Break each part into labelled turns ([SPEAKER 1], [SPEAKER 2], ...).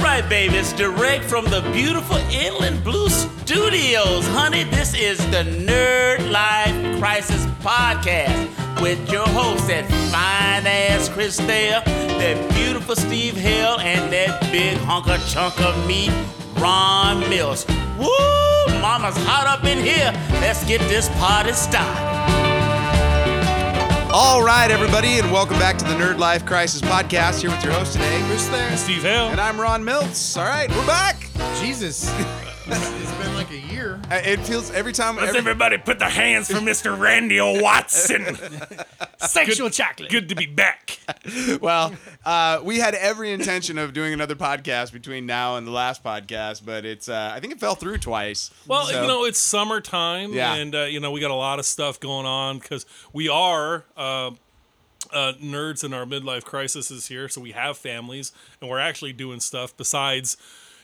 [SPEAKER 1] right, baby. It's direct from the beautiful Inland Blue Studios. Honey, this is the Nerd Life Crisis Podcast with your hosts, that fine ass Chris Thayer, that beautiful Steve Hill, and that big hunker chunk of meat, Ron Mills. Woo! Mama's hot up in here. Let's get this party started.
[SPEAKER 2] All right, everybody, and welcome back to the Nerd Life Crisis Podcast. Here with your host today, Chris Thayer.
[SPEAKER 3] Steve Hill.
[SPEAKER 2] And I'm Ron Miltz. All right, we're back.
[SPEAKER 4] Jesus. it's been like a year.
[SPEAKER 2] Uh, It feels every time.
[SPEAKER 3] Let's
[SPEAKER 2] Every,
[SPEAKER 3] everybody put their hands for Mr. Randy Watson.
[SPEAKER 5] Sexual chocolate.
[SPEAKER 3] Good to be back.
[SPEAKER 2] well, uh, we had every intention of doing another podcast between now and the last podcast, but it's. Uh, I think it fell through twice.
[SPEAKER 5] Well,
[SPEAKER 2] So-
[SPEAKER 5] you know, it's summertime,
[SPEAKER 2] Yeah.
[SPEAKER 5] and uh, you know we got a lot of stuff going on because we are uh, uh, nerds in our midlife crisis is here, so we have families, and we're actually doing stuff besides,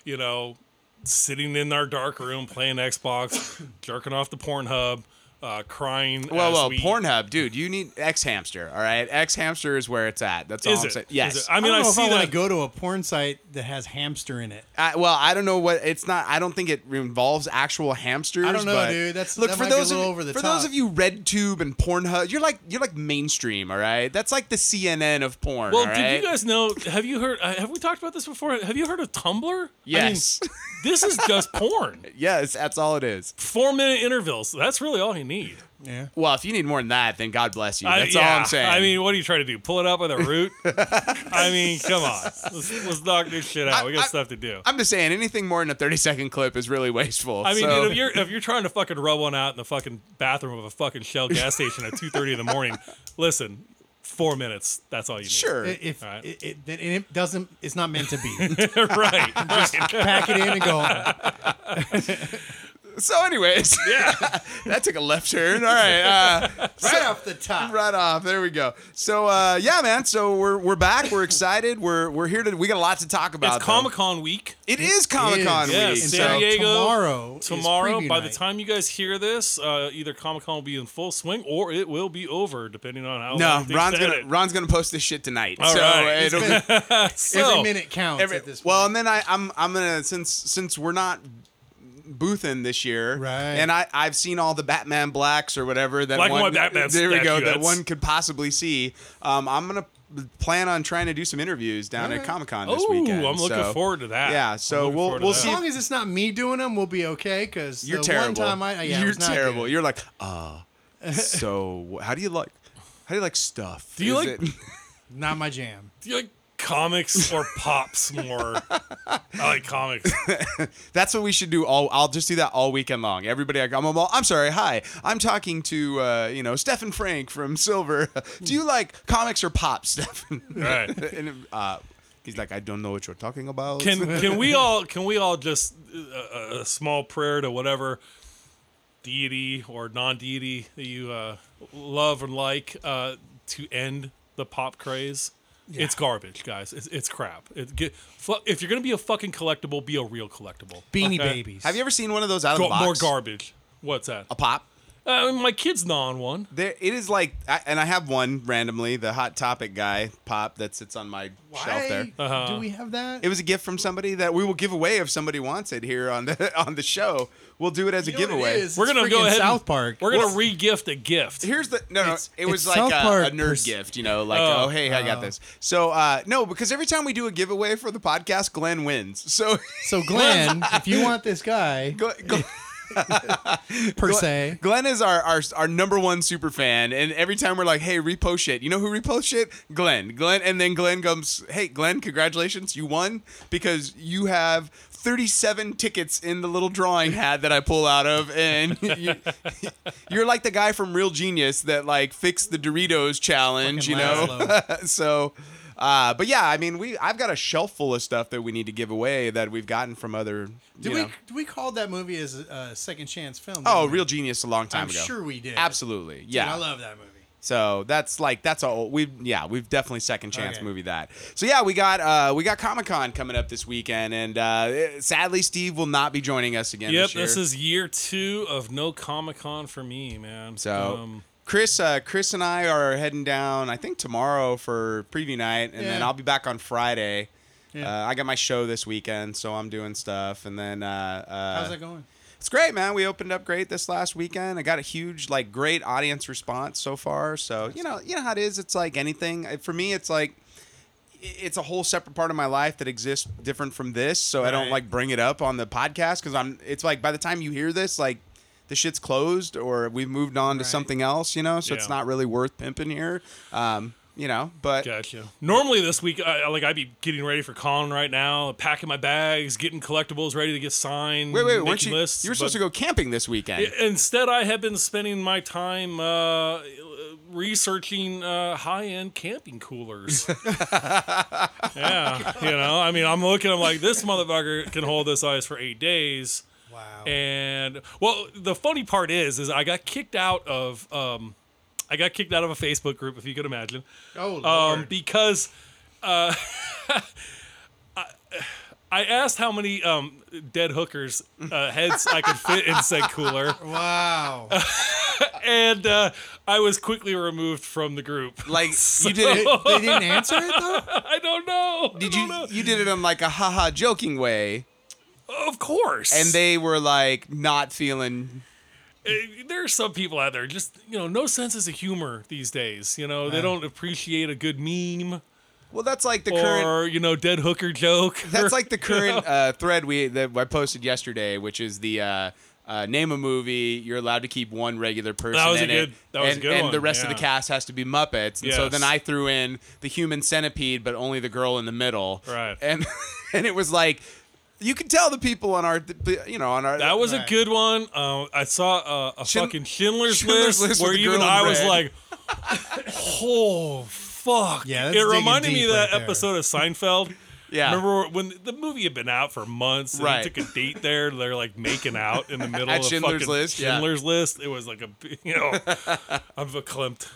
[SPEAKER 5] you know, sitting in our dark room playing Xbox, jerking off the Pornhub, uh, crying.
[SPEAKER 2] Whoa,
[SPEAKER 5] as
[SPEAKER 2] whoa,
[SPEAKER 5] we-
[SPEAKER 2] Pornhub, dude! You need X Hamster, all right? X Hamster is where it's at. That's all
[SPEAKER 5] Is
[SPEAKER 2] I'm
[SPEAKER 5] it?
[SPEAKER 2] saying.
[SPEAKER 5] Is
[SPEAKER 2] Yes.
[SPEAKER 5] it? I mean, I,
[SPEAKER 4] don't know
[SPEAKER 5] see
[SPEAKER 4] if I want
[SPEAKER 5] that.
[SPEAKER 4] to go to a porn site that has hamster in it.
[SPEAKER 2] I, well, I don't know what it's not. I don't think it involves actual hamsters.
[SPEAKER 4] I don't know,
[SPEAKER 2] but-
[SPEAKER 4] dude. That's-
[SPEAKER 2] look
[SPEAKER 4] that
[SPEAKER 2] for
[SPEAKER 4] might be a
[SPEAKER 2] those of,
[SPEAKER 4] little over the
[SPEAKER 2] for
[SPEAKER 4] top.
[SPEAKER 2] those of you RedTube and Pornhub. You're like you're like mainstream, all right. That's like the CNN of porn.
[SPEAKER 5] well,
[SPEAKER 2] all
[SPEAKER 5] did
[SPEAKER 2] right?
[SPEAKER 5] you guys know? Have you heard? uh, Have we talked about this before? Have you heard of Tumblr?
[SPEAKER 2] Yes.
[SPEAKER 5] I mean, this is just porn.
[SPEAKER 2] yes, that's all it is.
[SPEAKER 5] Four minute intervals. That's really all you need.
[SPEAKER 4] Yeah.
[SPEAKER 2] Well, if you need more than that, then God bless you.
[SPEAKER 5] I-
[SPEAKER 2] That's all
[SPEAKER 5] yeah.
[SPEAKER 2] I'm saying.
[SPEAKER 5] I mean, what are you trying to do? Pull it out by the root? I mean, come on. Let's, let's knock this shit out. we got
[SPEAKER 2] I-
[SPEAKER 5] stuff to do. I,
[SPEAKER 2] I'm just saying anything more than a 30 second clip is really wasteful.
[SPEAKER 5] mean,
[SPEAKER 2] so-
[SPEAKER 5] dude, if you're if you're trying to fucking rub one out in the fucking bathroom of a fucking Shell gas station at two thirty in the morning, listen, four minutes. That's all you need.
[SPEAKER 2] sure.
[SPEAKER 4] I- If
[SPEAKER 5] All right.
[SPEAKER 4] it, it, then it doesn't, it's not meant to be.
[SPEAKER 5] right. right.
[SPEAKER 4] Pack it in and go. home.
[SPEAKER 2] so, anyways, yeah, that took a left turn. All right. Uh,
[SPEAKER 4] Right off the top.
[SPEAKER 2] right off. There we go. So uh, yeah, man. So we're we're back. We're excited. We're we're here to. We got a lot to talk about.
[SPEAKER 5] It's Comic Con week.
[SPEAKER 2] It is Comic Con
[SPEAKER 4] is.
[SPEAKER 2] week.
[SPEAKER 5] Yeah,
[SPEAKER 4] And
[SPEAKER 5] San
[SPEAKER 2] so-
[SPEAKER 5] Diego
[SPEAKER 4] tomorrow. is
[SPEAKER 5] Tomorrow,
[SPEAKER 4] preview
[SPEAKER 5] by the
[SPEAKER 4] night.
[SPEAKER 5] time you guys hear this, uh, either Comic Con will be in full swing or it will be over, depending on how.
[SPEAKER 2] No,
[SPEAKER 5] long it takes
[SPEAKER 2] Ron's
[SPEAKER 5] to
[SPEAKER 2] gonna
[SPEAKER 5] edit.
[SPEAKER 2] Ron's gonna post this shit tonight.
[SPEAKER 5] All
[SPEAKER 2] so
[SPEAKER 5] right.
[SPEAKER 2] it'll be-
[SPEAKER 5] So-
[SPEAKER 4] every minute counts
[SPEAKER 2] every-
[SPEAKER 4] at this point.
[SPEAKER 2] well, and then I I'm I'm gonna since since we're not boothing this year,
[SPEAKER 4] Right.
[SPEAKER 2] And I I've seen all the Batman Blacks or whatever that
[SPEAKER 5] Black and
[SPEAKER 2] one.
[SPEAKER 5] white Batman
[SPEAKER 2] there we go. That
[SPEAKER 5] statuettes.
[SPEAKER 2] one could possibly see. Um, I'm gonna plan on trying to do some interviews down at Comic Con this
[SPEAKER 5] Ooh,
[SPEAKER 2] weekend.
[SPEAKER 5] I'm looking
[SPEAKER 2] so-
[SPEAKER 5] forward to that.
[SPEAKER 2] Yeah,
[SPEAKER 5] I'm
[SPEAKER 2] so
[SPEAKER 5] looking
[SPEAKER 2] we'll-
[SPEAKER 5] forward to
[SPEAKER 2] we'll
[SPEAKER 5] that.
[SPEAKER 4] as
[SPEAKER 2] see-
[SPEAKER 4] long as it's not me doing them, we'll be okay. Because
[SPEAKER 2] You're
[SPEAKER 4] the
[SPEAKER 2] terrible.
[SPEAKER 4] One time I, yeah, it
[SPEAKER 2] You're
[SPEAKER 4] was not
[SPEAKER 2] terrible.
[SPEAKER 4] good.
[SPEAKER 2] You're like, ah. so how do you like? How do you like stuff?
[SPEAKER 5] Do you
[SPEAKER 2] Is
[SPEAKER 5] like-
[SPEAKER 2] it-
[SPEAKER 4] Not my jam.
[SPEAKER 5] Do you like comics or pops more? I like comics.
[SPEAKER 2] That's what we should do. All I'll just do that all weekend long. Everybody, I'm, I'm, all, I'm sorry. Hi, I'm talking to uh, you know Stefan Frank from Silver. Do you like comics or pop, Stefan?
[SPEAKER 5] Right.
[SPEAKER 2] and, uh, he's like, I don't know what you're talking about.
[SPEAKER 5] Can can we all can we all just uh, a, a small prayer to whatever deity or non-deity that you uh, love and like uh, to end the pop craze? It's garbage, guys. It's, it's crap. It, get, fu- if you're gonna be a fucking collectible, be a real collectible.
[SPEAKER 4] Beanie
[SPEAKER 5] okay?
[SPEAKER 4] Babies.
[SPEAKER 2] Have you ever seen one of those out of
[SPEAKER 5] Go-
[SPEAKER 2] the box?
[SPEAKER 5] more garbage? What's that?
[SPEAKER 2] A pop.
[SPEAKER 5] Uh, my kid's non one.
[SPEAKER 2] There, it is like, I, and I have one randomly, the Hot Topic guy pop that sits on my shelf there.
[SPEAKER 4] Why
[SPEAKER 5] Uh-huh.
[SPEAKER 4] do we have that?
[SPEAKER 2] It was a gift from somebody that we will give away if somebody wants it here on the on the show. We'll do it as
[SPEAKER 4] You
[SPEAKER 2] a
[SPEAKER 4] know what it
[SPEAKER 2] giveaway.
[SPEAKER 4] is?
[SPEAKER 5] We're
[SPEAKER 4] It's
[SPEAKER 5] gonna go
[SPEAKER 4] freaking
[SPEAKER 5] ahead. and-
[SPEAKER 4] South Park.
[SPEAKER 5] We're gonna re-gift a gift.
[SPEAKER 2] Here's the no, no.
[SPEAKER 4] It's-
[SPEAKER 2] it was like
[SPEAKER 4] it's South
[SPEAKER 2] a,
[SPEAKER 4] Park
[SPEAKER 2] a nerd
[SPEAKER 4] pers-
[SPEAKER 2] gift, you know, like oh,
[SPEAKER 5] Oh.
[SPEAKER 2] hey, I got this. So uh no, because every time we do a giveaway for the podcast, Glenn wins. So
[SPEAKER 4] So Glenn, if you want this guy
[SPEAKER 2] Glenn, Glenn-
[SPEAKER 4] per se,
[SPEAKER 2] Glenn is our, our our number one super fan, and every time we're like, hey, repost shit. You know who repost shit? Glenn. Glenn, and then Glenn comes, hey, Glenn, congratulations, you won because you have. 37 tickets in the little drawing hat that I pull out of and you, you're like the guy from Real Genius that like fixed the Doritos challenge, you know. so uh, but yeah, I mean, we I've got a shelf full of stuff that we need to give away that we've gotten from other.
[SPEAKER 4] do
[SPEAKER 2] you
[SPEAKER 4] we
[SPEAKER 2] know.
[SPEAKER 4] do we call that movie as a uh, second chance film?
[SPEAKER 2] Oh,
[SPEAKER 4] didn't we?
[SPEAKER 2] Real Genius a long time
[SPEAKER 4] I'm
[SPEAKER 2] ago.
[SPEAKER 4] sure we did.
[SPEAKER 2] Absolutely, yeah.
[SPEAKER 4] Dude, I love that movie.
[SPEAKER 2] so that's like that's all we yeah we've definitely second chance
[SPEAKER 4] Okay.
[SPEAKER 2] movie that. So yeah, we got uh, we got Comic Con coming up this weekend, and uh, sadly Steve will not be joining us again.
[SPEAKER 5] Yep,
[SPEAKER 2] this, year.
[SPEAKER 5] this is year two of no Comic Con for me, man. Um,
[SPEAKER 2] So
[SPEAKER 4] um,
[SPEAKER 2] Chris, uh, Chris and I are heading down. I think tomorrow for preview night, and then
[SPEAKER 4] Yeah.
[SPEAKER 2] I'll be back on Friday.
[SPEAKER 4] Yeah.
[SPEAKER 2] Uh, I got my show this weekend, so I'm doing stuff. And then uh, uh,
[SPEAKER 4] How's that going?
[SPEAKER 2] it's great, man. We opened up great this last weekend. I got a huge, like, great audience response so far. So you know, you know how it is. It's like anything. Uh, For me, it's like it's a whole separate part of my life that exists different from this. So I don't
[SPEAKER 4] Right.
[SPEAKER 2] like bring it up on the podcast because I'm. It's like by the time you hear this, like the shit's closed or we've moved on to
[SPEAKER 4] Right.
[SPEAKER 2] something else. You know, so it's
[SPEAKER 5] Yeah.
[SPEAKER 2] not really worth pimping here. Um, you know, but
[SPEAKER 5] Gotcha. Normally this week, I, I- like I'd be getting ready for con right now, packing my bags, getting collectibles ready to get signed.
[SPEAKER 2] wait, wait, weren't
[SPEAKER 5] making
[SPEAKER 2] you?
[SPEAKER 5] lists,
[SPEAKER 2] you were supposed to
[SPEAKER 5] but-
[SPEAKER 2] go camping this weekend.
[SPEAKER 5] Instead, I have been spending my time uh, researching uh, high-end camping coolers. yeah, you know, I mean, I'm looking. I'm like, this motherfucker can hold this ice for eight days.
[SPEAKER 4] Wow.
[SPEAKER 5] And well, the funny part is, is I got kicked out of, um, I got kicked out of a Facebook group, if you could imagine,
[SPEAKER 4] oh, Lord.
[SPEAKER 5] um, because uh, I, I asked how many um, dead hookers uh, heads I could fit in said cooler,
[SPEAKER 4] wow.
[SPEAKER 5] and uh, I was quickly removed from the group.
[SPEAKER 2] Like you did it.
[SPEAKER 4] they didn't answer it though.
[SPEAKER 5] I don't know. I
[SPEAKER 2] Did
[SPEAKER 5] don't
[SPEAKER 2] you?
[SPEAKER 5] know.
[SPEAKER 2] You did it in like a haha joking way,
[SPEAKER 5] Of course.
[SPEAKER 2] and they were like not feeling.
[SPEAKER 5] Uh, there are some people out there just you know no senses of humor these days. You know they don't appreciate a good meme.
[SPEAKER 2] Well, that's like the current.
[SPEAKER 5] or you know dead hooker joke.
[SPEAKER 2] That's like the current uh, thread we that I posted yesterday, which is the. Uh, uh, name a movie. You're allowed to keep one regular person.
[SPEAKER 5] That was a
[SPEAKER 2] in it,
[SPEAKER 5] good- that was a
[SPEAKER 2] and,
[SPEAKER 5] good
[SPEAKER 2] And the
[SPEAKER 5] one,
[SPEAKER 2] rest of the
[SPEAKER 5] yeah.
[SPEAKER 2] cast has to be Muppets. And so
[SPEAKER 5] Yes.
[SPEAKER 2] then I threw in the human centipede, but only the girl in the middle.
[SPEAKER 5] Right.
[SPEAKER 2] And and it was like, you can tell the people on our, you know, on our
[SPEAKER 5] that was a
[SPEAKER 4] Right.
[SPEAKER 5] good one. Uh, I saw uh, a
[SPEAKER 2] Schindl-
[SPEAKER 5] fucking Schindler's,
[SPEAKER 2] Schindler's
[SPEAKER 5] List,
[SPEAKER 2] List with
[SPEAKER 5] where
[SPEAKER 2] the
[SPEAKER 5] even
[SPEAKER 2] girl in
[SPEAKER 5] I was
[SPEAKER 2] red.
[SPEAKER 5] like, oh fuck!
[SPEAKER 4] Yeah, that's
[SPEAKER 5] it
[SPEAKER 4] digging
[SPEAKER 5] reminded me
[SPEAKER 4] deep
[SPEAKER 5] of that
[SPEAKER 4] right there.
[SPEAKER 5] episode of Seinfeld.
[SPEAKER 2] Yeah.
[SPEAKER 5] Remember when the movie had been out for months? And
[SPEAKER 2] Right.
[SPEAKER 5] He took a date there. They're like making out in the middle
[SPEAKER 2] At
[SPEAKER 5] of
[SPEAKER 2] Schindler's
[SPEAKER 5] fucking
[SPEAKER 2] List, yeah.
[SPEAKER 5] Schindler's List. It was like a b- you know, I'm verklempt.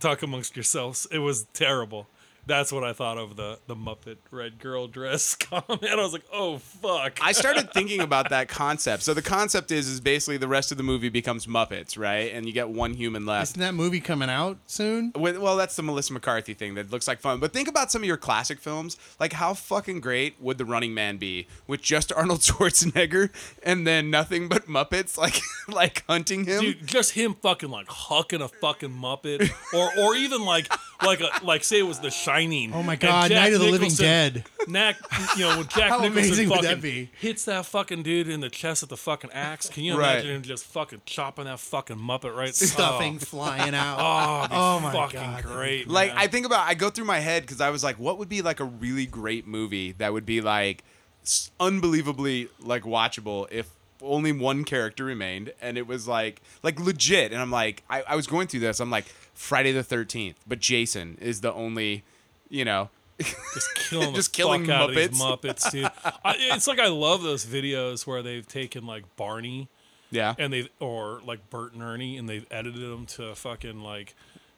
[SPEAKER 5] Talk amongst yourselves. It was terrible. That's what I thought of the the Muppet red girl dress comment. I was like, oh fuck.
[SPEAKER 2] I started thinking about that concept. So the concept is is basically the rest of the movie becomes Muppets, right? And you get one human left.
[SPEAKER 4] Isn't that movie coming out soon?
[SPEAKER 2] With, well, that's the Melissa McCarthy thing that looks like fun. But think about some of your classic films. Like how fucking great would The Running Man be with just Arnold Schwarzenegger and then nothing but Muppets like like hunting him?
[SPEAKER 5] Dude, just him fucking like hucking a fucking Muppet, or or even like like a like say it was The Shining.
[SPEAKER 4] Oh my
[SPEAKER 5] and
[SPEAKER 4] God!
[SPEAKER 5] Jack
[SPEAKER 4] Night of the Living
[SPEAKER 5] Nicholson-
[SPEAKER 4] Dead.
[SPEAKER 5] Knack, you know, when Jack
[SPEAKER 4] How
[SPEAKER 5] Nicholson
[SPEAKER 4] amazing would
[SPEAKER 5] fucking
[SPEAKER 4] that be?
[SPEAKER 5] hits that fucking dude in the chest with the fucking axe. Can you
[SPEAKER 2] Right.
[SPEAKER 5] imagine him just fucking chopping that fucking Muppet right?
[SPEAKER 4] Stuffing flying out.
[SPEAKER 5] Oh, oh,
[SPEAKER 4] Oh
[SPEAKER 5] my
[SPEAKER 4] my
[SPEAKER 5] fucking
[SPEAKER 4] God, that'd be
[SPEAKER 5] great.
[SPEAKER 2] Like
[SPEAKER 5] man.
[SPEAKER 2] I think about, I go through my head because I was like, what would be like a really great movie that would be like s- unbelievably like watchable if only one character remained and it was like like legit. And I'm like, I, I was going through this. I'm like Friday the Thirteenth, but Jason is the only, you know,
[SPEAKER 5] just killing
[SPEAKER 2] just
[SPEAKER 5] the
[SPEAKER 2] killing
[SPEAKER 5] fuck out of these
[SPEAKER 2] Muppets.
[SPEAKER 5] Muppets, dude. I, it's like I love those videos where they've taken like Barney.
[SPEAKER 2] yeah.
[SPEAKER 5] and they've or like Bert and Ernie, and they've edited them to fucking like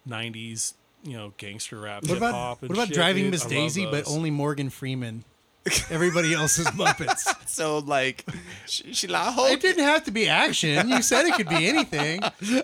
[SPEAKER 5] '90s, you know, gangster rap,
[SPEAKER 4] What
[SPEAKER 5] hip
[SPEAKER 4] about
[SPEAKER 5] hop.
[SPEAKER 4] what about Driving Miss Daisy, but only Morgan Freeman? Everybody else is Muppets.
[SPEAKER 2] so like, sh- should I
[SPEAKER 4] it
[SPEAKER 2] hope?
[SPEAKER 4] didn't have to be action. You said it could be anything.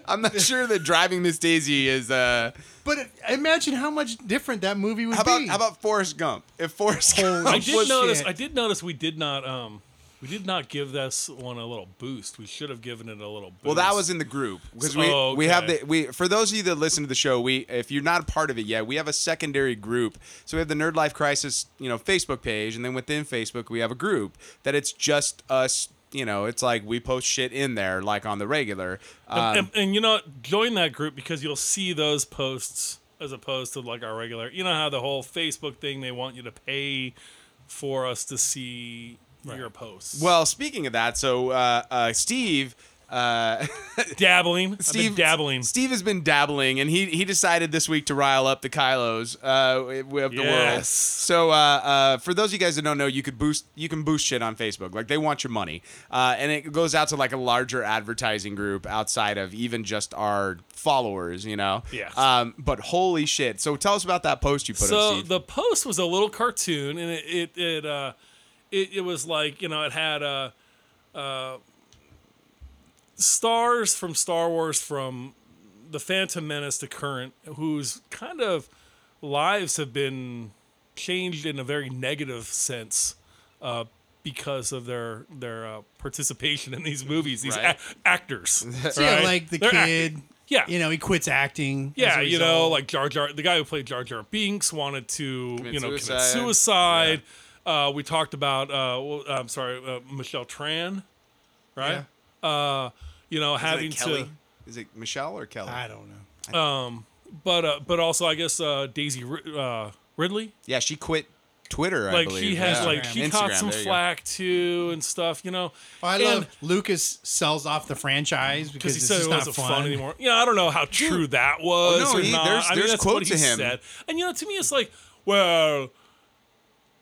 [SPEAKER 2] I'm not sure that driving Miss Daisy is. uh
[SPEAKER 4] But imagine how much different that movie would
[SPEAKER 2] How about
[SPEAKER 4] be.
[SPEAKER 2] how about Forrest Gump? If Forrest
[SPEAKER 4] Holy
[SPEAKER 2] Gump
[SPEAKER 5] I did
[SPEAKER 2] was-
[SPEAKER 5] notice.
[SPEAKER 4] shit.
[SPEAKER 5] I did notice we did not. Um, we did not give this one a little boost. We should have given it a little. boost.
[SPEAKER 2] Well, that was in the group because we
[SPEAKER 5] Oh,
[SPEAKER 2] we have
[SPEAKER 5] okay.
[SPEAKER 2] the we for those of you that listen to the show, we if you're not a part of it yet, we have a secondary group. So we have the Nerd Life Crisis, you know, Facebook page, and then within Facebook we have a group that it's just us. You know, it's like we post shit in there like on the regular. Um,
[SPEAKER 5] and, and you know, what? join that group because you'll see those posts as opposed to like our regular. You know how the whole Facebook thing they want you to pay for us to see your posts.
[SPEAKER 2] well, speaking of that, so uh, uh, Steve. Uh,
[SPEAKER 5] dabbling. Steve,
[SPEAKER 2] Steve
[SPEAKER 5] dabbling.
[SPEAKER 2] Steve has been dabbling, and he he decided this week to rile up the Kylos uh, of the world.
[SPEAKER 5] Yes.
[SPEAKER 2] So uh, uh, for those of you guys that don't know, you could boost you can boost shit on Facebook. Like they want your money, uh, and it goes out to like a larger advertising group outside of even just our followers. You know.
[SPEAKER 5] Yes.
[SPEAKER 2] Um, but holy shit! So tell us about that post you put up,
[SPEAKER 5] so
[SPEAKER 2] Steve.
[SPEAKER 5] the post was a little cartoon and it it it, uh, it, it was like you know it had uh, uh, stars from star wars from the phantom menace to current whose kind of lives have been changed in a very negative sense uh, because of their their uh, participation in these movies. These
[SPEAKER 2] Right.
[SPEAKER 5] a- actors,
[SPEAKER 4] So, yeah,
[SPEAKER 5] right?
[SPEAKER 4] like the
[SPEAKER 5] They're
[SPEAKER 4] kid.
[SPEAKER 5] acting. Yeah.
[SPEAKER 4] You know, he quits acting. as a
[SPEAKER 5] Yeah, you know,
[SPEAKER 4] result.
[SPEAKER 5] like Jar Jar, the guy who played Jar Jar Binks wanted to,
[SPEAKER 2] Commit
[SPEAKER 5] you know, commit
[SPEAKER 2] suicide.
[SPEAKER 5] suicide. Uh, we talked about, uh, well, I'm sorry, uh, Michelle Tran, right? Uh, you know,
[SPEAKER 2] Is it
[SPEAKER 5] having
[SPEAKER 2] Kelly?
[SPEAKER 5] to,
[SPEAKER 2] Is it Michelle or Kelly?
[SPEAKER 4] I don't know.
[SPEAKER 5] but uh, but also I guess uh, Daisy Ri- uh, Ridley,
[SPEAKER 2] yeah, she quit Twitter. I
[SPEAKER 5] like
[SPEAKER 2] believe.
[SPEAKER 5] she has
[SPEAKER 2] yeah.
[SPEAKER 5] like she caught
[SPEAKER 2] Instagram,
[SPEAKER 5] some
[SPEAKER 2] there you go.
[SPEAKER 5] flack too and stuff, you know.
[SPEAKER 4] Oh, I
[SPEAKER 5] And-
[SPEAKER 4] love Lucas sells off the franchise
[SPEAKER 5] because
[SPEAKER 4] because
[SPEAKER 5] he
[SPEAKER 4] it's
[SPEAKER 5] said
[SPEAKER 4] just
[SPEAKER 5] it
[SPEAKER 4] not
[SPEAKER 5] wasn't
[SPEAKER 4] fun.
[SPEAKER 5] fun. anymore. Yeah, I don't know how true that was.
[SPEAKER 2] no,
[SPEAKER 5] or
[SPEAKER 2] he-
[SPEAKER 5] not.
[SPEAKER 2] there's-
[SPEAKER 5] I mean,
[SPEAKER 2] there's
[SPEAKER 5] that's
[SPEAKER 2] quote
[SPEAKER 5] what he
[SPEAKER 2] to him.
[SPEAKER 5] Said. And you know, to me, it's like, well,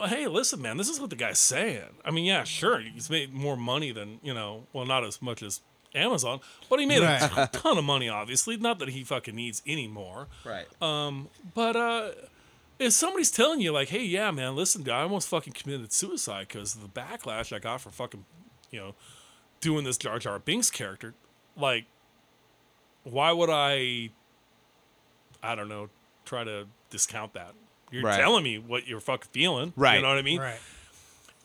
[SPEAKER 5] well, hey, listen, man, this is what the guy's saying. I mean, yeah, sure, he's made more money than you know, well, not as much as Amazon, but he made a
[SPEAKER 4] Right.
[SPEAKER 5] ton of money. Obviously, not that he fucking needs any more.
[SPEAKER 2] Right.
[SPEAKER 5] Um, But uh if somebody's telling you like, "Hey, yeah, man, listen, dude, I almost fucking committed suicide because of the backlash I got for fucking, you know, doing this Jar Jar Binks character," like, why would I? I don't know. Try to discount that. You're
[SPEAKER 2] Right.
[SPEAKER 5] telling me what you're fucking feeling.
[SPEAKER 2] Right.
[SPEAKER 5] You know what I mean?
[SPEAKER 4] Right.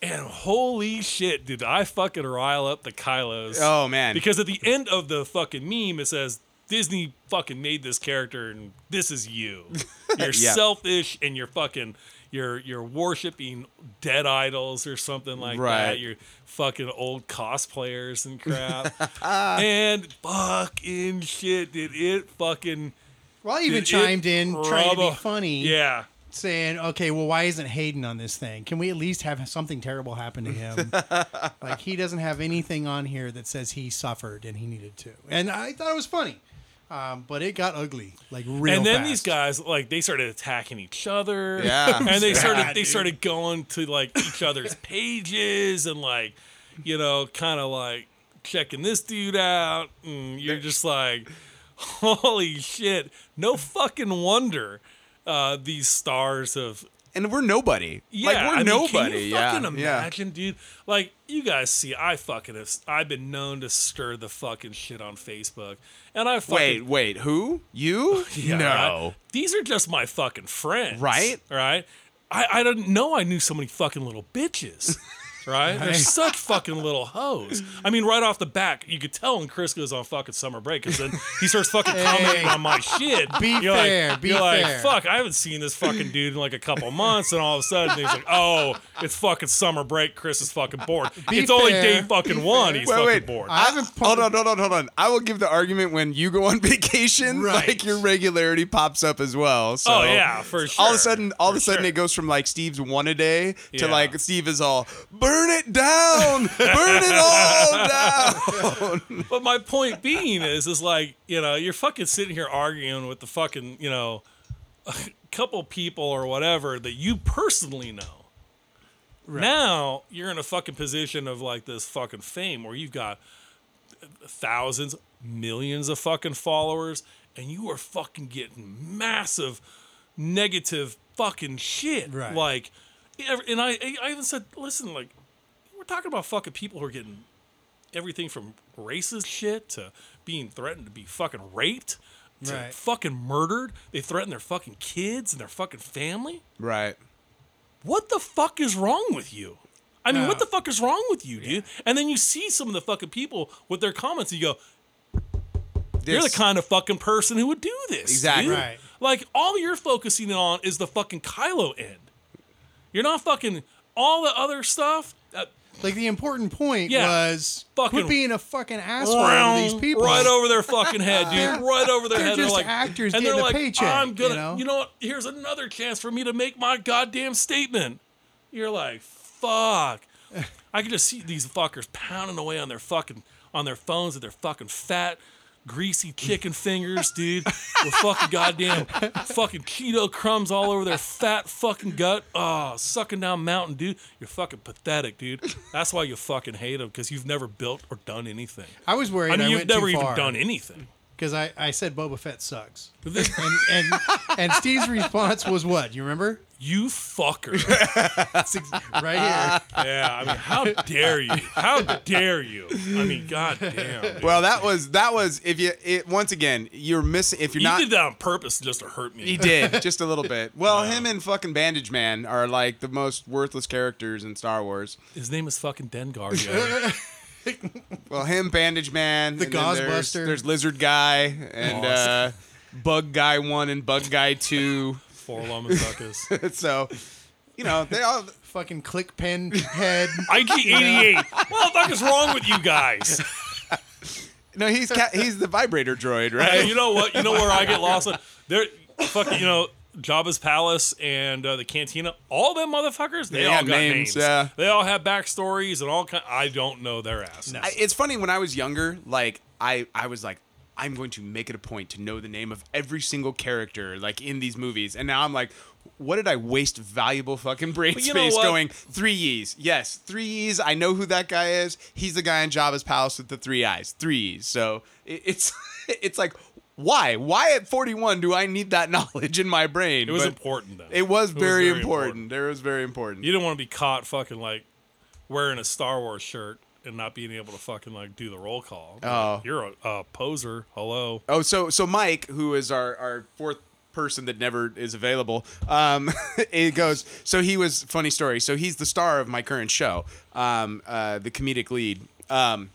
[SPEAKER 5] And holy shit, did I fucking rile up the Kylos.
[SPEAKER 2] Oh, man.
[SPEAKER 5] Because at the end of the fucking meme, it says Disney fucking made this character, and this is you. You're
[SPEAKER 2] Yeah.
[SPEAKER 5] selfish, and you're fucking you're you're worshiping dead idols or something like
[SPEAKER 2] Right.
[SPEAKER 5] that. You're fucking old cosplayers and crap. and fucking shit, did it fucking
[SPEAKER 4] Well, I
[SPEAKER 5] did
[SPEAKER 4] even
[SPEAKER 5] it
[SPEAKER 4] chimed in trying to be
[SPEAKER 5] rubber-
[SPEAKER 4] funny,
[SPEAKER 5] Yeah.
[SPEAKER 4] saying, "Okay, well, why isn't Hayden on this thing? Can we at least have something terrible happen to him? like he doesn't have anything on here that says he suffered and he needed to." And I thought it was funny, um, but it got ugly, like real.
[SPEAKER 5] and then
[SPEAKER 4] fast.
[SPEAKER 5] these guys like they started attacking each other
[SPEAKER 2] Yeah.
[SPEAKER 5] and they
[SPEAKER 2] Yeah,
[SPEAKER 5] started they started going to like each other's pages and like you know kind of like checking this dude out and you're just like holy shit no fucking wonder uh these stars have
[SPEAKER 2] and we're nobody.
[SPEAKER 5] yeah,
[SPEAKER 2] like we're
[SPEAKER 5] I mean,
[SPEAKER 2] nobody.
[SPEAKER 5] Can you
[SPEAKER 2] yeah.
[SPEAKER 5] fucking
[SPEAKER 2] yeah.
[SPEAKER 5] imagine, dude? Like you guys see, I fucking have, I've been known to stir the fucking shit on Facebook, and I fucking
[SPEAKER 2] Wait, wait. Who? You?
[SPEAKER 5] yeah,
[SPEAKER 2] no.
[SPEAKER 5] right? These are just my fucking friends.
[SPEAKER 2] Right?
[SPEAKER 5] Right? I, I didn't know I knew so many fucking little bitches. Right? They're such fucking little hoes. I mean, right off the back, you could tell when Chris goes on fucking summer break because then he starts fucking commenting on my shit.
[SPEAKER 4] Be
[SPEAKER 5] you're
[SPEAKER 4] fair,
[SPEAKER 5] Like,
[SPEAKER 4] be
[SPEAKER 5] you're
[SPEAKER 4] fair.
[SPEAKER 5] like, fuck, I haven't seen this fucking dude in like a couple months. And all of a sudden, he's like, oh, it's fucking summer break. Chris is fucking bored.
[SPEAKER 4] Be
[SPEAKER 5] it's only
[SPEAKER 4] fair,
[SPEAKER 5] day fucking
[SPEAKER 4] be
[SPEAKER 5] one.
[SPEAKER 4] fair.
[SPEAKER 5] He's
[SPEAKER 2] Wait,
[SPEAKER 5] fucking
[SPEAKER 2] wait.
[SPEAKER 5] bored.
[SPEAKER 4] I haven't. put-
[SPEAKER 2] Hold on, hold on, hold on. I will give the argument when you go on vacation,
[SPEAKER 4] Right.
[SPEAKER 2] like your regularity pops up as well. So
[SPEAKER 5] Oh, yeah, for
[SPEAKER 2] All of
[SPEAKER 5] sure.
[SPEAKER 2] a sudden, all of a
[SPEAKER 5] For
[SPEAKER 2] sudden,
[SPEAKER 5] sure.
[SPEAKER 2] it goes from like Steve's one a day to
[SPEAKER 5] Yeah.
[SPEAKER 2] like Steve is all burn it down, burn it all down.
[SPEAKER 5] But my point being is, is like, you know, you're fucking sitting here arguing with the fucking, you know, a couple people or whatever that you personally know. Now you're in a fucking position of like this fucking fame where you've got thousands, millions of fucking followers, and you are fucking getting massive negative fucking shit.
[SPEAKER 4] Right.
[SPEAKER 5] Like, ev- and I, I even said, listen, like, we're talking about fucking people who are getting everything from racist shit to being threatened to be fucking raped to
[SPEAKER 4] Right.
[SPEAKER 5] fucking murdered. They threaten their fucking kids and their fucking family.
[SPEAKER 2] Right.
[SPEAKER 5] What the fuck is wrong with you? I mean, what
[SPEAKER 4] No.
[SPEAKER 5] the fuck is wrong with you, dude? And then you see some of the fucking people with their comments and you go, you're the
[SPEAKER 2] This-
[SPEAKER 5] kind of fucking person who would do this.
[SPEAKER 2] Exactly.
[SPEAKER 5] dude.
[SPEAKER 4] Right.
[SPEAKER 5] Like all you're focusing on is the fucking Kylo end. You're not fucking all the other stuff. Uh,
[SPEAKER 4] Like the important point
[SPEAKER 5] Yeah.
[SPEAKER 4] was
[SPEAKER 5] Fucking-
[SPEAKER 4] quit being a fucking asshole to these people.
[SPEAKER 5] Right over their fucking head, dude. Right over their
[SPEAKER 4] they're
[SPEAKER 5] head.
[SPEAKER 4] just
[SPEAKER 5] they're like
[SPEAKER 4] actors
[SPEAKER 5] and
[SPEAKER 4] getting
[SPEAKER 5] they're
[SPEAKER 4] a
[SPEAKER 5] like,
[SPEAKER 4] paycheck,
[SPEAKER 5] I'm gonna.
[SPEAKER 4] you know?
[SPEAKER 5] what? Here's another chance for me to make my goddamn statement. You're like, fuck. I can just see these fuckers pounding away on their fucking on their phones with their fucking fat. Greasy chicken fingers, dude, with fucking goddamn fucking keto crumbs all over their fat fucking gut. Oh, sucking down Mountain Dew. You're fucking pathetic, dude. That's why you fucking hate them because you've never built or done anything.
[SPEAKER 4] I was worried.
[SPEAKER 5] I mean,
[SPEAKER 4] I
[SPEAKER 5] you've
[SPEAKER 4] went
[SPEAKER 5] never
[SPEAKER 4] too
[SPEAKER 5] even
[SPEAKER 4] far.
[SPEAKER 5] done anything.
[SPEAKER 4] because I, I said Boba Fett sucks. and, and, and Steve's response was what? You remember?
[SPEAKER 5] You fucker.
[SPEAKER 4] It's ex- right here.
[SPEAKER 5] yeah, I mean, how dare you? How dare you? I mean, goddamn.
[SPEAKER 2] Well, that was that was if you it once again you're missing if you're
[SPEAKER 5] You
[SPEAKER 2] not
[SPEAKER 5] did that on purpose just to hurt me.
[SPEAKER 2] He did just a little bit. Well, him and fucking Bandage Man are like the most worthless characters in Star Wars.
[SPEAKER 5] His name is fucking Dengar. yo.
[SPEAKER 2] Well, him Bandage Man, the
[SPEAKER 4] Gauze
[SPEAKER 2] there's,
[SPEAKER 4] Buster.
[SPEAKER 2] there's Lizard Guy and uh, Bug Guy One and Bug Guy Two.
[SPEAKER 5] Four llama suckers.
[SPEAKER 2] so, you know, they all
[SPEAKER 4] Fucking click pen head.
[SPEAKER 5] IG88. What the fuck is wrong with you guys?
[SPEAKER 2] no. He's ca- he's the vibrator droid,
[SPEAKER 5] Hey,
[SPEAKER 2] right?
[SPEAKER 5] you know what? You know where I get lost? On? They're fucking, you know, Jabba's Palace and uh, the Cantina. All them motherfuckers, they,
[SPEAKER 2] They
[SPEAKER 5] all
[SPEAKER 2] got
[SPEAKER 5] got
[SPEAKER 2] names,
[SPEAKER 5] names.
[SPEAKER 2] yeah.
[SPEAKER 5] They all have backstories and all kind. I don't know their ass.
[SPEAKER 2] I, it's funny when I was younger, like I I was like. I'm going to make it a point to know the name of every single character, like in these movies. And now I'm like, what did I waste valuable fucking brain
[SPEAKER 5] But you know
[SPEAKER 2] space
[SPEAKER 5] what?
[SPEAKER 2] going? Three E's, yes, three E's. I know who that guy is. He's the guy in Jabba's palace with the three eyes, three E's. So it, it's it's like, why, why at 41 do I need that knowledge in my brain?
[SPEAKER 5] It was
[SPEAKER 2] But
[SPEAKER 5] important though.
[SPEAKER 2] It was very, important. It was very important.
[SPEAKER 5] You didn't want to be caught fucking like wearing a Star Wars shirt and not being able to fucking like do the roll call.
[SPEAKER 2] Oh.
[SPEAKER 5] you're a, a poser. Hello.
[SPEAKER 2] Oh, so so Mike, who is our our fourth person that never is available, um, it goes. So he was funny story. So he's the star of my current show, um, uh, the comedic lead. Um,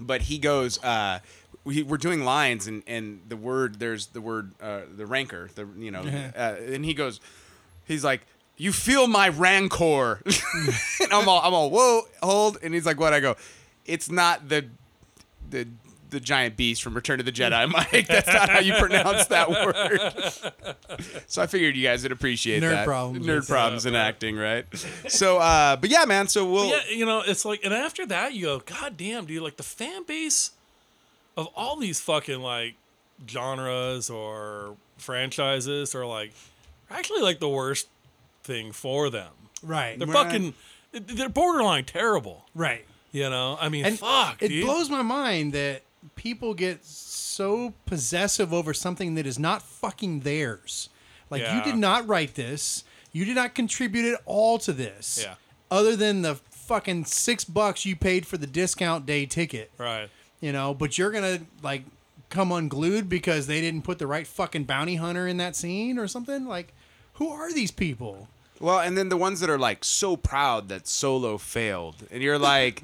[SPEAKER 2] but he goes. Uh, we, we're doing lines, and and the word there's the word uh, the rancor, the you know, uh, and he goes. He's like. You feel my rancor, and I'm all, I'm all, whoa, hold, and he's like, what? I go, it's not the the the giant beast from Return of the Jedi, Mike. That's not how you pronounce that word. so I figured you guys would appreciate
[SPEAKER 4] Nerd
[SPEAKER 2] that.
[SPEAKER 4] problems.
[SPEAKER 2] Nerd
[SPEAKER 4] It's,
[SPEAKER 2] problems in acting, right? So, uh, but yeah, man. So
[SPEAKER 4] Oh.
[SPEAKER 2] we'll.
[SPEAKER 5] Yeah, you know, it's like, and after that, you go, God damn, dude, like the fan base of all these fucking like genres or franchises are like actually like the worst thing for them.
[SPEAKER 4] Right.
[SPEAKER 5] They're
[SPEAKER 2] Right.
[SPEAKER 5] fucking, they're borderline terrible.
[SPEAKER 4] Right.
[SPEAKER 5] You know, I mean,
[SPEAKER 4] And
[SPEAKER 5] fuck,
[SPEAKER 4] It
[SPEAKER 5] dude.
[SPEAKER 4] blows my mind that people get so possessive over something that is not fucking theirs. Like
[SPEAKER 5] Yeah.
[SPEAKER 4] you did not write this. You did not contribute at all to this.
[SPEAKER 5] Yeah.
[SPEAKER 4] Other than the fucking six bucks you paid for the discount day ticket.
[SPEAKER 5] Right.
[SPEAKER 4] You know, but you're gonna like come unglued because they didn't put the right fucking bounty hunter in that scene or something. Like, who are these people?
[SPEAKER 2] Well, and then the ones that are like so proud that Solo failed, and you're like,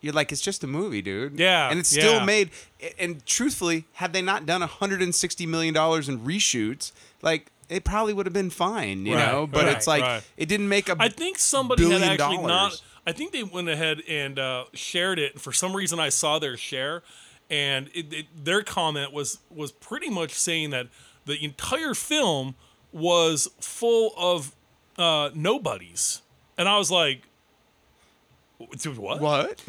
[SPEAKER 2] you're like, it's just a movie, dude.
[SPEAKER 5] Yeah,
[SPEAKER 2] and it's
[SPEAKER 5] yeah.
[SPEAKER 2] still made. a- And truthfully, had they not done 160 million dollars in reshoots, like it probably would have been fine, you
[SPEAKER 5] Right,
[SPEAKER 2] know. But
[SPEAKER 5] right,
[SPEAKER 2] it's like
[SPEAKER 5] right.
[SPEAKER 2] it didn't make a.
[SPEAKER 5] I think somebody had
[SPEAKER 2] billion
[SPEAKER 5] actually
[SPEAKER 2] dollars.
[SPEAKER 5] not. I think they went ahead and uh, shared it, and for some reason, I saw their share, and it, it, their comment was was pretty much saying that the entire film was full of uh, nobodies, and I was like, "Dude, what?
[SPEAKER 2] what?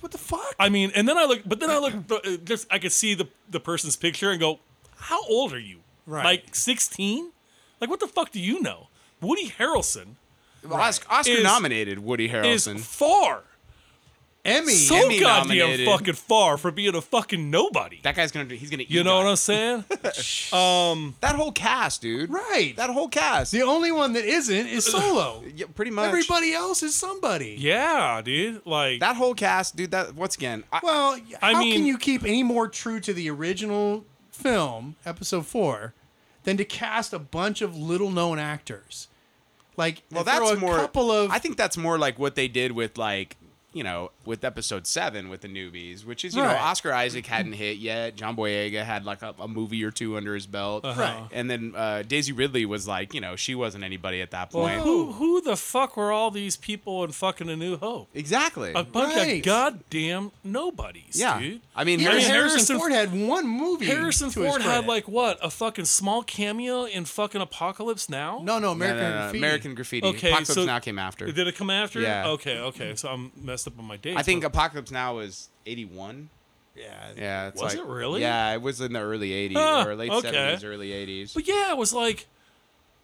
[SPEAKER 4] What the fuck?
[SPEAKER 5] I mean, and then I look, but then I look, uh, just I could see the the person's picture and go, "How old are you?
[SPEAKER 4] Right.
[SPEAKER 5] Like sixteen? Like what the fuck do you know?" Woody Harrelson
[SPEAKER 2] Well, Oscar, Oscar
[SPEAKER 5] Is-
[SPEAKER 2] nominated Woody Harrelson.
[SPEAKER 5] is far
[SPEAKER 4] Emmy.
[SPEAKER 5] so
[SPEAKER 2] Emmy
[SPEAKER 5] goddamn
[SPEAKER 2] nominated.
[SPEAKER 5] fucking far for being a fucking nobody.
[SPEAKER 2] that guy's gonna do- he's gonna eat
[SPEAKER 5] you know what
[SPEAKER 2] that.
[SPEAKER 5] I'm saying? Um,
[SPEAKER 2] that whole cast, dude.
[SPEAKER 4] right.
[SPEAKER 2] That whole cast.
[SPEAKER 4] The only one that isn't is Solo.
[SPEAKER 2] Yeah, pretty much.
[SPEAKER 4] Everybody else is somebody.
[SPEAKER 5] yeah, dude. Like
[SPEAKER 2] That whole cast, dude. That once again, I,
[SPEAKER 4] Well,
[SPEAKER 5] I
[SPEAKER 4] how
[SPEAKER 5] mean-
[SPEAKER 4] can you keep any more true to the original film, episode four, than to cast a bunch of little known actors? Like,
[SPEAKER 2] well,
[SPEAKER 4] throw
[SPEAKER 2] that's
[SPEAKER 4] a
[SPEAKER 2] more.
[SPEAKER 4] couple of.
[SPEAKER 2] I think that's more like what they did with like you know with episode seven with the newbies, which is you know
[SPEAKER 4] Right.
[SPEAKER 2] Oscar Isaac hadn't hit yet. John Boyega had like a, a movie or two under his belt,
[SPEAKER 4] Right.
[SPEAKER 2] And then uh, Daisy Ridley was like you know she wasn't anybody at that point.
[SPEAKER 5] who who the fuck were all these people in fucking A New Hope?
[SPEAKER 2] exactly.
[SPEAKER 5] A bunch
[SPEAKER 4] Right.
[SPEAKER 5] of goddamn nobodies,
[SPEAKER 2] yeah.
[SPEAKER 5] dude.
[SPEAKER 2] I mean,
[SPEAKER 5] Harrison-
[SPEAKER 4] Harrison,
[SPEAKER 2] Harrison-
[SPEAKER 5] Harrison-
[SPEAKER 4] Ford had one movie.
[SPEAKER 5] Harrison
[SPEAKER 4] to his
[SPEAKER 5] Ford had
[SPEAKER 4] credit.
[SPEAKER 5] like what a fucking small cameo in fucking Apocalypse Now.
[SPEAKER 4] No,
[SPEAKER 2] no, no,
[SPEAKER 4] no, American
[SPEAKER 2] no,
[SPEAKER 4] Graffiti.
[SPEAKER 2] American Graffiti.
[SPEAKER 5] Okay,
[SPEAKER 2] Apocalypse
[SPEAKER 5] so-
[SPEAKER 2] Now came after.
[SPEAKER 5] Did it come after?
[SPEAKER 2] Yeah.
[SPEAKER 5] Okay, okay. So I'm messed up on my dates.
[SPEAKER 2] I think
[SPEAKER 5] but-
[SPEAKER 2] Apocalypse Now was eighty one.
[SPEAKER 4] Yeah.
[SPEAKER 2] Yeah, it's
[SPEAKER 5] Was
[SPEAKER 2] like-
[SPEAKER 5] it really?
[SPEAKER 2] Yeah, it was in the early '80s
[SPEAKER 5] Huh,
[SPEAKER 2] or late
[SPEAKER 5] okay.
[SPEAKER 2] '70s, early '80s.
[SPEAKER 5] But yeah, it was like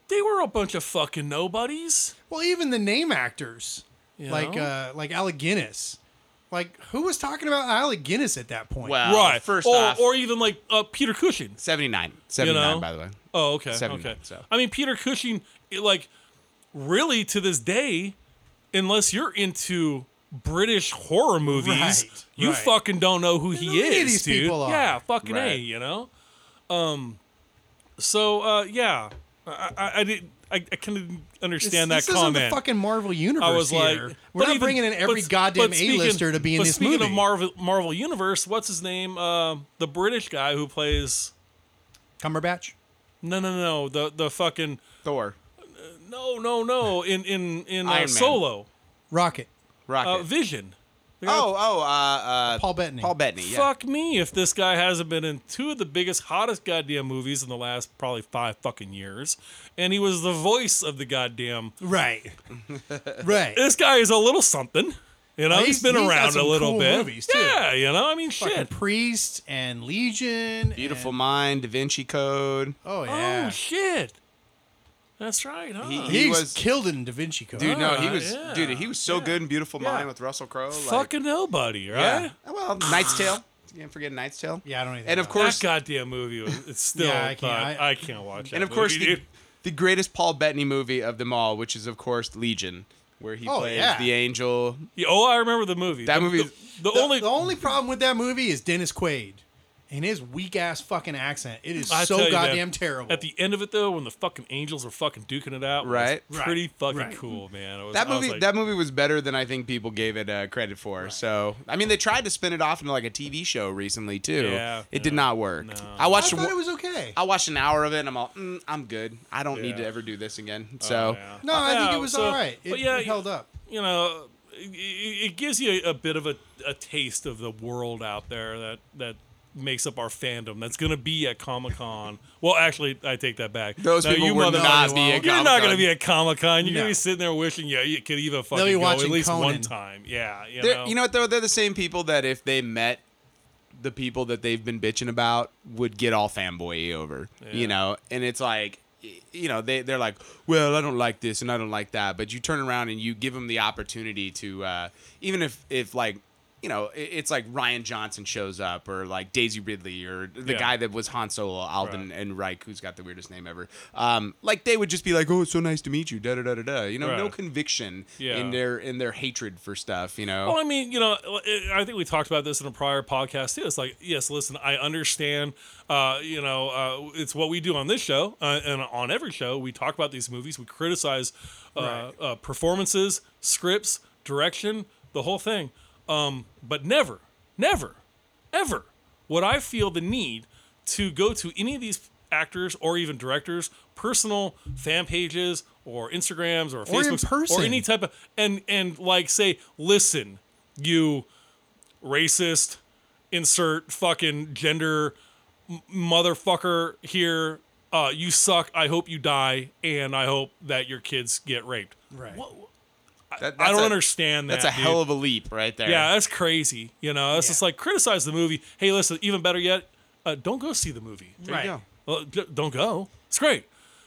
[SPEAKER 5] they were a bunch of fucking nobodies.
[SPEAKER 4] Well, even the name actors,
[SPEAKER 5] You
[SPEAKER 4] like
[SPEAKER 5] know?
[SPEAKER 4] uh, like Alec Guinness, Like, who was talking about Alec Guinness at that point?
[SPEAKER 2] Well,
[SPEAKER 5] right.
[SPEAKER 2] First
[SPEAKER 5] or,
[SPEAKER 2] off,
[SPEAKER 5] or even like uh, Peter Cushing.
[SPEAKER 2] 79. 79,
[SPEAKER 5] know?
[SPEAKER 2] by the way.
[SPEAKER 5] Oh, okay.
[SPEAKER 2] 79,
[SPEAKER 5] Okay.
[SPEAKER 2] so.
[SPEAKER 5] I mean, Peter Cushing, it, like, really to this day, unless you're into British horror movies,
[SPEAKER 4] Right,
[SPEAKER 5] you
[SPEAKER 4] right.
[SPEAKER 5] fucking don't know who he
[SPEAKER 4] know who any
[SPEAKER 5] is,
[SPEAKER 4] of these
[SPEAKER 5] dude.
[SPEAKER 4] people are.
[SPEAKER 5] Yeah, fucking a,
[SPEAKER 2] Right.
[SPEAKER 5] you know. Um, so uh, yeah, I I, I did I, I kind of didn't
[SPEAKER 4] This-
[SPEAKER 5] understand
[SPEAKER 4] this
[SPEAKER 5] that
[SPEAKER 4] isn't
[SPEAKER 5] comment.
[SPEAKER 4] the fucking Marvel universe.
[SPEAKER 5] I was like,
[SPEAKER 4] here.
[SPEAKER 5] but
[SPEAKER 4] we're not
[SPEAKER 5] even-
[SPEAKER 4] bringing in every
[SPEAKER 5] but-
[SPEAKER 4] goddamn
[SPEAKER 5] but
[SPEAKER 4] A
[SPEAKER 5] speaking-
[SPEAKER 4] lister to be in
[SPEAKER 5] but
[SPEAKER 4] this
[SPEAKER 5] speaking
[SPEAKER 4] movie.
[SPEAKER 5] of Marvel, Marvel Universe, what's his name? Uh, the British guy who plays
[SPEAKER 4] Cumberbatch.
[SPEAKER 5] no, no, no, the the fucking
[SPEAKER 2] Thor.
[SPEAKER 5] no, no, no in in in uh,
[SPEAKER 2] Iron Man.
[SPEAKER 5] Solo
[SPEAKER 4] Rocket.
[SPEAKER 2] Rocket.
[SPEAKER 5] uh, Vision. The guy-
[SPEAKER 2] oh, oh, uh, uh,
[SPEAKER 4] Paul Bettany.
[SPEAKER 2] Paul Bettany. Yeah.
[SPEAKER 5] Fuck me if this guy hasn't been in two of the biggest, hottest goddamn movies in the last probably five fucking years. And he was the voice of the goddamn.
[SPEAKER 4] Right. right.
[SPEAKER 5] This guy is a little something. You know, he's
[SPEAKER 4] Well, Uh, he's-
[SPEAKER 5] been
[SPEAKER 4] he's got
[SPEAKER 5] around a
[SPEAKER 4] some
[SPEAKER 5] little
[SPEAKER 4] cool
[SPEAKER 5] bit.
[SPEAKER 4] movies, too.
[SPEAKER 5] Yeah, you know, I mean,
[SPEAKER 4] Fucking
[SPEAKER 5] shit.
[SPEAKER 4] Priest and Legion.
[SPEAKER 2] Beautiful
[SPEAKER 4] and-
[SPEAKER 2] Mind, Da Vinci Code.
[SPEAKER 4] oh
[SPEAKER 5] Oh,
[SPEAKER 4] yeah.
[SPEAKER 5] shit. That's right, huh?
[SPEAKER 2] He-
[SPEAKER 4] he was
[SPEAKER 2] was-
[SPEAKER 4] killed it in Da Vinci Code.
[SPEAKER 2] Dude, no, he
[SPEAKER 5] Ah,
[SPEAKER 2] was
[SPEAKER 5] yeah.
[SPEAKER 2] dude, he was so good in Beautiful Mind with Russell Crowe. Like,
[SPEAKER 5] fucking nobody, right?
[SPEAKER 2] yeah. Well, Knight's Tale. You can't forget Knight's Tale.
[SPEAKER 4] Yeah, I don't know anything
[SPEAKER 2] And of
[SPEAKER 4] about
[SPEAKER 2] course,
[SPEAKER 5] That goddamn movie was it's still
[SPEAKER 4] Yeah, I
[SPEAKER 5] I,
[SPEAKER 4] can't-
[SPEAKER 5] can't,
[SPEAKER 4] I-
[SPEAKER 5] I, can't watch that.
[SPEAKER 2] and of course
[SPEAKER 5] movie,
[SPEAKER 2] the,
[SPEAKER 5] dude.
[SPEAKER 2] the greatest Paul Bettany movie of them all, which is of course Legion, where he
[SPEAKER 4] Oh,
[SPEAKER 2] plays
[SPEAKER 4] yeah.
[SPEAKER 2] the angel.
[SPEAKER 5] Yeah, oh, I remember the movie.
[SPEAKER 2] That
[SPEAKER 5] The-
[SPEAKER 2] movie
[SPEAKER 5] the,
[SPEAKER 2] is-
[SPEAKER 5] the
[SPEAKER 4] The,
[SPEAKER 5] only
[SPEAKER 4] the only problem with that movie is Dennis Quaid and his weak ass fucking accent. It is
[SPEAKER 5] I
[SPEAKER 4] so
[SPEAKER 5] tell you, man,
[SPEAKER 4] goddamn terrible.
[SPEAKER 5] At the end of it, though, when the fucking angels were fucking duking it out, it was
[SPEAKER 2] Right.
[SPEAKER 4] Right.
[SPEAKER 5] pretty fucking
[SPEAKER 4] Right.
[SPEAKER 5] cool, man. It was-
[SPEAKER 2] That
[SPEAKER 5] I was
[SPEAKER 2] movie,
[SPEAKER 5] like,
[SPEAKER 2] that movie was better than I think people gave it uh, credit for. So, I mean, they tried to spin it off into like a TV show recently too.
[SPEAKER 5] Yeah,
[SPEAKER 2] it did
[SPEAKER 5] yeah.
[SPEAKER 2] not work.
[SPEAKER 5] No.
[SPEAKER 2] I
[SPEAKER 4] I
[SPEAKER 2] watched.
[SPEAKER 4] thought
[SPEAKER 2] I
[SPEAKER 4] it was okay.
[SPEAKER 2] watched an hour of it, and I'm all, mm, I'm good. I don't need to
[SPEAKER 5] Yeah. Oh,
[SPEAKER 2] ever do this again. So,
[SPEAKER 5] yeah.
[SPEAKER 4] No, I think
[SPEAKER 5] Yeah,
[SPEAKER 4] it was
[SPEAKER 5] so-
[SPEAKER 4] all right. It,
[SPEAKER 5] but yeah,
[SPEAKER 4] it held up.
[SPEAKER 5] you know, it, it it gives you a, a bit of a, a taste of the world out there that that makes up our fandom. That's gonna be at Comic Con. Well, actually, I take that back.
[SPEAKER 2] those
[SPEAKER 5] No,
[SPEAKER 2] people
[SPEAKER 5] you
[SPEAKER 2] will
[SPEAKER 5] mother-
[SPEAKER 2] not be. at
[SPEAKER 5] You're not
[SPEAKER 2] Comic-Con.
[SPEAKER 5] gonna be at Comic Con. You're
[SPEAKER 4] No.
[SPEAKER 5] gonna be sitting there wishing yeah, you could even fucking
[SPEAKER 4] be
[SPEAKER 5] go at
[SPEAKER 4] watching
[SPEAKER 5] least one
[SPEAKER 4] Conan.
[SPEAKER 5] time. Yeah, you
[SPEAKER 2] They're-
[SPEAKER 5] know.
[SPEAKER 2] you know what though? They're the same people that if they met the people that they've been bitching about would get all fanboy over.
[SPEAKER 5] Yeah.
[SPEAKER 2] You know, and it's like y- you know they they're like, well, I don't like this and I don't like that, but you turn around and you give them the opportunity to uh, even if if like. You know, i- it's like Ryan Johnson shows up, or like Daisy Ridley, or the
[SPEAKER 5] Yeah.
[SPEAKER 2] guy that was Han Solo, Alden and Reich, who's got the weirdest name ever. Um, like they would just be like, "Oh, it's so nice to meet you," da da da da da. You know, no
[SPEAKER 5] Right.
[SPEAKER 2] conviction in
[SPEAKER 5] Yeah.
[SPEAKER 2] their in their hatred for stuff. You know,
[SPEAKER 5] Well, I mean, you know, I- I think we talked about this in a prior podcast too. It's like, yes, listen, I understand. Uh, you know, uh, it's what we do on this show uh, and on every show. We talk about these movies. We criticize uh, uh, performances, scripts, direction, the whole thing. Um, but never, never, ever would I feel the need to go to any of these actors or even directors' personal fan pages or Instagrams or
[SPEAKER 4] Or in
[SPEAKER 5] Facebooks
[SPEAKER 4] person.
[SPEAKER 5] or any type of and and like say, listen, you racist, insert fucking gender m- motherfucker here. Uh, you suck. I hope you die, and I hope that your kids get raped.
[SPEAKER 4] Right.
[SPEAKER 2] That-
[SPEAKER 5] I
[SPEAKER 2] that's
[SPEAKER 5] don't
[SPEAKER 2] a-
[SPEAKER 5] understand that.
[SPEAKER 2] That's a
[SPEAKER 5] dude.
[SPEAKER 2] hell of a leap right there.
[SPEAKER 5] Yeah, that's crazy. You know, it's just like criticize the movie. Hey, listen, even better yet, uh, don't go see the movie.
[SPEAKER 4] right.
[SPEAKER 2] go.
[SPEAKER 5] Well, d- don't go. It's great.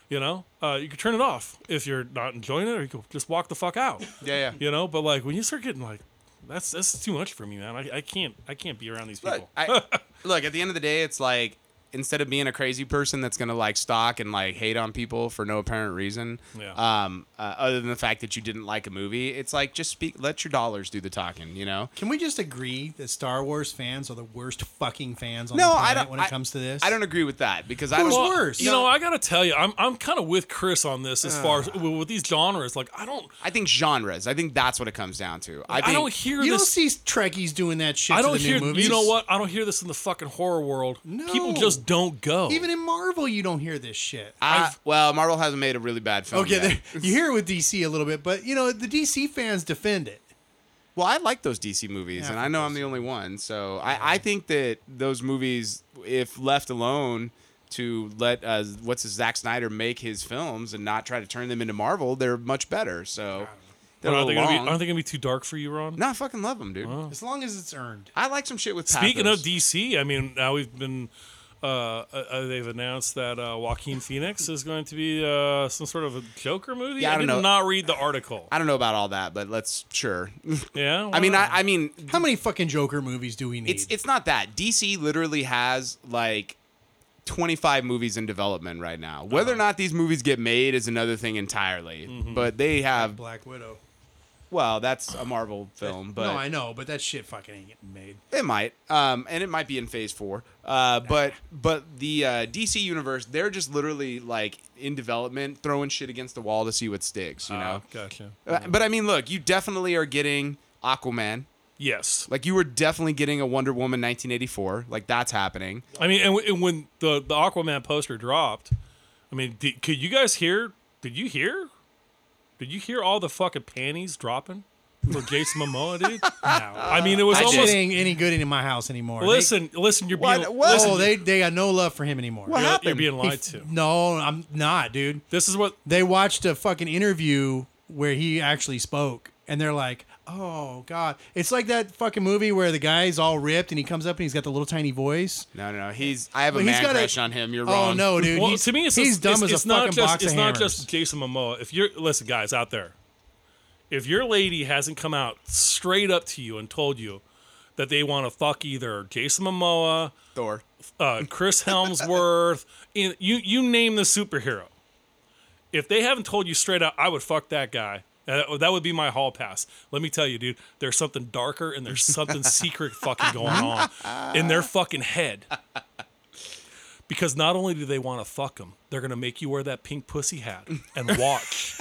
[SPEAKER 5] You know, uh, you can turn it off if you're not enjoying it, or you can just walk the fuck out.
[SPEAKER 2] Yeah, yeah.
[SPEAKER 5] You know, but like when you start getting like, that's that's too much for me, man. I, I can't I can't be around these people.
[SPEAKER 2] Look, I, look, at the end of the day, it's like instead of being a crazy person that's gonna like stalk and like hate on people for no apparent reason,
[SPEAKER 5] Yeah.
[SPEAKER 2] um, uh, other than the fact that you didn't like a movie, it's like just speak, let your dollars do the talking, you know.
[SPEAKER 4] Can we just agree that Star Wars fans are the worst fucking fans on
[SPEAKER 2] No,
[SPEAKER 4] the
[SPEAKER 2] I
[SPEAKER 4] planet
[SPEAKER 2] don't.
[SPEAKER 4] when it
[SPEAKER 2] I-
[SPEAKER 4] comes to this?
[SPEAKER 2] I don't agree with that because I
[SPEAKER 4] Who's
[SPEAKER 2] don't.
[SPEAKER 4] Well, worse?
[SPEAKER 5] You know, I gotta tell you, I'm I'm kind of with Chris on this as far as
[SPEAKER 4] Ah.
[SPEAKER 5] with, with these genres. Like, I don't
[SPEAKER 2] I think genres. I think that's what it comes down to. I,
[SPEAKER 5] I,
[SPEAKER 2] think,
[SPEAKER 5] don't hear
[SPEAKER 4] You
[SPEAKER 5] this.
[SPEAKER 4] don't see Trekkies doing that shit.
[SPEAKER 5] I
[SPEAKER 4] to
[SPEAKER 5] don't
[SPEAKER 4] the
[SPEAKER 5] hear.
[SPEAKER 4] New movies.
[SPEAKER 5] You know what? I don't hear this in the fucking horror world. People
[SPEAKER 4] No.
[SPEAKER 5] just don't go.
[SPEAKER 4] Even in Marvel, you don't hear this shit.
[SPEAKER 2] I-
[SPEAKER 5] I've-
[SPEAKER 2] well, Marvel hasn't made a really bad film.
[SPEAKER 4] okay,
[SPEAKER 2] yet.
[SPEAKER 4] there- you hear it with DC a little bit, but you know the DC fans defend it.
[SPEAKER 2] Well, I like those DC movies,
[SPEAKER 4] Yeah,
[SPEAKER 2] and I
[SPEAKER 4] I think
[SPEAKER 2] know
[SPEAKER 4] those-
[SPEAKER 2] I'm the only one. So I, I think that those movies, if left alone to let uh, what's his Zack Snyder make his films and not try to turn them into Marvel, they're much better. So they're a
[SPEAKER 5] But aren't they
[SPEAKER 2] little
[SPEAKER 5] gonna be?
[SPEAKER 2] long.
[SPEAKER 5] Aren't they gonna be too dark for you, Ron?
[SPEAKER 2] no, I fucking love them, dude.
[SPEAKER 4] As long as it's earned.
[SPEAKER 2] I like some shit with.
[SPEAKER 5] Speaking
[SPEAKER 2] pathos.
[SPEAKER 5] of DC, I mean, now we've been uh, uh, they've announced that uh, Joaquin Phoenix is going to be uh, some sort of a Joker movie.
[SPEAKER 2] Yeah, I
[SPEAKER 5] did
[SPEAKER 2] don't know.
[SPEAKER 5] not read the article.
[SPEAKER 2] I don't know about all that, but let's sure.
[SPEAKER 5] yeah,
[SPEAKER 2] I mean,
[SPEAKER 5] why
[SPEAKER 2] I,
[SPEAKER 5] not?
[SPEAKER 2] I mean,
[SPEAKER 4] How many fucking Joker movies do we need?
[SPEAKER 2] it's it's not that DC literally has like 25 movies in development right now. Whether or
[SPEAKER 4] Uh-huh.
[SPEAKER 2] not these movies get made is another thing entirely.
[SPEAKER 4] Mm-hmm.
[SPEAKER 2] But they have
[SPEAKER 4] Black Widow.
[SPEAKER 2] well, that's a Marvel film, but
[SPEAKER 4] no, I know, but that shit fucking ain't getting made.
[SPEAKER 2] It might, um, and it might be in Phase Four. Uh, but but the uh, DC universe, they're just literally like in development, throwing shit against the wall to see what sticks. You know.
[SPEAKER 5] Ah, gotcha.
[SPEAKER 2] Uh, But I mean, look, you definitely are getting Aquaman.
[SPEAKER 5] Yes,
[SPEAKER 2] Like you were definitely getting a Wonder Woman 1984. Like that's happening.
[SPEAKER 5] I mean, and, w- and when the the Aquaman poster dropped, I mean, did, could you guys hear? Did you hear? Did you hear all the fucking panties dropping for Jason Momoa, dude?
[SPEAKER 4] No.
[SPEAKER 5] I mean, it was
[SPEAKER 2] I
[SPEAKER 4] That shit
[SPEAKER 5] almost.
[SPEAKER 4] ain't any good in my house anymore.
[SPEAKER 5] Listen, listen, you're
[SPEAKER 2] What-
[SPEAKER 5] being
[SPEAKER 2] what?
[SPEAKER 4] They,
[SPEAKER 5] listen,
[SPEAKER 4] oh, they they got no love for him anymore.
[SPEAKER 2] What
[SPEAKER 5] you're, you're
[SPEAKER 2] happened?
[SPEAKER 5] being lied to.
[SPEAKER 4] No, I'm not, dude.
[SPEAKER 5] This is what
[SPEAKER 4] They watched a fucking interview where he actually spoke, and they're like, "Oh God!" It's like that fucking movie where the guy's all ripped and he comes up and he's got the little tiny voice.
[SPEAKER 2] No, no, no. He's. I have a
[SPEAKER 4] Well, he's
[SPEAKER 2] man
[SPEAKER 4] got a-
[SPEAKER 2] crush on him. You're
[SPEAKER 4] Oh
[SPEAKER 2] wrong.
[SPEAKER 4] no, dude.
[SPEAKER 5] Well,
[SPEAKER 4] he's,
[SPEAKER 5] to me, it's
[SPEAKER 4] he's
[SPEAKER 5] just,
[SPEAKER 4] dumb
[SPEAKER 5] it's,
[SPEAKER 4] as a
[SPEAKER 5] it's
[SPEAKER 4] fucking
[SPEAKER 5] not just,
[SPEAKER 4] box
[SPEAKER 5] It's
[SPEAKER 4] of
[SPEAKER 5] not
[SPEAKER 4] hammers.
[SPEAKER 5] just Jason Momoa. If you're listen, guys out there, if your lady hasn't come out straight up to you and told you that they want to fuck either Jason Momoa,
[SPEAKER 2] Thor.
[SPEAKER 5] uh, Chris Helmsworth, in, you you name the superhero. If they haven't told you straight out, I would fuck that guy. That, that would be my hall pass. Let me tell you, dude. There's something darker and there's something secret fucking going on in their fucking head. Because not only do they want to fuck them, they're gonna make you wear that pink pussy hat and watch,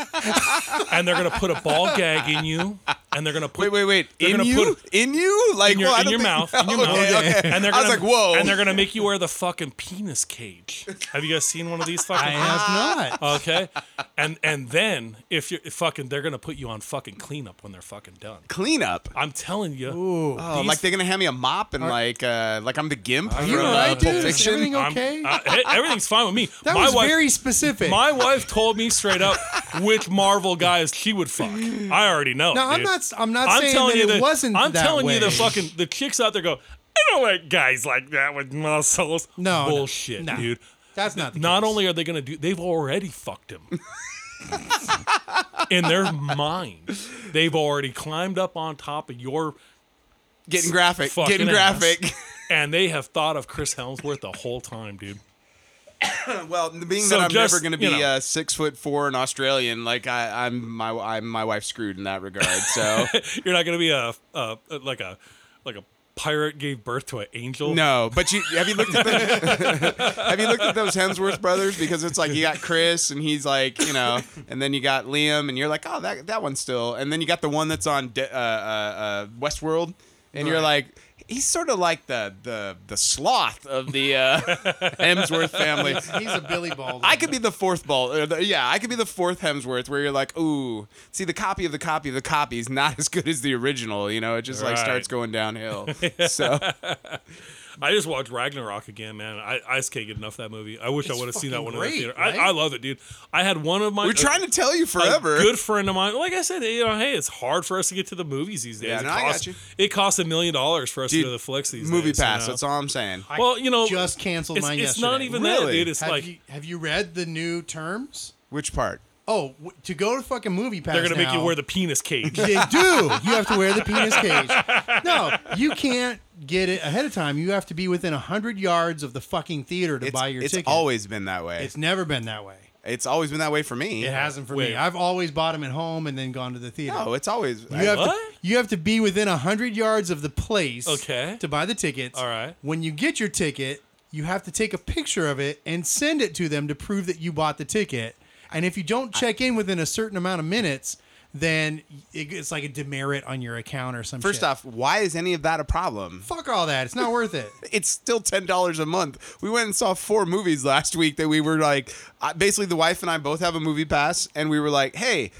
[SPEAKER 5] and they're gonna put a ball gag in you, and they're gonna put
[SPEAKER 2] Wait, wait, wait.
[SPEAKER 5] They're
[SPEAKER 2] in
[SPEAKER 5] gonna
[SPEAKER 2] you?
[SPEAKER 5] put-
[SPEAKER 2] in you? Like
[SPEAKER 5] in your,
[SPEAKER 2] well, I
[SPEAKER 5] in
[SPEAKER 2] don't
[SPEAKER 5] your
[SPEAKER 2] think-
[SPEAKER 5] mouth, in your
[SPEAKER 2] Okay,
[SPEAKER 5] mouth,
[SPEAKER 2] okay.
[SPEAKER 5] and they're
[SPEAKER 2] I
[SPEAKER 5] gonna,
[SPEAKER 2] was like, whoa.
[SPEAKER 5] and they're gonna make you wear the fucking penis cage. Have you guys seen one of these
[SPEAKER 4] I
[SPEAKER 5] fucking? things?
[SPEAKER 4] have not.
[SPEAKER 5] Okay, and and then if you're fucking, they're gonna put you on fucking cleanup when they're fucking done.
[SPEAKER 2] clean up.
[SPEAKER 5] I'm telling you,
[SPEAKER 2] Oh,
[SPEAKER 5] these-
[SPEAKER 2] like they're gonna hand me a mop and like uh like I'm the gimp from
[SPEAKER 4] you all
[SPEAKER 2] uh,
[SPEAKER 4] right, dude?
[SPEAKER 2] Pulp
[SPEAKER 4] Is
[SPEAKER 2] Fiction.
[SPEAKER 4] everything
[SPEAKER 5] I'm-
[SPEAKER 4] okay?
[SPEAKER 5] I- e- everything's fine with me.
[SPEAKER 4] that
[SPEAKER 5] my
[SPEAKER 4] was
[SPEAKER 5] wife,
[SPEAKER 4] very specific.
[SPEAKER 5] my wife told me straight up which Marvel guys she would fuck. I already know.
[SPEAKER 4] No, I'm
[SPEAKER 5] dude.
[SPEAKER 4] not. I'm not
[SPEAKER 5] I'm
[SPEAKER 4] saying
[SPEAKER 5] telling
[SPEAKER 4] that
[SPEAKER 5] you
[SPEAKER 4] it
[SPEAKER 5] the-
[SPEAKER 4] wasn't.
[SPEAKER 5] I'm
[SPEAKER 4] that
[SPEAKER 5] telling
[SPEAKER 4] way.
[SPEAKER 5] you the fucking the chicks out there go. I don't like guys like that with muscles.
[SPEAKER 4] No, no,
[SPEAKER 5] bullshit,
[SPEAKER 4] no.
[SPEAKER 5] dude.
[SPEAKER 4] That's not. The
[SPEAKER 5] Not
[SPEAKER 4] case.
[SPEAKER 5] only are they gonna do, they've already fucked him. In their mind, they've already climbed up on top of your,
[SPEAKER 2] Getting graphic.
[SPEAKER 5] Fucking
[SPEAKER 2] Getting
[SPEAKER 5] ass.
[SPEAKER 2] graphic.
[SPEAKER 5] and they have thought of Chris Helmsworth the whole time, dude.
[SPEAKER 2] well, being
[SPEAKER 5] So
[SPEAKER 2] that I'm
[SPEAKER 5] just,
[SPEAKER 2] never gonna be
[SPEAKER 5] you know.
[SPEAKER 2] uh, six foot four and Australian, like I, I'm my I'm my wife's screwed in that regard. So
[SPEAKER 5] You're not gonna be a, a like a like a pirate gave birth to an angel.
[SPEAKER 2] no, but you have you looked at the, have you looked at those Hemsworth brothers? Because it's like you got Chris and he's like you know, and then you got Liam and you're like oh that that one's still, and then you got the one that's on De- uh, uh, uh, Westworld, and you're like. He's sort of like the the the sloth of the uh, Hemsworth family.
[SPEAKER 4] he's a Billy Baldwin.
[SPEAKER 2] I could be the fourth ball. Or the, yeah, I could be the fourth Hemsworth, where you're like, ooh, see, the copy of the copy of the copy is not as good as the original. You know, it just like
[SPEAKER 5] Right.
[SPEAKER 2] starts going downhill. so
[SPEAKER 5] I just watched Ragnarok again, man. I, I just can't get enough of that movie. I wish I
[SPEAKER 4] It's
[SPEAKER 5] would have seen that
[SPEAKER 4] fucking
[SPEAKER 5] one in
[SPEAKER 4] great,
[SPEAKER 5] the theater.
[SPEAKER 4] right?
[SPEAKER 5] I, I love it, dude. I had one of my
[SPEAKER 2] we're trying to tell you forever.
[SPEAKER 5] A good friend of mine, like I said, you know, hey, it's hard for us to get to the movies these days.
[SPEAKER 2] Yeah,
[SPEAKER 5] it,
[SPEAKER 2] no, I got
[SPEAKER 5] costs,
[SPEAKER 2] you.
[SPEAKER 5] it costs a million dollars for us
[SPEAKER 2] Dude,
[SPEAKER 5] to go to the flicks these
[SPEAKER 2] movie
[SPEAKER 5] days.
[SPEAKER 2] pass.
[SPEAKER 5] You know?
[SPEAKER 2] That's all I'm saying.
[SPEAKER 5] Well, you know,
[SPEAKER 4] just canceled
[SPEAKER 5] it's,
[SPEAKER 4] mine
[SPEAKER 5] it's
[SPEAKER 4] yesterday.
[SPEAKER 5] not even that,
[SPEAKER 2] Really?
[SPEAKER 5] dude. It's
[SPEAKER 4] Have
[SPEAKER 5] like
[SPEAKER 4] you have you read the new terms?
[SPEAKER 2] Which part?
[SPEAKER 4] Oh, w- to go to fucking movie pass.
[SPEAKER 5] they're gonna make you
[SPEAKER 4] now,
[SPEAKER 5] wear the penis cage.
[SPEAKER 4] They do. You have to wear the penis cage. No, you can't get it ahead of time. You have to be within hundred yards of the fucking theater to
[SPEAKER 2] It's,
[SPEAKER 4] buy your
[SPEAKER 2] it's
[SPEAKER 4] ticket.
[SPEAKER 2] always been that way.
[SPEAKER 4] It's
[SPEAKER 2] It's,
[SPEAKER 4] never been that way.
[SPEAKER 2] always been that way for me.
[SPEAKER 4] It hasn't for
[SPEAKER 5] Wait.
[SPEAKER 4] me. I've always bought them at home and then gone to the theater.
[SPEAKER 2] No, it's always.
[SPEAKER 4] You have
[SPEAKER 5] What?
[SPEAKER 4] to you have to be within hundred yards of the place
[SPEAKER 5] Okay.
[SPEAKER 4] to buy the tickets.
[SPEAKER 5] All right.
[SPEAKER 4] When you get your ticket, you have to take a picture of it and send it to them to prove that you bought the ticket. And if you don't check in within a certain amount of minutes, then it- it's like a demerit on your account or some
[SPEAKER 2] First
[SPEAKER 4] shit.
[SPEAKER 2] off, why is any of that a problem?
[SPEAKER 4] fuck all that. It's not worth it.
[SPEAKER 2] it's still ten dollars a month. We went and saw four movies last week that we were like, I- basically the wife and I both have a movie pass, and we were like, hey.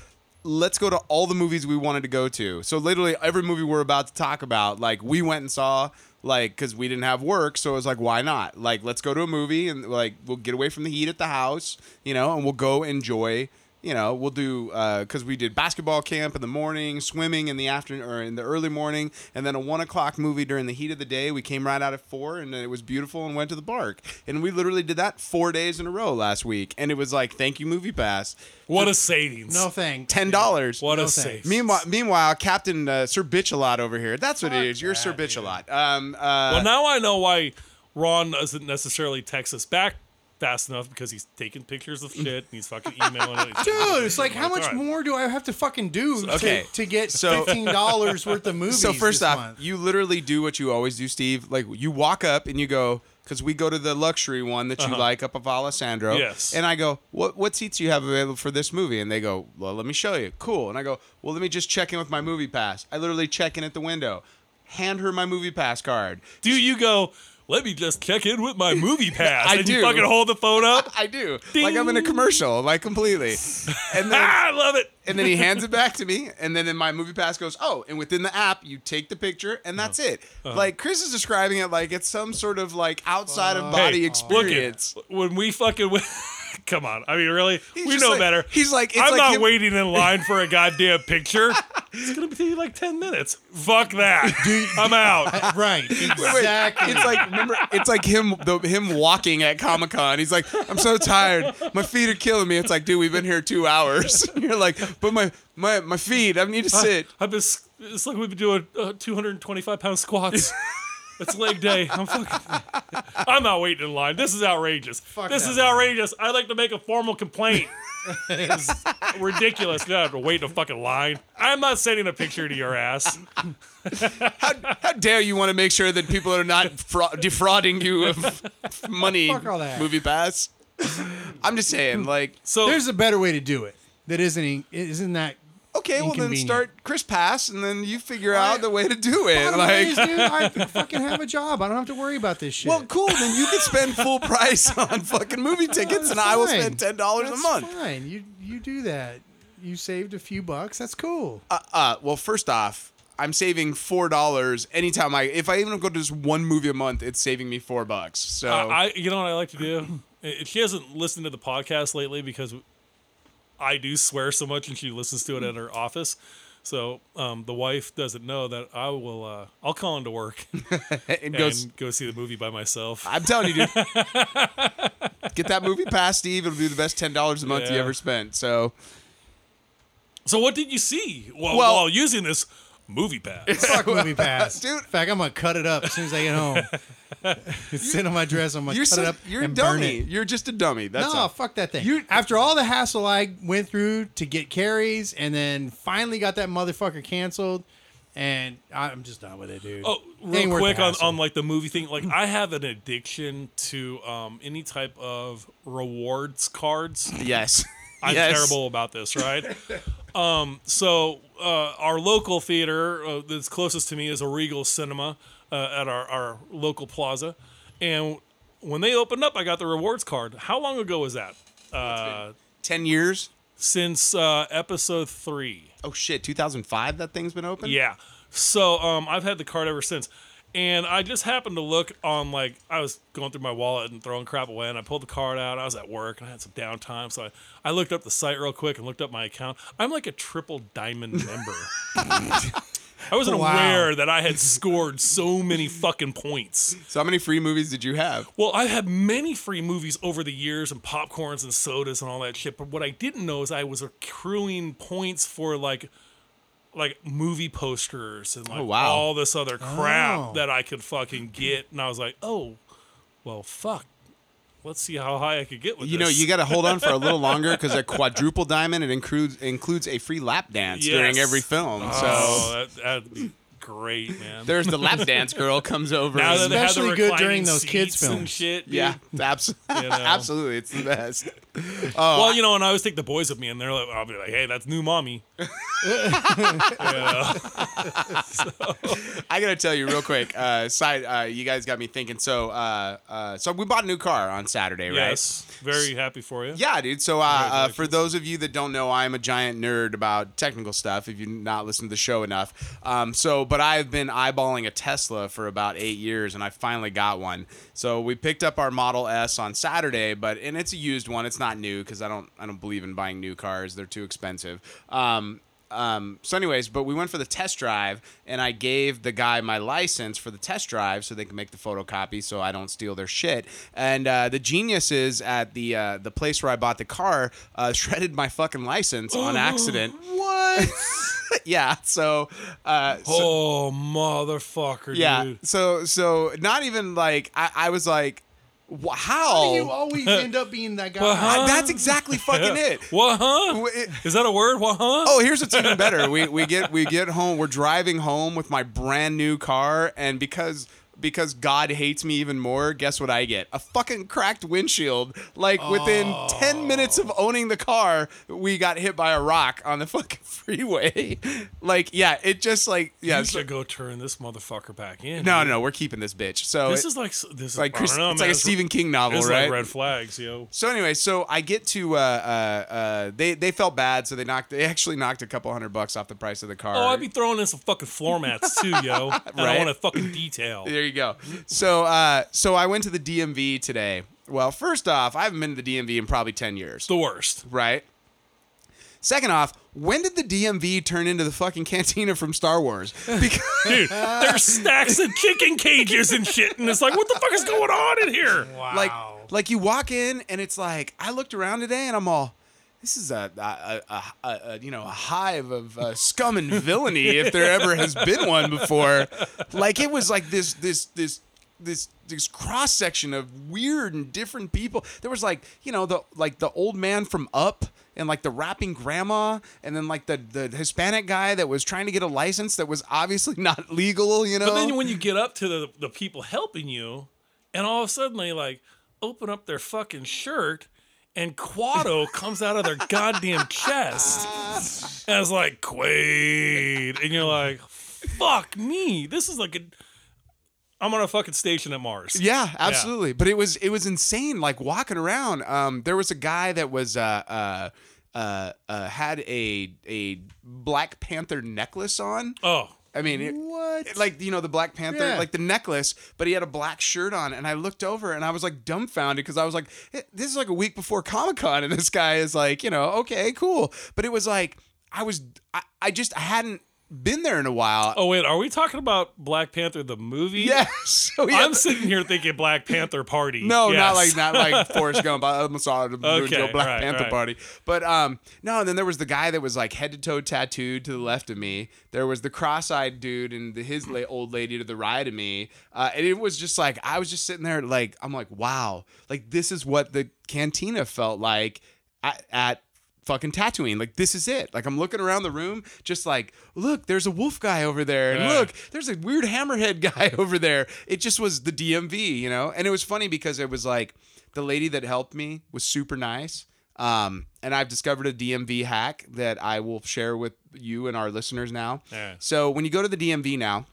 [SPEAKER 2] Let's go to all the movies we wanted to go to. So literally every movie we're about to talk about, like we went and saw, like because we didn't have work, so it was like why not? Like let's go to a movie and like we'll get away from the heat at the house, you know, and we'll go enjoy you know, we'll do because we did basketball camp in the morning, swimming in the afternoon or in the early morning, and then a one o'clock movie during the heat of the day. We came right out at four, and it was beautiful, and went to the park, and we literally did that four days in a row last week, and it was like, thank you, Movie Pass,
[SPEAKER 5] What a savings.
[SPEAKER 4] No thanks.
[SPEAKER 2] ten dollars.
[SPEAKER 5] What
[SPEAKER 4] no
[SPEAKER 5] a
[SPEAKER 4] thanks.
[SPEAKER 5] savings.
[SPEAKER 2] Meanwhile, meanwhile, Captain uh, Sir Bitch a lot over here. That's what it is. You're Sir Bitch a lot. Um, uh,
[SPEAKER 5] Well, now I know why Ron doesn't necessarily text us back fast enough because he's taking pictures of shit and he's fucking emailing it.
[SPEAKER 4] Dude, it's like how much
[SPEAKER 5] Alright.
[SPEAKER 4] more do I have to fucking do
[SPEAKER 2] Okay.
[SPEAKER 4] to, to get
[SPEAKER 2] So-
[SPEAKER 4] fifteen dollars worth of movies?
[SPEAKER 2] so first
[SPEAKER 4] this
[SPEAKER 2] off,
[SPEAKER 4] month?
[SPEAKER 2] you literally do what you always do, Steve. Like you walk up and you go, because we go to the luxury one that you
[SPEAKER 4] Uh-huh.
[SPEAKER 2] like up of Alessandro.
[SPEAKER 5] Yes.
[SPEAKER 2] And I go, what what seats do you have available for this movie? And they go, well, let me show you. Cool. And I go, well, let me just check in with my movie pass. I literally check in at the window, hand her my movie pass card.
[SPEAKER 5] Do you go? Let me just check in with my movie pass.
[SPEAKER 2] I
[SPEAKER 5] and
[SPEAKER 2] do.
[SPEAKER 5] You fucking hold the phone up.
[SPEAKER 2] I do. Like I'm in a commercial, like completely. And then
[SPEAKER 5] ah, I love it.
[SPEAKER 2] and then he hands it back to me and then in my movie pass goes oh and within the app you take the picture and that's it
[SPEAKER 4] Uh-huh.
[SPEAKER 2] like chris is describing it like it's some sort of like outside of body
[SPEAKER 5] Hey, look it.
[SPEAKER 2] experience
[SPEAKER 5] when we fucking went. Come on. I mean, really?
[SPEAKER 2] He's
[SPEAKER 5] we
[SPEAKER 2] just
[SPEAKER 5] know
[SPEAKER 2] like-
[SPEAKER 5] better.
[SPEAKER 2] he's like- it's
[SPEAKER 5] I'm
[SPEAKER 2] like
[SPEAKER 5] not
[SPEAKER 2] him-
[SPEAKER 5] waiting in line for a goddamn picture. it's going to be like 10 minutes. Fuck that. I'm out.
[SPEAKER 4] right,
[SPEAKER 2] Wait,
[SPEAKER 4] exactly.
[SPEAKER 2] it's like remember it's like him the, him walking at comic-con he's like i'm so tired my feet are killing me it's like dude we've been here two hours you're like but my my my feet i need to sit
[SPEAKER 5] I've been, s- it's like we've been doing uh, 225 pound squats. it's leg day. I'm fucking. I'm not waiting in line. This is outrageous. this
[SPEAKER 4] that.
[SPEAKER 5] is outrageous. I'd like to make a formal complaint. It's ridiculous. You don't have to wait in a fucking line. I'm not sending a picture to your ass.
[SPEAKER 2] how, how dare you want to make sure that people are not fra- defrauding you of money
[SPEAKER 4] Fuck all that.
[SPEAKER 2] movie pass i'm just saying like
[SPEAKER 5] So
[SPEAKER 4] There's a better way to do it. That isn't in- isn't that.
[SPEAKER 2] Okay, well then
[SPEAKER 4] inconvenient.
[SPEAKER 2] start Chris Pass, and then you figure out
[SPEAKER 4] I-
[SPEAKER 2] the way to do it.
[SPEAKER 4] Bottom
[SPEAKER 2] Like,
[SPEAKER 4] line is, dude, I fucking have a job. I don't have to worry about this shit.
[SPEAKER 2] well, cool. Then you can spend full price on fucking movie tickets,
[SPEAKER 4] That's
[SPEAKER 2] and I will
[SPEAKER 4] fine.
[SPEAKER 2] spend ten dollars a
[SPEAKER 4] That's
[SPEAKER 2] month.
[SPEAKER 4] Fine, you you do that. You saved a few bucks. That's cool.
[SPEAKER 2] Uh, uh, well, first off, I'm saving four dollars anytime I if I even go to just one movie a month, it's saving me four bucks. So
[SPEAKER 4] Uh, Oh.
[SPEAKER 5] I, I, you know what I like to do? If she hasn't listened to the podcast lately because I do swear so much, and she listens to it at her office. So um, the wife doesn't know that I will. Uh, I'll call into work
[SPEAKER 2] it goes.
[SPEAKER 5] and go see the movie by myself.
[SPEAKER 2] I'm telling you, dude. Get that movie pass, Steve. It'll be the best ten dollars a month you
[SPEAKER 5] Yeah.
[SPEAKER 2] ever spent. So
[SPEAKER 5] So what did you see while,
[SPEAKER 2] Well-
[SPEAKER 5] while using this movie pass?
[SPEAKER 4] Fuck movie pass,
[SPEAKER 2] dude.
[SPEAKER 4] In fact, I'm gonna cut it up as soon as I get home. Sit on my dress. I'm gonna
[SPEAKER 2] you're
[SPEAKER 4] cut
[SPEAKER 2] so,
[SPEAKER 4] it up
[SPEAKER 2] you're a
[SPEAKER 4] and burn
[SPEAKER 2] dummy.
[SPEAKER 4] it.
[SPEAKER 2] You're just a dummy. That's
[SPEAKER 4] no,
[SPEAKER 2] all.
[SPEAKER 4] fuck that thing.
[SPEAKER 2] You-
[SPEAKER 4] After all the hassle I went through to get carries, and then finally got that motherfucker canceled, and I'm just done with it, dude.
[SPEAKER 5] Oh,
[SPEAKER 4] Ain't
[SPEAKER 5] real
[SPEAKER 4] worth
[SPEAKER 5] quick
[SPEAKER 4] the
[SPEAKER 5] on,
[SPEAKER 4] hassle.
[SPEAKER 5] on like the movie thing. Like I have an addiction to um, any type of rewards cards.
[SPEAKER 2] yes.
[SPEAKER 5] I'm
[SPEAKER 2] Yes.
[SPEAKER 5] terrible about this, right? um, so uh, our local theater uh, that's closest to me is a Regal Cinema uh, at our, our local plaza, and when they opened up, I got the rewards card. How long ago was that? Uh,
[SPEAKER 2] Ten years.
[SPEAKER 5] since uh, episode three.
[SPEAKER 2] Oh shit, 2005 that thing's been open?
[SPEAKER 5] Yeah. So um, I've had the card ever since. And I just happened to look on like I was going through my wallet and throwing crap away, and I pulled the card out. I was at work and I had some downtime, so I, I looked up the site real quick and looked up my account. I'm like a triple diamond member. I wasn't
[SPEAKER 4] Wow.
[SPEAKER 5] aware that I had scored so many fucking points.
[SPEAKER 2] So how many free movies did you have?
[SPEAKER 5] Well, I've had many free movies over the years and popcorns and sodas and all that shit. But what I didn't know is I was accruing points for like like movie posters and like
[SPEAKER 2] Oh, wow.
[SPEAKER 5] all this other crap
[SPEAKER 4] Oh.
[SPEAKER 5] that I could fucking get. And I was like, oh, well, fuck. Let's see how high I could get with
[SPEAKER 2] You know,
[SPEAKER 5] this.
[SPEAKER 2] you got to hold on for a little longer because a quadruple diamond it includes includes a free lap dance during
[SPEAKER 5] Yes.
[SPEAKER 2] every film. So
[SPEAKER 5] Oh, that, that'd be great, man.
[SPEAKER 2] there's the lap dance girl comes over.
[SPEAKER 5] Now
[SPEAKER 2] and-
[SPEAKER 5] that they have the
[SPEAKER 4] Especially good during
[SPEAKER 5] reclining
[SPEAKER 4] those kids'
[SPEAKER 5] seats and
[SPEAKER 4] films.
[SPEAKER 5] shit, dude.
[SPEAKER 2] yeah, abs-
[SPEAKER 5] know.
[SPEAKER 2] absolutely, it's the best. Oh,
[SPEAKER 5] Well, you know, and I always take the boys with me, and they're like, I'll be like, hey, that's new mommy.
[SPEAKER 2] I gotta tell you real quick. Uh, side, uh, you guys got me thinking. So, uh, uh, so we bought a new car on Saturday, right?
[SPEAKER 5] Yes, very happy for you.
[SPEAKER 2] Yeah, dude. So, uh, uh, for those of you that don't know, I'm a giant nerd about technical stuff. If you've not listened to the show enough, um, so but but I've been eyeballing a Tesla for about eight years, and I finally got one. So we picked up our Model S on Saturday, but and it's a used one. It's not new because I don't I don't believe in buying new cars. They're too expensive. Um, um, so, anyways, but we went for the test drive, and I gave the guy my license for the test drive so they can make the photocopy, so I don't steal their shit. And uh, the geniuses at the uh, the place where I bought the car uh, shredded my fucking license on accident. What? yeah. So, uh, so-
[SPEAKER 5] oh motherfucker,
[SPEAKER 2] yeah.
[SPEAKER 5] dude.
[SPEAKER 2] So so not even like I, I was like, wh- how?
[SPEAKER 4] You always end up being that guy.
[SPEAKER 5] Uh-huh.
[SPEAKER 2] I- that's exactly fucking it.
[SPEAKER 5] What huh?
[SPEAKER 2] Wh- it-
[SPEAKER 5] Is that a word? What huh?
[SPEAKER 2] Oh, here's what's even better. We we get we get home. We're driving home with my brand new car, and because because God hates me even more, guess what I get? A fucking cracked windshield. Like within
[SPEAKER 5] Oh.
[SPEAKER 2] ten minutes of owning the car, we got hit by a rock on the fucking freeway. like yeah, it just like yeah.
[SPEAKER 5] you
[SPEAKER 2] so-
[SPEAKER 5] should go turn this motherfucker back in.
[SPEAKER 2] no,
[SPEAKER 5] dude.
[SPEAKER 2] no, we're keeping this bitch. So
[SPEAKER 5] This
[SPEAKER 2] it-
[SPEAKER 5] is like s- this is
[SPEAKER 2] like
[SPEAKER 5] I
[SPEAKER 2] Chris,
[SPEAKER 5] don't know,
[SPEAKER 2] it's
[SPEAKER 5] man,
[SPEAKER 2] like a Stephen King novel,
[SPEAKER 5] It's
[SPEAKER 2] right?
[SPEAKER 5] like red flags, yo.
[SPEAKER 2] So anyway, so I get to uh, uh, uh, they they felt bad, so they knocked they actually knocked a couple hundred bucks off the price of the car.
[SPEAKER 5] Oh, I'd be throwing in some fucking floor mats too, yo. And I
[SPEAKER 2] Right.
[SPEAKER 5] want a fucking detail.
[SPEAKER 2] there you go. So uh, so I went to the DMV today. Well, first off, I haven't been to the DMV in probably ten years,
[SPEAKER 5] The worst.
[SPEAKER 2] right? Second off, when did the DMV turn into the fucking cantina from Star Wars? Because
[SPEAKER 5] Dude, there's stacks of chicken cages and shit, and it's like, what the fuck is going on in here?
[SPEAKER 4] Wow.
[SPEAKER 2] like like you walk in and it's like I looked around today and I'm all this is a a, a, a, a you know a hive of uh, scum and villainy if there ever has been one before. Like it was like this this this this this cross section of weird and different people. There was like you know the like the old man from Up and like the rapping grandma and then like the the Hispanic guy that was trying to get a license that was obviously not legal. You know.
[SPEAKER 5] But then when you get up to the, the people helping you, and all of a sudden they like open up their fucking shirt, and Quado comes out of their goddamn chest. And it's like, Quaid. And you're like, fuck me. This is like a. I'm on a fucking station at Mars.
[SPEAKER 2] Yeah, absolutely. But it was it was insane. Like walking around, um, there was a guy that was uh, uh, uh, uh, had a a Black Panther necklace on.
[SPEAKER 5] Oh.
[SPEAKER 2] I mean, it,
[SPEAKER 4] What?
[SPEAKER 2] it- like you know the Black Panther,
[SPEAKER 4] Yeah.
[SPEAKER 2] like the necklace, but he had a black shirt on, and I looked over and I was like dumbfounded because I was like, "Eh, this is like a week before Comic Con, and this guy is like, you know, okay, cool. But it was like I was I, I just I hadn't been there in a while.
[SPEAKER 5] Oh, wait. Are we talking about Black Panther, the movie?
[SPEAKER 2] Yeah, so he had
[SPEAKER 5] I'm sitting here thinking Black Panther party.
[SPEAKER 2] No,
[SPEAKER 5] Yes.
[SPEAKER 2] not like not like Forrest Gump. I almost saw it okay,
[SPEAKER 5] Okay,
[SPEAKER 2] do a Black
[SPEAKER 5] right,
[SPEAKER 2] Panther
[SPEAKER 5] right.
[SPEAKER 2] party. But um, no. And then there was the guy that was like head to toe tattooed to the left of me. There was the cross eyed dude and the, his la- old lady to the right of me. Uh, and it was just like I was just sitting there like I'm like wow, like this is what the cantina felt like at. at Fucking tattooing, like this is it. Like I'm looking around the room, just like, look, there's a wolf guy over there, and
[SPEAKER 5] Yeah.
[SPEAKER 2] look, there's a weird hammerhead guy over there. It just was the DMV, you know? And it was funny because it was like the lady that helped me was super nice. Um, and I've discovered a DMV hack that I will share with you and our listeners now.
[SPEAKER 5] Yeah.
[SPEAKER 2] So when you go to the DMV now,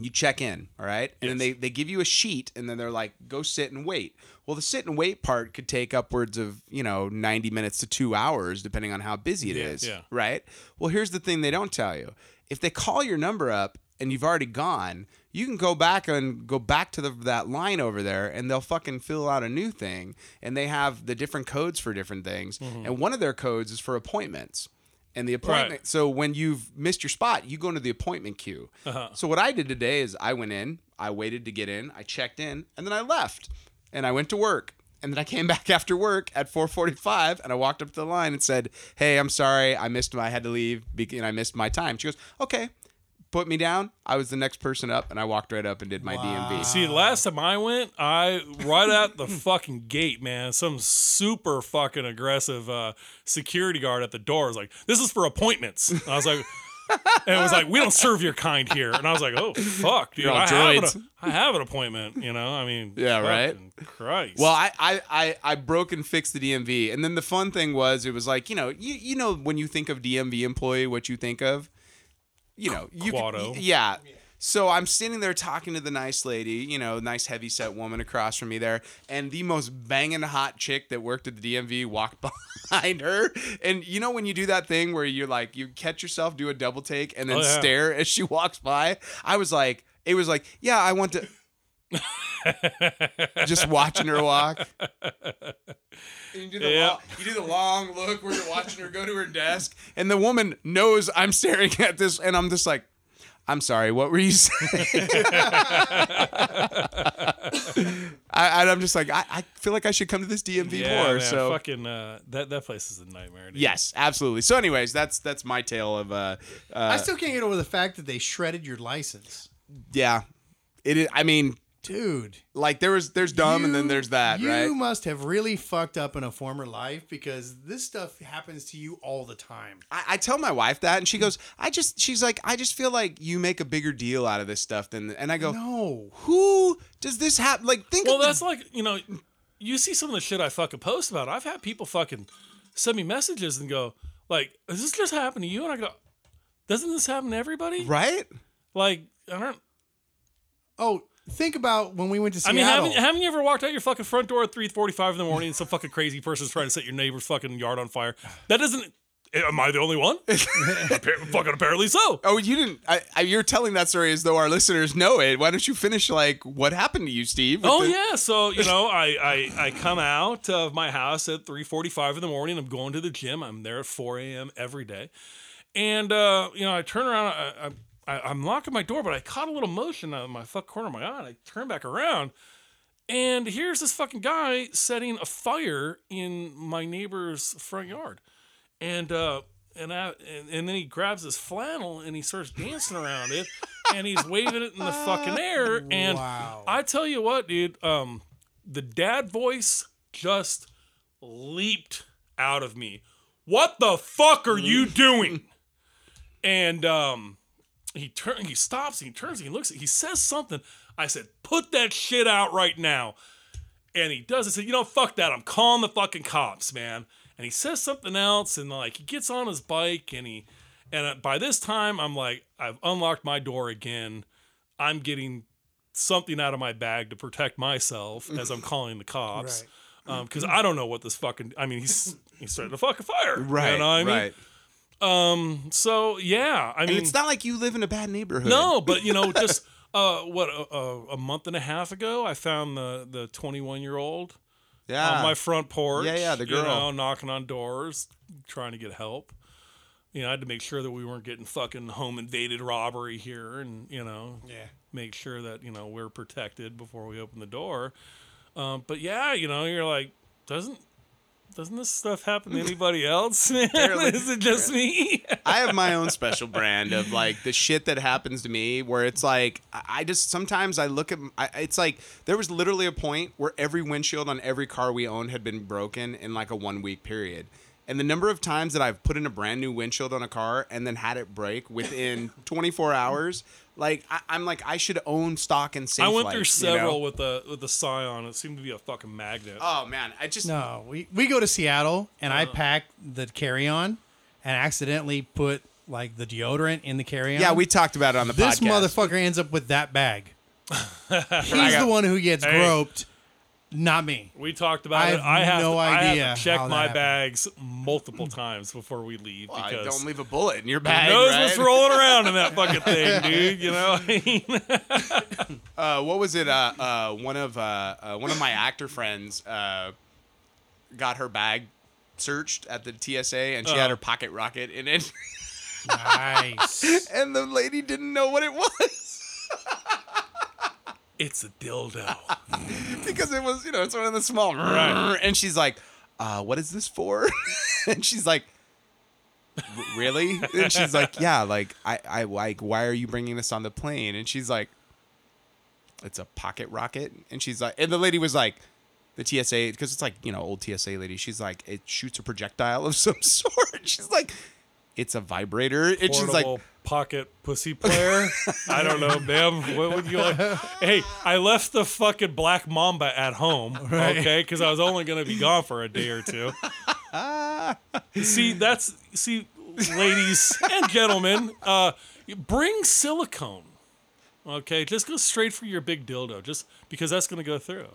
[SPEAKER 2] you check in, all right? And then they, they give you a sheet and then they're like, go sit and wait. Well, the sit and wait part could take upwards of, you know, 90 minutes to two hours, depending on how busy it is
[SPEAKER 5] yeah.
[SPEAKER 2] right? Well, here's the thing they don't tell you. If they call your number up and you've already gone, you can go back and go back to the, that line over there and they'll fucking fill out a new thing and they have the different codes for different things.
[SPEAKER 5] Mm-hmm.
[SPEAKER 2] And one of their codes is for appointments. And the appointment, so when you've missed your spot, you go into the appointment queue. So what I did today is I went in, I waited to get in, I checked in, and then I left and I went to work. And then I came back after work at 4:45, and I walked up to the line and said, "Hey, I'm sorry, I missed. My, I had to leave, be- and I missed my time." She goes, "Okay." Put me down. I was the next person up, and I walked right up and did my DMV.
[SPEAKER 5] See, last time I went, I right out the fucking gate, man. Some super fucking aggressive uh, security guard at the door was like, "This is for appointments." And I was like, and it was like, "We don't serve your kind here." And I was like, "Oh fuck, dude,
[SPEAKER 2] You're on
[SPEAKER 5] I have,
[SPEAKER 2] droids."
[SPEAKER 5] an, I have an appointment." You know, I mean,
[SPEAKER 2] Yeah, right?
[SPEAKER 5] fucking Christ.
[SPEAKER 2] Well, I, I, I, I broke and fixed the DMV, and then the fun thing was it was like you know you you know when you think of DMV employee, what you think of, you know, you could-
[SPEAKER 5] Quado.
[SPEAKER 2] yeah. So I'm standing there talking to the nice lady, you know, nice heavy set woman across from me there, and the most banging hot chick that worked at the DMV walked behind her. And you know when you do that thing where you're like you catch yourself, do a double take, and then
[SPEAKER 5] Oh, yeah.
[SPEAKER 2] stare as she walks by. I was like, it was like, yeah, I want to. Just watching her walk. And you, do the
[SPEAKER 5] Yep.
[SPEAKER 2] long, you do the long look where you're watching her go to her desk, and the woman knows I'm staring at this, and I'm just like, I'm sorry, what were you saying? I, and I'm just like, I, I feel like I should come to this DMV
[SPEAKER 5] Yeah,
[SPEAKER 2] more.
[SPEAKER 5] man,
[SPEAKER 2] so
[SPEAKER 5] fucking uh, that that place is a nightmare. Dude.
[SPEAKER 2] yes, absolutely. So, anyways, that's that's my tale of uh,
[SPEAKER 4] I
[SPEAKER 2] uh
[SPEAKER 4] still can't get over the fact that they shredded your license,
[SPEAKER 2] yeah. It is, I mean,
[SPEAKER 4] dude.
[SPEAKER 2] like there was there's dumb Um, and then
[SPEAKER 4] you-
[SPEAKER 2] there's that,
[SPEAKER 4] You
[SPEAKER 2] right?
[SPEAKER 4] must have really fucked up in a former life because this stuff happens to you all the time.
[SPEAKER 2] I, I tell my wife that, and she goes, "I just," she's like, "I just feel like you make a bigger deal out of this stuff than," and I go,
[SPEAKER 4] No,
[SPEAKER 2] "Who does this happen?" Like, think
[SPEAKER 5] Well,
[SPEAKER 2] of the-
[SPEAKER 5] that's like you know, you see some of the shit I fucking post about. I've had people fucking send me messages and go like, "Does this just happen to you?" And I go, "Doesn't this happen to everybody?"
[SPEAKER 2] right.
[SPEAKER 5] Like, I don't.
[SPEAKER 4] Oh, think about when we went to
[SPEAKER 5] I
[SPEAKER 4] Seattle.
[SPEAKER 5] mean, haven't, haven't you ever walked out your fucking front door at three forty-five in the morning and some fucking crazy person's trying to set your neighbor's fucking yard on fire? That doesn't. Am I the only one? Appa- fucking apparently so.
[SPEAKER 2] Oh, you didn't. I, I, you're telling that story as though our listeners know it. Why don't you finish like what happened to you, Steve? with
[SPEAKER 5] Oh
[SPEAKER 2] the-
[SPEAKER 5] yeah, so you know, I, I I come out of my house at three forty-five in the morning. I'm going to the gym. I'm there at four a.m. every day, and uh, you know, I turn around. I, I, I, I'm locking my door, but I caught a little motion out of my fuck corner of my eye. And I turn back around, and here's this fucking guy setting a fire in my neighbor's front yard, and uh, and I and, and then he grabs his flannel and he starts dancing around it, and he's waving it in the fucking air, and.
[SPEAKER 4] Wow.
[SPEAKER 5] I tell you what, dude. Um, the dad voice just leaped out of me. What the fuck are you doing? And um, he turns, he stops, he turns, he looks, he says something. I said, "Put that shit out right now." And he does. I said, "You know, fuck that. I'm calling the fucking cops, man." And he says something else, and like he gets on his bike, and he, and uh, by this time I'm like, I've unlocked my door again. I'm getting something out of my bag to protect myself as I'm calling the cops. Because I don't know what this fucking. I mean, he's he's starting to fuck a fire.
[SPEAKER 2] Right.
[SPEAKER 5] You know what I mean?
[SPEAKER 2] Right.
[SPEAKER 5] So yeah, I
[SPEAKER 2] And
[SPEAKER 5] mean,
[SPEAKER 2] it's not like you live in a bad neighborhood.
[SPEAKER 5] no, but you know, just uh, what a, a, a month and a half ago, I found the the 21 year old
[SPEAKER 2] Yeah.
[SPEAKER 5] on Uh, my front porch.
[SPEAKER 2] Ah. Yeah, yeah, the girl.
[SPEAKER 5] you know, knocking on doors, trying to get help. You know, I had to make sure that we weren't getting fucking home invaded robbery here, and you know,
[SPEAKER 4] yeah.
[SPEAKER 5] make sure that you know we're protected before we open the door. Um, but yeah, you know, you're like, doesn't doesn't this stuff happen to anybody else? Man? Is it just me?
[SPEAKER 2] I have my own special brand of like the shit that happens to me where it's like I I just sometimes I look at I, it's like there was literally a point where every windshield on every car we owned had been broken in like a one week period. And the number of times that I've put in a brand new windshield on a car and then had it break within 24 hours, like I, I'm like I should own stock and safe.
[SPEAKER 5] I went
[SPEAKER 2] Life,
[SPEAKER 5] through
[SPEAKER 2] you know?
[SPEAKER 5] several with the with the Scion. It seemed to be a fucking magnet.
[SPEAKER 2] Oh man, I just
[SPEAKER 4] No, we, we go to Seattle and
[SPEAKER 5] Uh.
[SPEAKER 4] I pack the carry on and accidentally put like the deodorant in the carry on.
[SPEAKER 2] yeah we talked about it on the
[SPEAKER 4] this
[SPEAKER 2] podcast.
[SPEAKER 4] motherfucker ends up with that bag. He's the one who gets
[SPEAKER 5] Hey.
[SPEAKER 4] groped, not me.
[SPEAKER 5] we talked about
[SPEAKER 4] I
[SPEAKER 5] it.
[SPEAKER 4] have
[SPEAKER 5] I have
[SPEAKER 4] no
[SPEAKER 5] to, I
[SPEAKER 4] idea
[SPEAKER 5] have to check
[SPEAKER 4] how that
[SPEAKER 5] my
[SPEAKER 4] happened.
[SPEAKER 5] bags multiple times before we leave
[SPEAKER 2] Why,
[SPEAKER 5] because
[SPEAKER 2] don't leave a bullet in your
[SPEAKER 5] who
[SPEAKER 2] bag.
[SPEAKER 5] knows
[SPEAKER 2] right?
[SPEAKER 5] what's rolling around in that fucking thing, dude. You know, I mean,
[SPEAKER 2] uh, what was it? Uh, uh, one of uh, uh, one of my actor friends uh, got her bag searched at the TSA, and she had her pocket rocket in it,
[SPEAKER 4] Nice.
[SPEAKER 2] and the lady didn't know what it was
[SPEAKER 5] it's a dildo.
[SPEAKER 2] because it was you know it's one of the small, and she's like, uh, "What is this for?" and she's like. "R- Really? And she's like, yeah, like I, I like, why are you bringing this on the plane? And she's like, it's a pocket rocket. And she's like, and the lady was like, the TSA, because it's like, you know, old TSA lady. She's like, it shoots a projectile of some sort. She's like, it's a vibrator. And she's like,
[SPEAKER 5] portable pocket pussy player. I don't know, ma'am. What would you like? Hey, I left the fucking black mamba at home, okay? Because I was only gonna be gone for a day or two. see, that's see, ladies and gentlemen, uh, bring silicone. Okay, just go straight for your big dildo, just because that's gonna go through.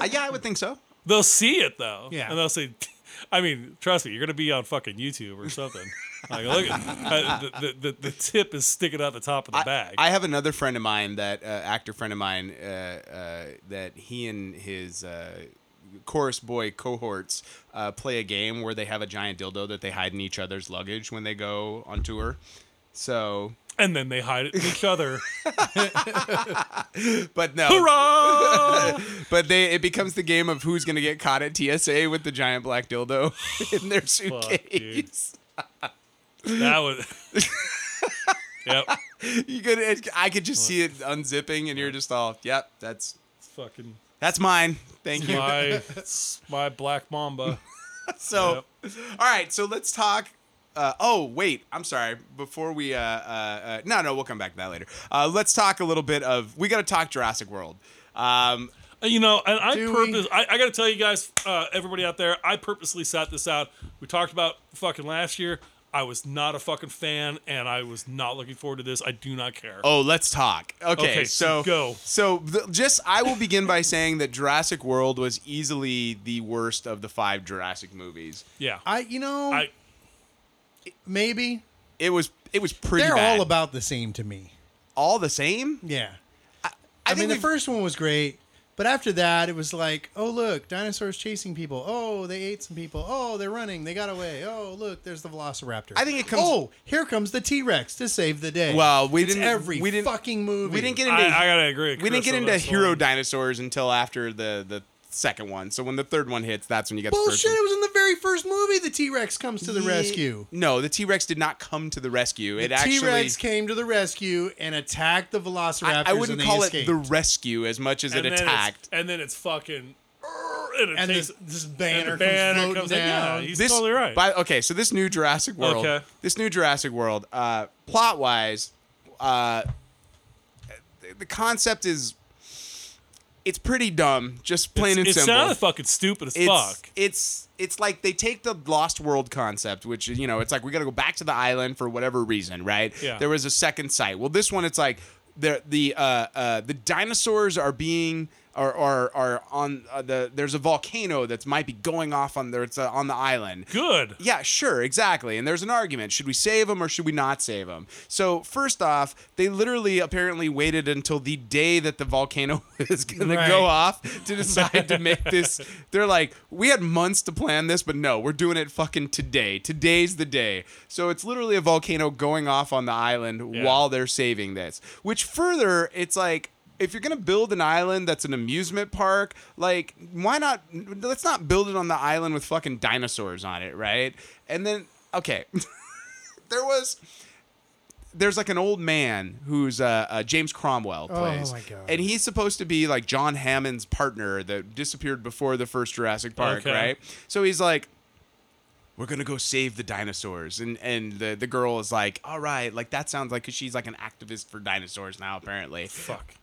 [SPEAKER 2] Uh, yeah, I would think so.
[SPEAKER 5] They'll see it though.
[SPEAKER 4] Yeah.
[SPEAKER 5] And they'll say, I mean, trust me, you're gonna be on fucking YouTube or something. like, look, at, uh, the, the, the the tip is sticking out the top of the
[SPEAKER 2] I-
[SPEAKER 5] bag.
[SPEAKER 2] I have another friend of mine that uh, actor friend of mine uh, uh, that he and his uh, chorus boy cohorts uh, play a game where they have a giant dildo that they hide in each other's luggage when they go on tour. So,
[SPEAKER 5] and then they hide it from each other.
[SPEAKER 2] but no,
[SPEAKER 5] Hurrah!
[SPEAKER 2] but they it becomes the game of who's gonna get caught at TSA with the giant black dildo in their suitcase.
[SPEAKER 5] that was. yep.
[SPEAKER 2] you could, it, I could just see it unzipping, and you're just all, yep, that's
[SPEAKER 5] It's fucking
[SPEAKER 2] that's mine. Thank you.
[SPEAKER 5] my it's my black mamba.
[SPEAKER 2] So, all right. So let's talk. Uh, oh wait, I'm sorry. Before we, uh, uh, uh, no, no, we'll come back to that later. Uh, let's talk a little bit of. We got to talk Jurassic World. Um,
[SPEAKER 5] Uh, You know, and I
[SPEAKER 4] Do we-
[SPEAKER 5] purpose. I, I got to tell you guys, uh, everybody out there, I purposely sat this out. We talked about fucking last year. I was not a fucking fan, and I was not looking forward to this. I do not care.
[SPEAKER 2] oh, let's talk. Okay,
[SPEAKER 5] Okay,
[SPEAKER 2] so
[SPEAKER 5] go.
[SPEAKER 2] So th- just, I will begin by saying that Jurassic World was easily the worst of the five Jurassic movies.
[SPEAKER 5] yeah, I,
[SPEAKER 4] I, you know, maybe
[SPEAKER 2] It was, it was pretty.
[SPEAKER 4] they're
[SPEAKER 2] bad.
[SPEAKER 4] all about the same to me.
[SPEAKER 2] all the same.
[SPEAKER 4] Yeah.
[SPEAKER 2] I,
[SPEAKER 4] I, mean, the
[SPEAKER 2] we've-
[SPEAKER 4] first one was great, but after that, it was like, oh look, dinosaurs chasing people. Oh, they ate some people. Oh, they're running. They got away. Oh, look, there's the Velociraptor.
[SPEAKER 2] I think it comes-
[SPEAKER 4] Oh, here comes the T Rex to save the day.
[SPEAKER 2] Well, we
[SPEAKER 4] It's
[SPEAKER 2] didn't.
[SPEAKER 4] every
[SPEAKER 2] we didn't,
[SPEAKER 4] fucking movie.
[SPEAKER 2] We didn't get into.
[SPEAKER 5] I, I gotta agree. with
[SPEAKER 2] we didn't
[SPEAKER 5] Chris
[SPEAKER 2] get
[SPEAKER 5] on
[SPEAKER 2] into
[SPEAKER 5] this
[SPEAKER 2] hero
[SPEAKER 5] one.
[SPEAKER 2] dinosaurs until after the the second one. So when the third one hits, that's when you get the first
[SPEAKER 4] bullshit.
[SPEAKER 2] one.
[SPEAKER 4] It was in the very first movie. The T Rex comes to the
[SPEAKER 2] Ye-
[SPEAKER 4] rescue.
[SPEAKER 2] No, the T Rex did not come to the rescue. it
[SPEAKER 4] The
[SPEAKER 2] actually.
[SPEAKER 4] T Rex came to the rescue and attacked the
[SPEAKER 2] I,
[SPEAKER 4] Velociraptors.
[SPEAKER 2] I wouldn't
[SPEAKER 4] and they
[SPEAKER 2] call
[SPEAKER 4] escaped.
[SPEAKER 2] it the rescue as much as
[SPEAKER 5] And
[SPEAKER 2] it
[SPEAKER 5] then it's-
[SPEAKER 2] attacked.
[SPEAKER 5] and then it's fucking. And, it
[SPEAKER 4] and
[SPEAKER 5] takes,
[SPEAKER 4] this, this
[SPEAKER 5] and
[SPEAKER 4] banner,
[SPEAKER 5] the banner
[SPEAKER 4] comes, floating
[SPEAKER 5] comes in.
[SPEAKER 4] down.
[SPEAKER 5] Yeah, he's
[SPEAKER 2] This,
[SPEAKER 5] totally right.
[SPEAKER 2] By, okay, so this new Jurassic World.
[SPEAKER 5] Okay.
[SPEAKER 2] This new Jurassic World, uh, plot wise, uh, the- the concept is. It's pretty dumb, just plain and
[SPEAKER 5] it
[SPEAKER 2] simple.
[SPEAKER 5] sounded fucking stupid as
[SPEAKER 2] it's,
[SPEAKER 5] fuck.
[SPEAKER 2] It's it's like they take the Lost World concept, which you know, it's like we got to go back to the island for whatever reason, right?
[SPEAKER 5] Yeah.
[SPEAKER 2] There was a second site. Well, this one, it's like the the uh, uh, the dinosaurs are being. Are, are, are on uh, the there's a volcano that might be going off on there it's uh, on the island
[SPEAKER 5] Good.
[SPEAKER 2] yeah, sure, exactly. And there's an argument: should we save them or should we not save them? So first off, they literally apparently waited until the day that the volcano was gonna
[SPEAKER 4] Right.
[SPEAKER 2] go off to decide to make this. They're like, we had months to plan this, but no, we're doing it fucking today. Today's the day. So it's literally a volcano going off on the island
[SPEAKER 5] Yeah.
[SPEAKER 2] while they're saving this. Which further, it's like. If you're gonna build an island that's an amusement park, like why not? Let's not build it on the island with fucking dinosaurs on it, right? And then okay, there was there's like an old man who's uh, uh, James Cromwell plays.
[SPEAKER 4] Oh my God.
[SPEAKER 2] And he's supposed to be like John Hammond's partner that disappeared before the first Jurassic Park,
[SPEAKER 5] Okay.
[SPEAKER 2] right? So he's like, we're gonna go save the dinosaurs and and the, the girl is like all right like that sounds like because she's like an activist for dinosaurs now apparently
[SPEAKER 5] Fuck.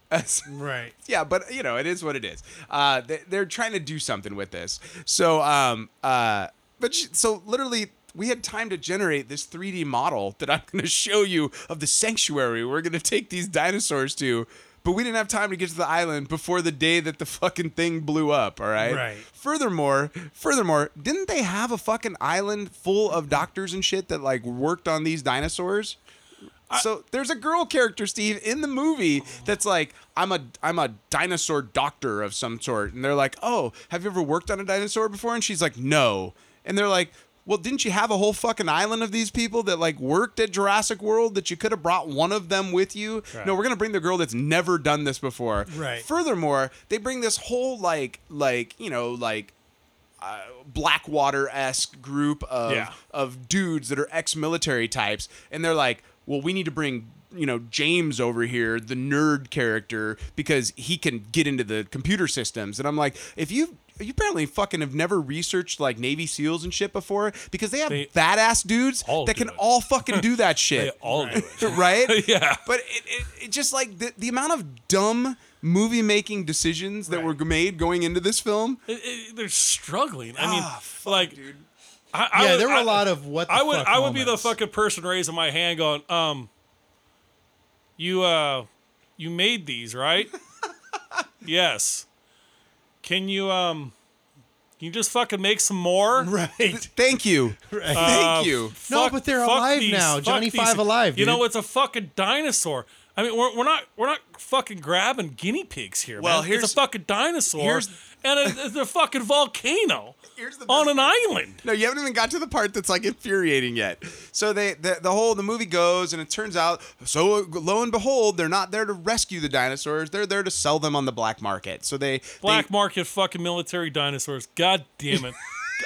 [SPEAKER 4] Right.
[SPEAKER 2] yeah, but you know, it is what it is. Uh, they, they're trying to do something with this. So, um, uh, but sh- so literally, we had time to generate this 3D model that I'm going to show you of the sanctuary we're going to take these dinosaurs to. But we didn't have time to get to the island before the day that the fucking thing blew up. All right.
[SPEAKER 4] Right.
[SPEAKER 2] Furthermore, furthermore, didn't they have a fucking island full of doctors and shit that like worked on these dinosaurs? so there's a girl character, Steve, in the movie that's like, I'm a I'm a dinosaur doctor of some sort, and they're like, Oh, have you ever worked on a dinosaur before? And she's like, No. And they're like, Well, didn't you have a whole fucking island of these people that like worked at Jurassic World that you could have brought one of them with you? No, we're gonna bring the girl that's never done this before.
[SPEAKER 4] Right.
[SPEAKER 2] Furthermore, they bring this whole like like you know like Blackwater esque group of
[SPEAKER 5] Yeah.
[SPEAKER 2] of dudes that are ex military types, and they're like, well, we need to bring you know James over here, the nerd character, because he can get into the computer systems. And I'm like, if you you apparently fucking have never researched like Navy SEAls and shit before, because they have
[SPEAKER 5] They
[SPEAKER 2] badass dudes
[SPEAKER 5] all
[SPEAKER 2] that
[SPEAKER 5] do
[SPEAKER 2] can
[SPEAKER 5] it.
[SPEAKER 2] all fucking do that
[SPEAKER 5] They
[SPEAKER 2] shit
[SPEAKER 5] all do it.
[SPEAKER 2] right?
[SPEAKER 5] Yeah.
[SPEAKER 2] But it, it, it just like the, the amount of dumb movie making decisions that were made going into this film.
[SPEAKER 5] It- it- they're struggling. I mean,
[SPEAKER 2] Ah,
[SPEAKER 5] like, I, I
[SPEAKER 4] Yeah,
[SPEAKER 5] would-
[SPEAKER 4] there were
[SPEAKER 5] I-
[SPEAKER 4] a lot of what the
[SPEAKER 5] I would,
[SPEAKER 4] fuck
[SPEAKER 5] I would be the
[SPEAKER 4] moments.
[SPEAKER 5] fucking person raising my hand, going, um, you, uh, you made these, right? yes. Can you um can you just fucking make some more?
[SPEAKER 4] Right.
[SPEAKER 2] Thank you.
[SPEAKER 5] Uh,
[SPEAKER 2] Thank you.
[SPEAKER 4] No, but they're
[SPEAKER 5] fuck
[SPEAKER 4] alive
[SPEAKER 5] these-
[SPEAKER 4] now.
[SPEAKER 5] fuck
[SPEAKER 4] Johnny
[SPEAKER 5] these-
[SPEAKER 4] Five alive,
[SPEAKER 5] You know,
[SPEAKER 4] dude.
[SPEAKER 5] it's a fucking dinosaur. I mean, we're, we're not we're not fucking grabbing guinea pigs here.
[SPEAKER 2] Well,
[SPEAKER 5] man.
[SPEAKER 2] here's-
[SPEAKER 5] it's a fucking dinosaur
[SPEAKER 2] here's-
[SPEAKER 5] and a, it's a fucking volcano
[SPEAKER 2] Here's the
[SPEAKER 5] on
[SPEAKER 2] best
[SPEAKER 5] an island.
[SPEAKER 2] No, you haven't even got to the part that's like infuriating yet. So they the, the whole the movie goes and it turns out so lo and behold they're not there to rescue the dinosaurs. They're there to sell them on the black market. So they
[SPEAKER 5] Black
[SPEAKER 2] they,
[SPEAKER 5] market fucking military dinosaurs. God damn it!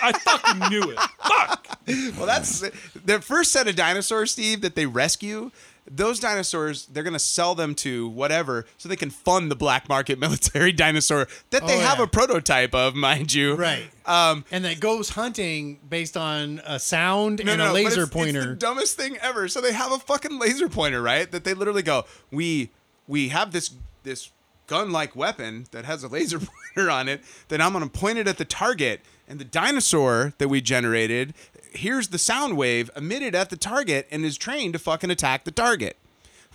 [SPEAKER 5] I fucking knew it. Fuck.
[SPEAKER 2] Well, that's the first set of dinosaurs, Steve, that they rescue. Those dinosaurs, they're gonna sell them to whatever, so they can fund the black market military dinosaur that they
[SPEAKER 4] Oh,
[SPEAKER 2] have
[SPEAKER 4] yeah.
[SPEAKER 2] a prototype of, mind you.
[SPEAKER 4] Right.
[SPEAKER 2] Um,
[SPEAKER 4] and that goes hunting based on a sound
[SPEAKER 2] no,
[SPEAKER 4] and
[SPEAKER 2] no,
[SPEAKER 4] a
[SPEAKER 2] but it's-
[SPEAKER 4] laser
[SPEAKER 2] it's
[SPEAKER 4] pointer.
[SPEAKER 2] the dumbest thing ever. So they have a fucking laser pointer, right? That they literally go, we we have this this gun-like weapon that has a laser pointer on it. Then I'm gonna point it at the target, and the dinosaur that we generated hears the sound wave emitted at the target and is trained to fucking attack the target.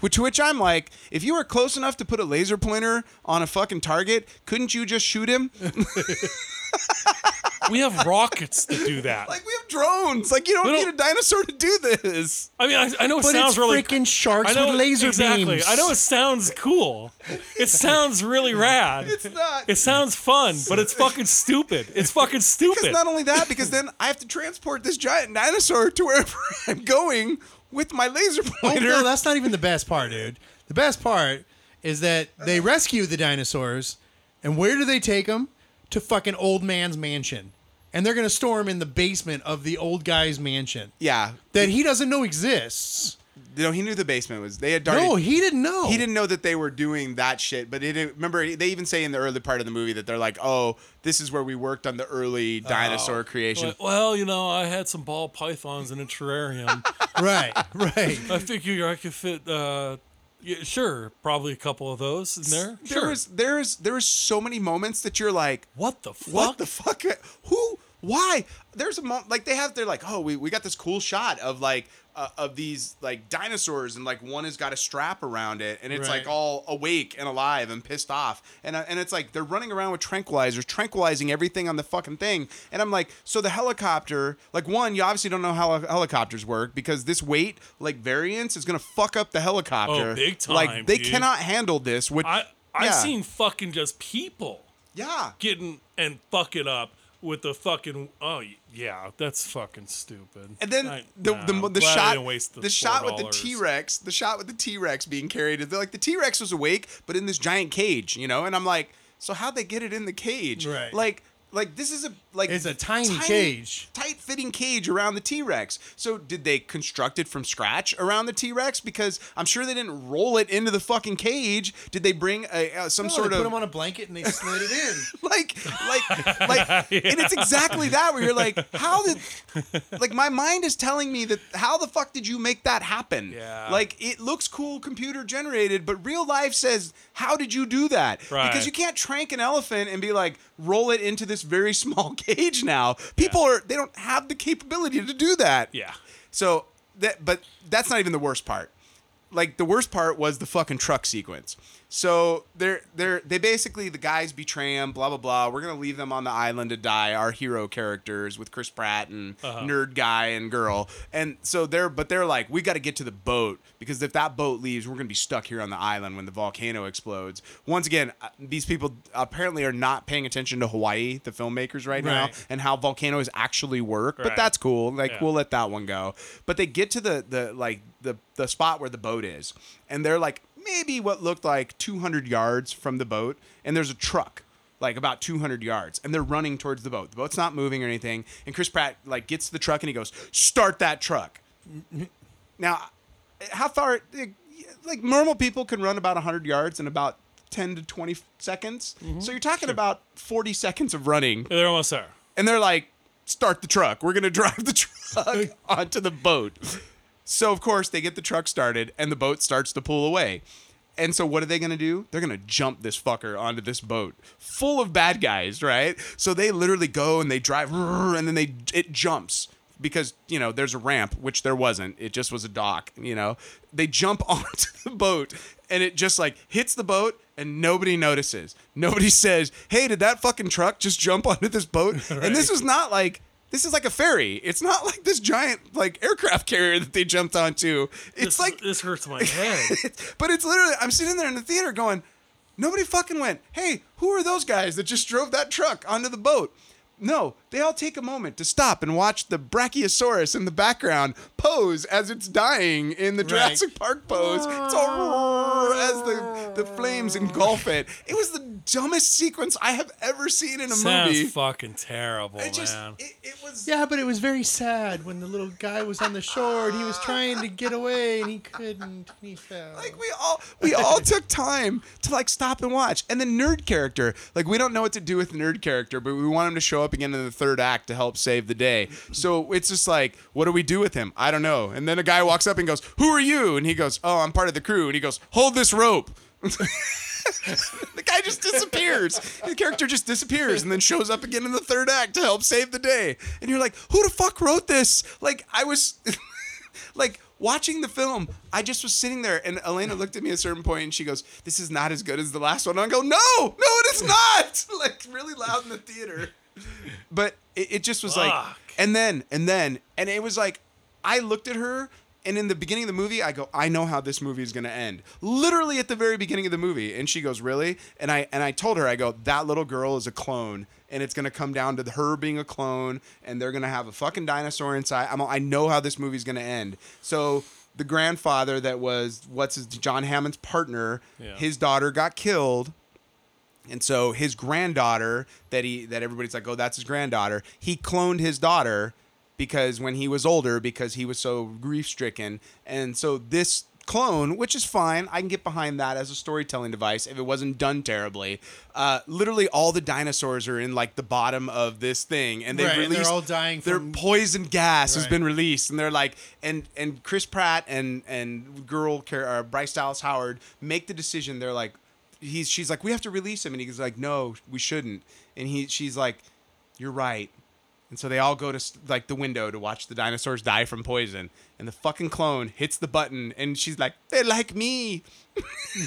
[SPEAKER 2] Which, which I'm like, if you were close enough to put a laser pointer on a fucking target, couldn't you just shoot him?
[SPEAKER 5] We have rockets to do that.
[SPEAKER 2] like we have drones. Like you don't,
[SPEAKER 5] We don't-
[SPEAKER 2] need a dinosaur to do this.
[SPEAKER 5] I mean, I, I know it
[SPEAKER 4] but
[SPEAKER 5] sounds
[SPEAKER 4] it's
[SPEAKER 5] really
[SPEAKER 4] freaking sharks
[SPEAKER 5] I know
[SPEAKER 4] with laser
[SPEAKER 5] exactly.
[SPEAKER 4] beams.
[SPEAKER 5] I know it sounds cool. It sounds really rad.
[SPEAKER 2] It's not.
[SPEAKER 5] It sounds fun, but it's fucking stupid. It's fucking
[SPEAKER 2] Because
[SPEAKER 5] stupid.
[SPEAKER 2] not only that, because then I have to transport this giant dinosaur to wherever I'm going with my laser
[SPEAKER 4] Oh,
[SPEAKER 2] pointer.
[SPEAKER 4] no, that's not even the best part, dude. The best part is that they rescue the dinosaurs, and where do they take them? To fucking old man's mansion, and they're gonna store him in the basement of the old guy's mansion
[SPEAKER 2] yeah.
[SPEAKER 4] that he doesn't know exists.
[SPEAKER 2] No, he knew the basement was. They had already.
[SPEAKER 4] No, he didn't know.
[SPEAKER 2] he didn't know that they were doing that shit, but it didn't, remember they even say in the early part of the movie that they're like, "Oh, this is where we worked on the early
[SPEAKER 4] Oh.
[SPEAKER 2] dinosaur creation."
[SPEAKER 5] Like, well, you know, I had some ball pythons in a terrarium.
[SPEAKER 4] Right, right.
[SPEAKER 5] I figured I could fit. Uh, yeah, sure, probably a couple of those in there.
[SPEAKER 2] There
[SPEAKER 5] sure.
[SPEAKER 2] was there is there is so many moments that you're like,
[SPEAKER 5] what the fuck?
[SPEAKER 2] What the fuck? Who? Why? There's a moment like they have. They're like, oh, we, we got this cool shot of like uh, of these like dinosaurs, and like one has got a strap around it, and it's like
[SPEAKER 4] Right.
[SPEAKER 2] all awake and alive and pissed off, and I- and it's like they're running around with tranquilizers, tranquilizing everything on the fucking thing, and I'm like, so the helicopter, like one, you obviously don't know how helicopters work because this weight like variance is gonna fuck up the helicopter.
[SPEAKER 5] Oh, big time,
[SPEAKER 2] Like they
[SPEAKER 5] dude.
[SPEAKER 2] cannot handle this. Which
[SPEAKER 5] I I've
[SPEAKER 2] yeah.
[SPEAKER 5] seen fucking just people
[SPEAKER 2] yeah.
[SPEAKER 5] getting and fucking up with the fucking. Oh yeah, that's fucking stupid.
[SPEAKER 2] And then
[SPEAKER 5] I-
[SPEAKER 2] the,
[SPEAKER 5] nah,
[SPEAKER 2] the,
[SPEAKER 5] I'm
[SPEAKER 2] the
[SPEAKER 5] glad I
[SPEAKER 2] shot
[SPEAKER 5] didn't waste
[SPEAKER 2] the shot with the
[SPEAKER 5] $4.
[SPEAKER 2] T Rex the shot with the T Rex being carried is like the T Rex was awake but in this giant cage you know and I'm like so how'd they get it in the cage
[SPEAKER 4] Right.
[SPEAKER 2] like like this is a like
[SPEAKER 4] It's a tiny cage.
[SPEAKER 2] tight fitting cage around the T Rex so did they construct it from scratch around the T Rex because I'm sure they didn't roll it into the fucking cage did they bring a, uh, some
[SPEAKER 4] No,
[SPEAKER 2] sort
[SPEAKER 4] they
[SPEAKER 2] of
[SPEAKER 4] put him on a blanket and they slid it in.
[SPEAKER 2] like like like and it's exactly that where you're like how did like my mind is telling me that how the fuck did you make that happen
[SPEAKER 5] Yeah.
[SPEAKER 2] like it looks cool computer generated but real life says how did you do that
[SPEAKER 5] Right.
[SPEAKER 2] because you can't trank an elephant and be like roll it into this very small cage now people are they don't have the capability to do that
[SPEAKER 5] Yeah.
[SPEAKER 2] so that but that's not even the worst part. Like the worst part was the fucking truck sequence. So they're they're they basically the guys betray him, blah blah blah. We're gonna leave them on the island to die. Our hero characters with Chris Pratt and nerd guy and girl, and so they're but they're like we got to get to the boat because if that boat leaves, we're gonna be stuck here on the island when the volcano explodes. Once again, uh, these people apparently are not paying attention to Hawaii, the filmmakers right, now,
[SPEAKER 4] Right.
[SPEAKER 2] and how volcanoes actually work. But
[SPEAKER 5] Right.
[SPEAKER 2] that's cool. Like
[SPEAKER 5] Yeah.
[SPEAKER 2] we'll let that one go. But they get to the the like the the spot where the boat is, and they're like maybe what looked like 200 yards from the boat, and there's a truck like about 200 yards, and they're running towards the boat. The boat's not moving or anything, and Chris Pratt like gets to the truck and he goes, "Start that truck." Now, how far? Like normal people can run about 100 yards in about 10 to 20 seconds. So you're talking about 40 seconds of running
[SPEAKER 5] They're almost there.
[SPEAKER 2] and they're like, start the truck. We're going to drive the truck onto the boat. So, of course, they get the truck started and the boat starts to pull away. And so, what are they going to do? They're going to jump this fucker onto this boat full of bad guys, right? So, they literally go and they drive, and then they it jumps because you know there's a ramp, which there wasn't. It just was a dock. You know, they jump onto the boat and it just like hits the boat and nobody notices. Nobody says, "Hey, did that fucking truck just jump onto this boat?" And this was not like this is like a ferry. It's not like this giant like aircraft carrier that they jumped onto. It's
[SPEAKER 5] This-
[SPEAKER 2] like
[SPEAKER 5] this hurts my head.
[SPEAKER 2] but it's literally, I'm sitting there in the theater going, nobody fucking went, hey, who are those guys that just drove that truck onto the boat? No, they all take a moment to stop and watch the Brachiosaurus in the background pose as it's dying in the Jurassic Park pose. It's all roar
[SPEAKER 5] Ah.
[SPEAKER 2] as the, the flames engulf it. It was the dumbest sequence I have ever seen in a
[SPEAKER 5] Sounds
[SPEAKER 2] movie.
[SPEAKER 5] fucking terrible,
[SPEAKER 2] It just,
[SPEAKER 5] man.
[SPEAKER 2] it, it was.
[SPEAKER 4] Yeah, but it was very sad when the little guy was on the shore and he was trying to get away and he couldn't. And he fell.
[SPEAKER 2] Like we all we all took time to like stop and watch. And the nerd character, like we don't know what to do with the nerd character, but we want him to show up again in the third act to help save the day. So it's just like, what do we do with him? I don't know. And then a guy walks up and goes, "Who are you?" And he goes, "Oh, I'm part of the crew." And he goes, "Hold this rope." the guy just disappears. the character just disappears and then shows up again in the third act to help save the day. And you're like, who the fuck wrote this? Like, I was like watching the film, I just was sitting there and Elena looked at me at a certain point and she goes, This is not as good as the last one. And I go, No, no, it is not. like really loud in the theater. But it, it just was like
[SPEAKER 5] Fuck.
[SPEAKER 2] and then and then and it was like I looked at her and in the beginning of the movie I go, I know how this movie is gonna end. Literally at the very beginning of the movie. And she goes, Really? And I and I told her, I go, that little girl is a clone. And it's gonna come down to her being a clone, and they're gonna have a fucking dinosaur inside. I'm, I know how this movie's gonna end. So the grandfather that was what's his John Hammond's partner,
[SPEAKER 5] Yeah.
[SPEAKER 2] his daughter got killed, and so his granddaughter that he that everybody's like, oh, that's his granddaughter. He cloned his daughter because when he was older, because he was so grief stricken, and so this clone, which is fine, I can get behind that as a storytelling device if it wasn't done terribly. Uh, literally, all the dinosaurs are in like the bottom of this thing, and they
[SPEAKER 4] Right, and they're
[SPEAKER 2] released
[SPEAKER 4] all dying
[SPEAKER 2] their
[SPEAKER 4] from-
[SPEAKER 2] poison gas has
[SPEAKER 4] Right.
[SPEAKER 2] been released, and they're like, and and Chris Pratt and and girl Car- uh, Bryce Dallas Howard make the decision. They're like, he's she's like, we have to release him, and he's like, no, we shouldn't, and he she's like, you're right, and so they all go to s- like the window to watch the dinosaurs die from poison, and the fucking clone hits the button, and she's like, they're like me,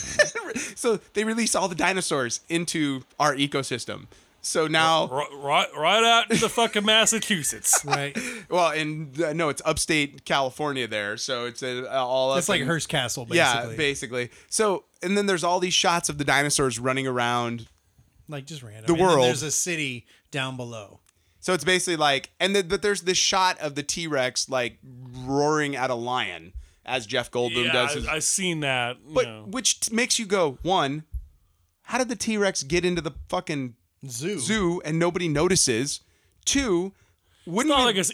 [SPEAKER 2] so they release all the dinosaurs into our ecosystem. So now
[SPEAKER 5] Right, right, right out to the fucking Massachusetts.
[SPEAKER 4] right?
[SPEAKER 2] Well, and uh, no, it's upstate California there, so it's uh, all up.
[SPEAKER 4] It's like
[SPEAKER 2] in-
[SPEAKER 4] Hearst Castle, basically.
[SPEAKER 2] Yeah, basically. So, and then there's all these shots of the dinosaurs running around.
[SPEAKER 4] like just random.
[SPEAKER 2] The
[SPEAKER 4] And then
[SPEAKER 2] world.
[SPEAKER 4] There's a city down below.
[SPEAKER 2] So it's basically like, and then but there's this shot of the T Rex like roaring at a lion as Jeff Goldblum
[SPEAKER 5] Yeah,
[SPEAKER 2] does his.
[SPEAKER 5] I, have seen that.
[SPEAKER 2] but
[SPEAKER 5] you know.
[SPEAKER 2] which t- makes you go one, how did the T Rex get into the fucking
[SPEAKER 4] Zoo.
[SPEAKER 2] zoo and nobody notices? Two, wouldn't
[SPEAKER 5] It's
[SPEAKER 2] we-
[SPEAKER 5] not like it's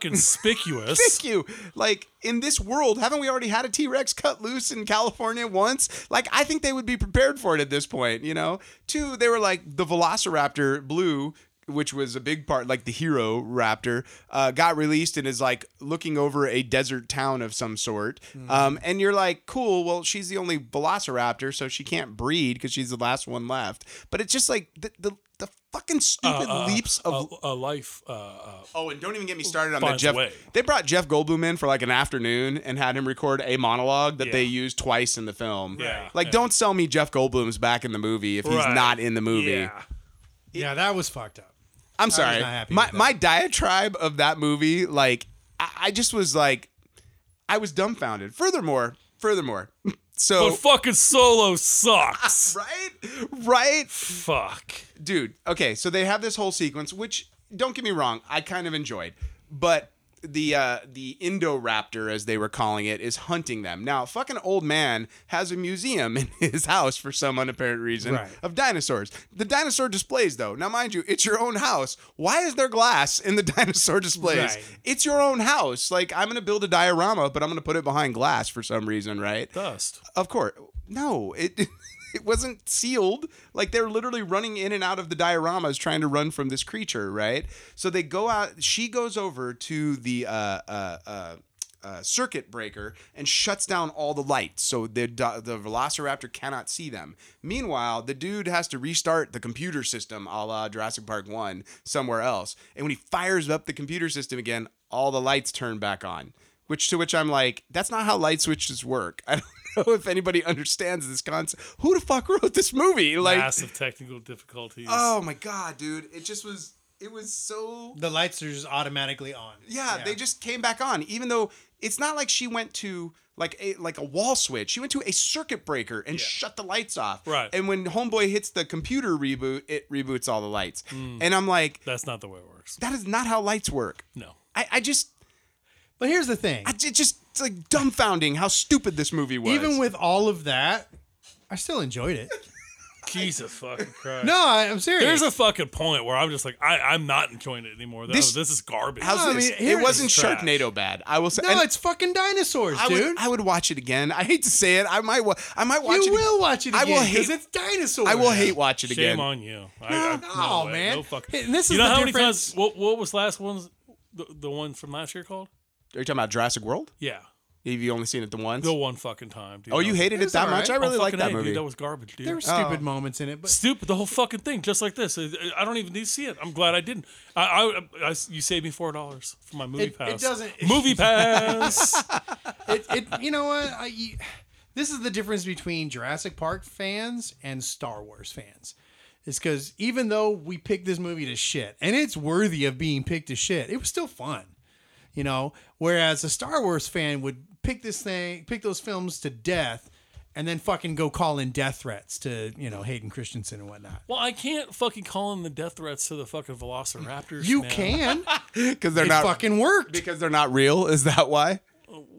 [SPEAKER 2] Thank
[SPEAKER 5] conspicuous.
[SPEAKER 2] you. Like in this world, haven't we already had a T Rex cut loose in California once? Like I think they would be prepared for it at this point. You know, two they were like the Velociraptor Blue. Which was a big part, like the hero raptor, uh, got released and is like looking over a desert town of some sort. Um, and you're like, cool, well, she's the only velociraptor, so she can't breed because she's the last one left. But it's just like the, the, the fucking stupid leaps of
[SPEAKER 5] a, a life. Uh, uh,
[SPEAKER 2] Oh, and don't even get me started on that
[SPEAKER 5] Finds
[SPEAKER 2] Jeff.
[SPEAKER 5] a way.
[SPEAKER 2] They brought Jeff Goldblum in for like an afternoon and had him record a monologue that they used twice in the film.
[SPEAKER 5] Yeah.
[SPEAKER 2] Like, don't sell me Jeff Goldblum's back in the movie if he's
[SPEAKER 5] Right.
[SPEAKER 2] not in the movie.
[SPEAKER 5] yeah.
[SPEAKER 4] Yeah, that was fucked up.
[SPEAKER 2] I'm sorry.
[SPEAKER 4] not happy
[SPEAKER 2] my
[SPEAKER 4] with that.
[SPEAKER 2] my diatribe of that movie, like, I, I just was like, I was dumbfounded. Furthermore, furthermore, so
[SPEAKER 5] But fucking solo sucks.
[SPEAKER 2] right, right.
[SPEAKER 5] Fuck.
[SPEAKER 2] dude. Okay, so they have this whole sequence, which don't get me wrong, I kind of enjoyed, but the uh, the Indoraptor, as they were calling it, is hunting them. Now, fucking old man has a museum in his house for some unapparent reason
[SPEAKER 4] Right.
[SPEAKER 2] of dinosaurs. The dinosaur displays, though. Now, mind you, it's your own house. Why is there glass in the dinosaur displays?
[SPEAKER 4] Right.
[SPEAKER 2] It's your own house. Like I'm gonna build a diorama, but I'm gonna put it behind glass for some reason, right?
[SPEAKER 5] Dust.
[SPEAKER 2] Of course. No, it it wasn't sealed. Like they're literally running in and out of the dioramas trying to run from this creature, right? So they go out she goes over to the uh uh uh uh, circuit breaker and shuts down all the lights so the do- the velociraptor cannot see them. Meanwhile, the dude has to restart the computer system a la Jurassic Park 1 somewhere else. And when he fires up the computer system again, all the lights turn back on. Which to which I'm like, that's not how light switches work. I don't know if anybody understands this concept. Who the fuck wrote this movie? Like,
[SPEAKER 5] Massive technical difficulties.
[SPEAKER 2] oh my god, dude, it just was. It was so
[SPEAKER 4] The lights are just automatically on.
[SPEAKER 2] yeah, they just came back on, even though it's not like she went to like a like a wall switch. She went to a circuit breaker and shut the lights off.
[SPEAKER 5] Right.
[SPEAKER 2] And when Homeboy hits the computer reboot, it reboots all the lights. And I'm like,
[SPEAKER 5] That's not the way it works.
[SPEAKER 2] that is not how lights work.
[SPEAKER 5] No.
[SPEAKER 2] I, I just
[SPEAKER 4] But here's the thing.
[SPEAKER 2] I ju- just it's like dumbfounding how stupid this movie was.
[SPEAKER 4] Even with all of that, I still enjoyed it.
[SPEAKER 5] Jesus fucking Christ.
[SPEAKER 4] No, I, I'm serious.
[SPEAKER 5] There's a fucking point where I'm just like, I, I'm not enjoying it anymore. This,
[SPEAKER 2] This-
[SPEAKER 5] this, is garbage.
[SPEAKER 2] how's
[SPEAKER 4] No, I
[SPEAKER 2] this?
[SPEAKER 4] mean, here
[SPEAKER 2] it
[SPEAKER 4] it
[SPEAKER 2] wasn't
[SPEAKER 5] is. Trash.
[SPEAKER 2] Sharknado bad. I will say.
[SPEAKER 4] no,
[SPEAKER 2] and
[SPEAKER 4] it's fucking dinosaurs,
[SPEAKER 2] I
[SPEAKER 4] dude.
[SPEAKER 2] would I would watch it again. I hate to say it. I might wa- I might watch
[SPEAKER 4] you
[SPEAKER 2] it.
[SPEAKER 4] will watch it
[SPEAKER 2] I
[SPEAKER 4] again
[SPEAKER 2] will hate-
[SPEAKER 4] because it's dinosaurs.
[SPEAKER 2] I will hate watch it
[SPEAKER 5] Shame
[SPEAKER 2] again.
[SPEAKER 5] on you. I, I,
[SPEAKER 4] No,
[SPEAKER 5] way.
[SPEAKER 4] man.
[SPEAKER 5] No fucking.
[SPEAKER 4] Hey, and this
[SPEAKER 5] you
[SPEAKER 4] is
[SPEAKER 5] know
[SPEAKER 4] the
[SPEAKER 5] how many
[SPEAKER 4] difference-
[SPEAKER 5] times? What, what was last one's the, the one from last year called?
[SPEAKER 2] Are you talking about Jurassic World?
[SPEAKER 5] Yeah,
[SPEAKER 2] Have you only seen it the once?
[SPEAKER 5] the one fucking time. Dude.
[SPEAKER 2] Oh, you hated it,
[SPEAKER 4] was
[SPEAKER 2] that
[SPEAKER 4] alright.
[SPEAKER 2] much? I really like
[SPEAKER 5] like
[SPEAKER 2] that movie.
[SPEAKER 5] Dude, that was garbage, dude.
[SPEAKER 4] There were
[SPEAKER 2] Oh.
[SPEAKER 4] stupid moments in it, but
[SPEAKER 5] Stupid, the whole fucking thing, just like this. I, I- I don't even need to see it. I'm glad I didn't. I, I, I- you saved me four dollars for my movie
[SPEAKER 4] It- it
[SPEAKER 5] pass.
[SPEAKER 4] doesn't-
[SPEAKER 5] Movie pass.
[SPEAKER 4] it, it you know what I, you- this is the difference between jurassic park fans and star wars fans it's because even though we picked this movie to shit and it's worthy of being picked to shit it was still fun you know whereas a star wars fan would pick this thing pick those films to death and then fucking go call in death threats to you know hayden christensen and whatnot
[SPEAKER 5] well, I can't fucking call in the death threats to the fucking Velociraptors.
[SPEAKER 4] you
[SPEAKER 5] now.
[SPEAKER 4] can
[SPEAKER 2] because they're
[SPEAKER 4] it
[SPEAKER 2] not
[SPEAKER 4] fucking worked
[SPEAKER 2] because they're not real. Is that why?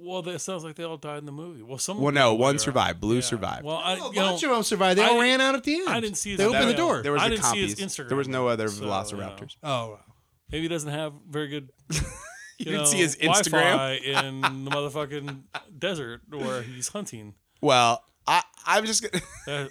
[SPEAKER 5] Well, that sounds like they all died in the movie. Well, some.
[SPEAKER 2] Well, no, one survived. Blue survived.
[SPEAKER 5] Well, I,
[SPEAKER 4] a
[SPEAKER 5] you know,
[SPEAKER 4] bunch of them survived they
[SPEAKER 5] I
[SPEAKER 4] all
[SPEAKER 5] didn't-
[SPEAKER 4] ran out at the end
[SPEAKER 5] I didn't see his
[SPEAKER 4] they opened the
[SPEAKER 5] video.
[SPEAKER 4] door
[SPEAKER 2] there was
[SPEAKER 5] I
[SPEAKER 2] the
[SPEAKER 5] didn't see his
[SPEAKER 2] copies.
[SPEAKER 5] Instagram,
[SPEAKER 2] There was no other
[SPEAKER 5] so,
[SPEAKER 2] Velociraptors.
[SPEAKER 4] oh
[SPEAKER 5] maybe he doesn't have very good. You,
[SPEAKER 2] didn't
[SPEAKER 5] know,
[SPEAKER 2] see his
[SPEAKER 5] Wi-Fi in the motherfucking desert where he's hunting.
[SPEAKER 2] Well, I I'm just. Gonna,
[SPEAKER 5] Uh,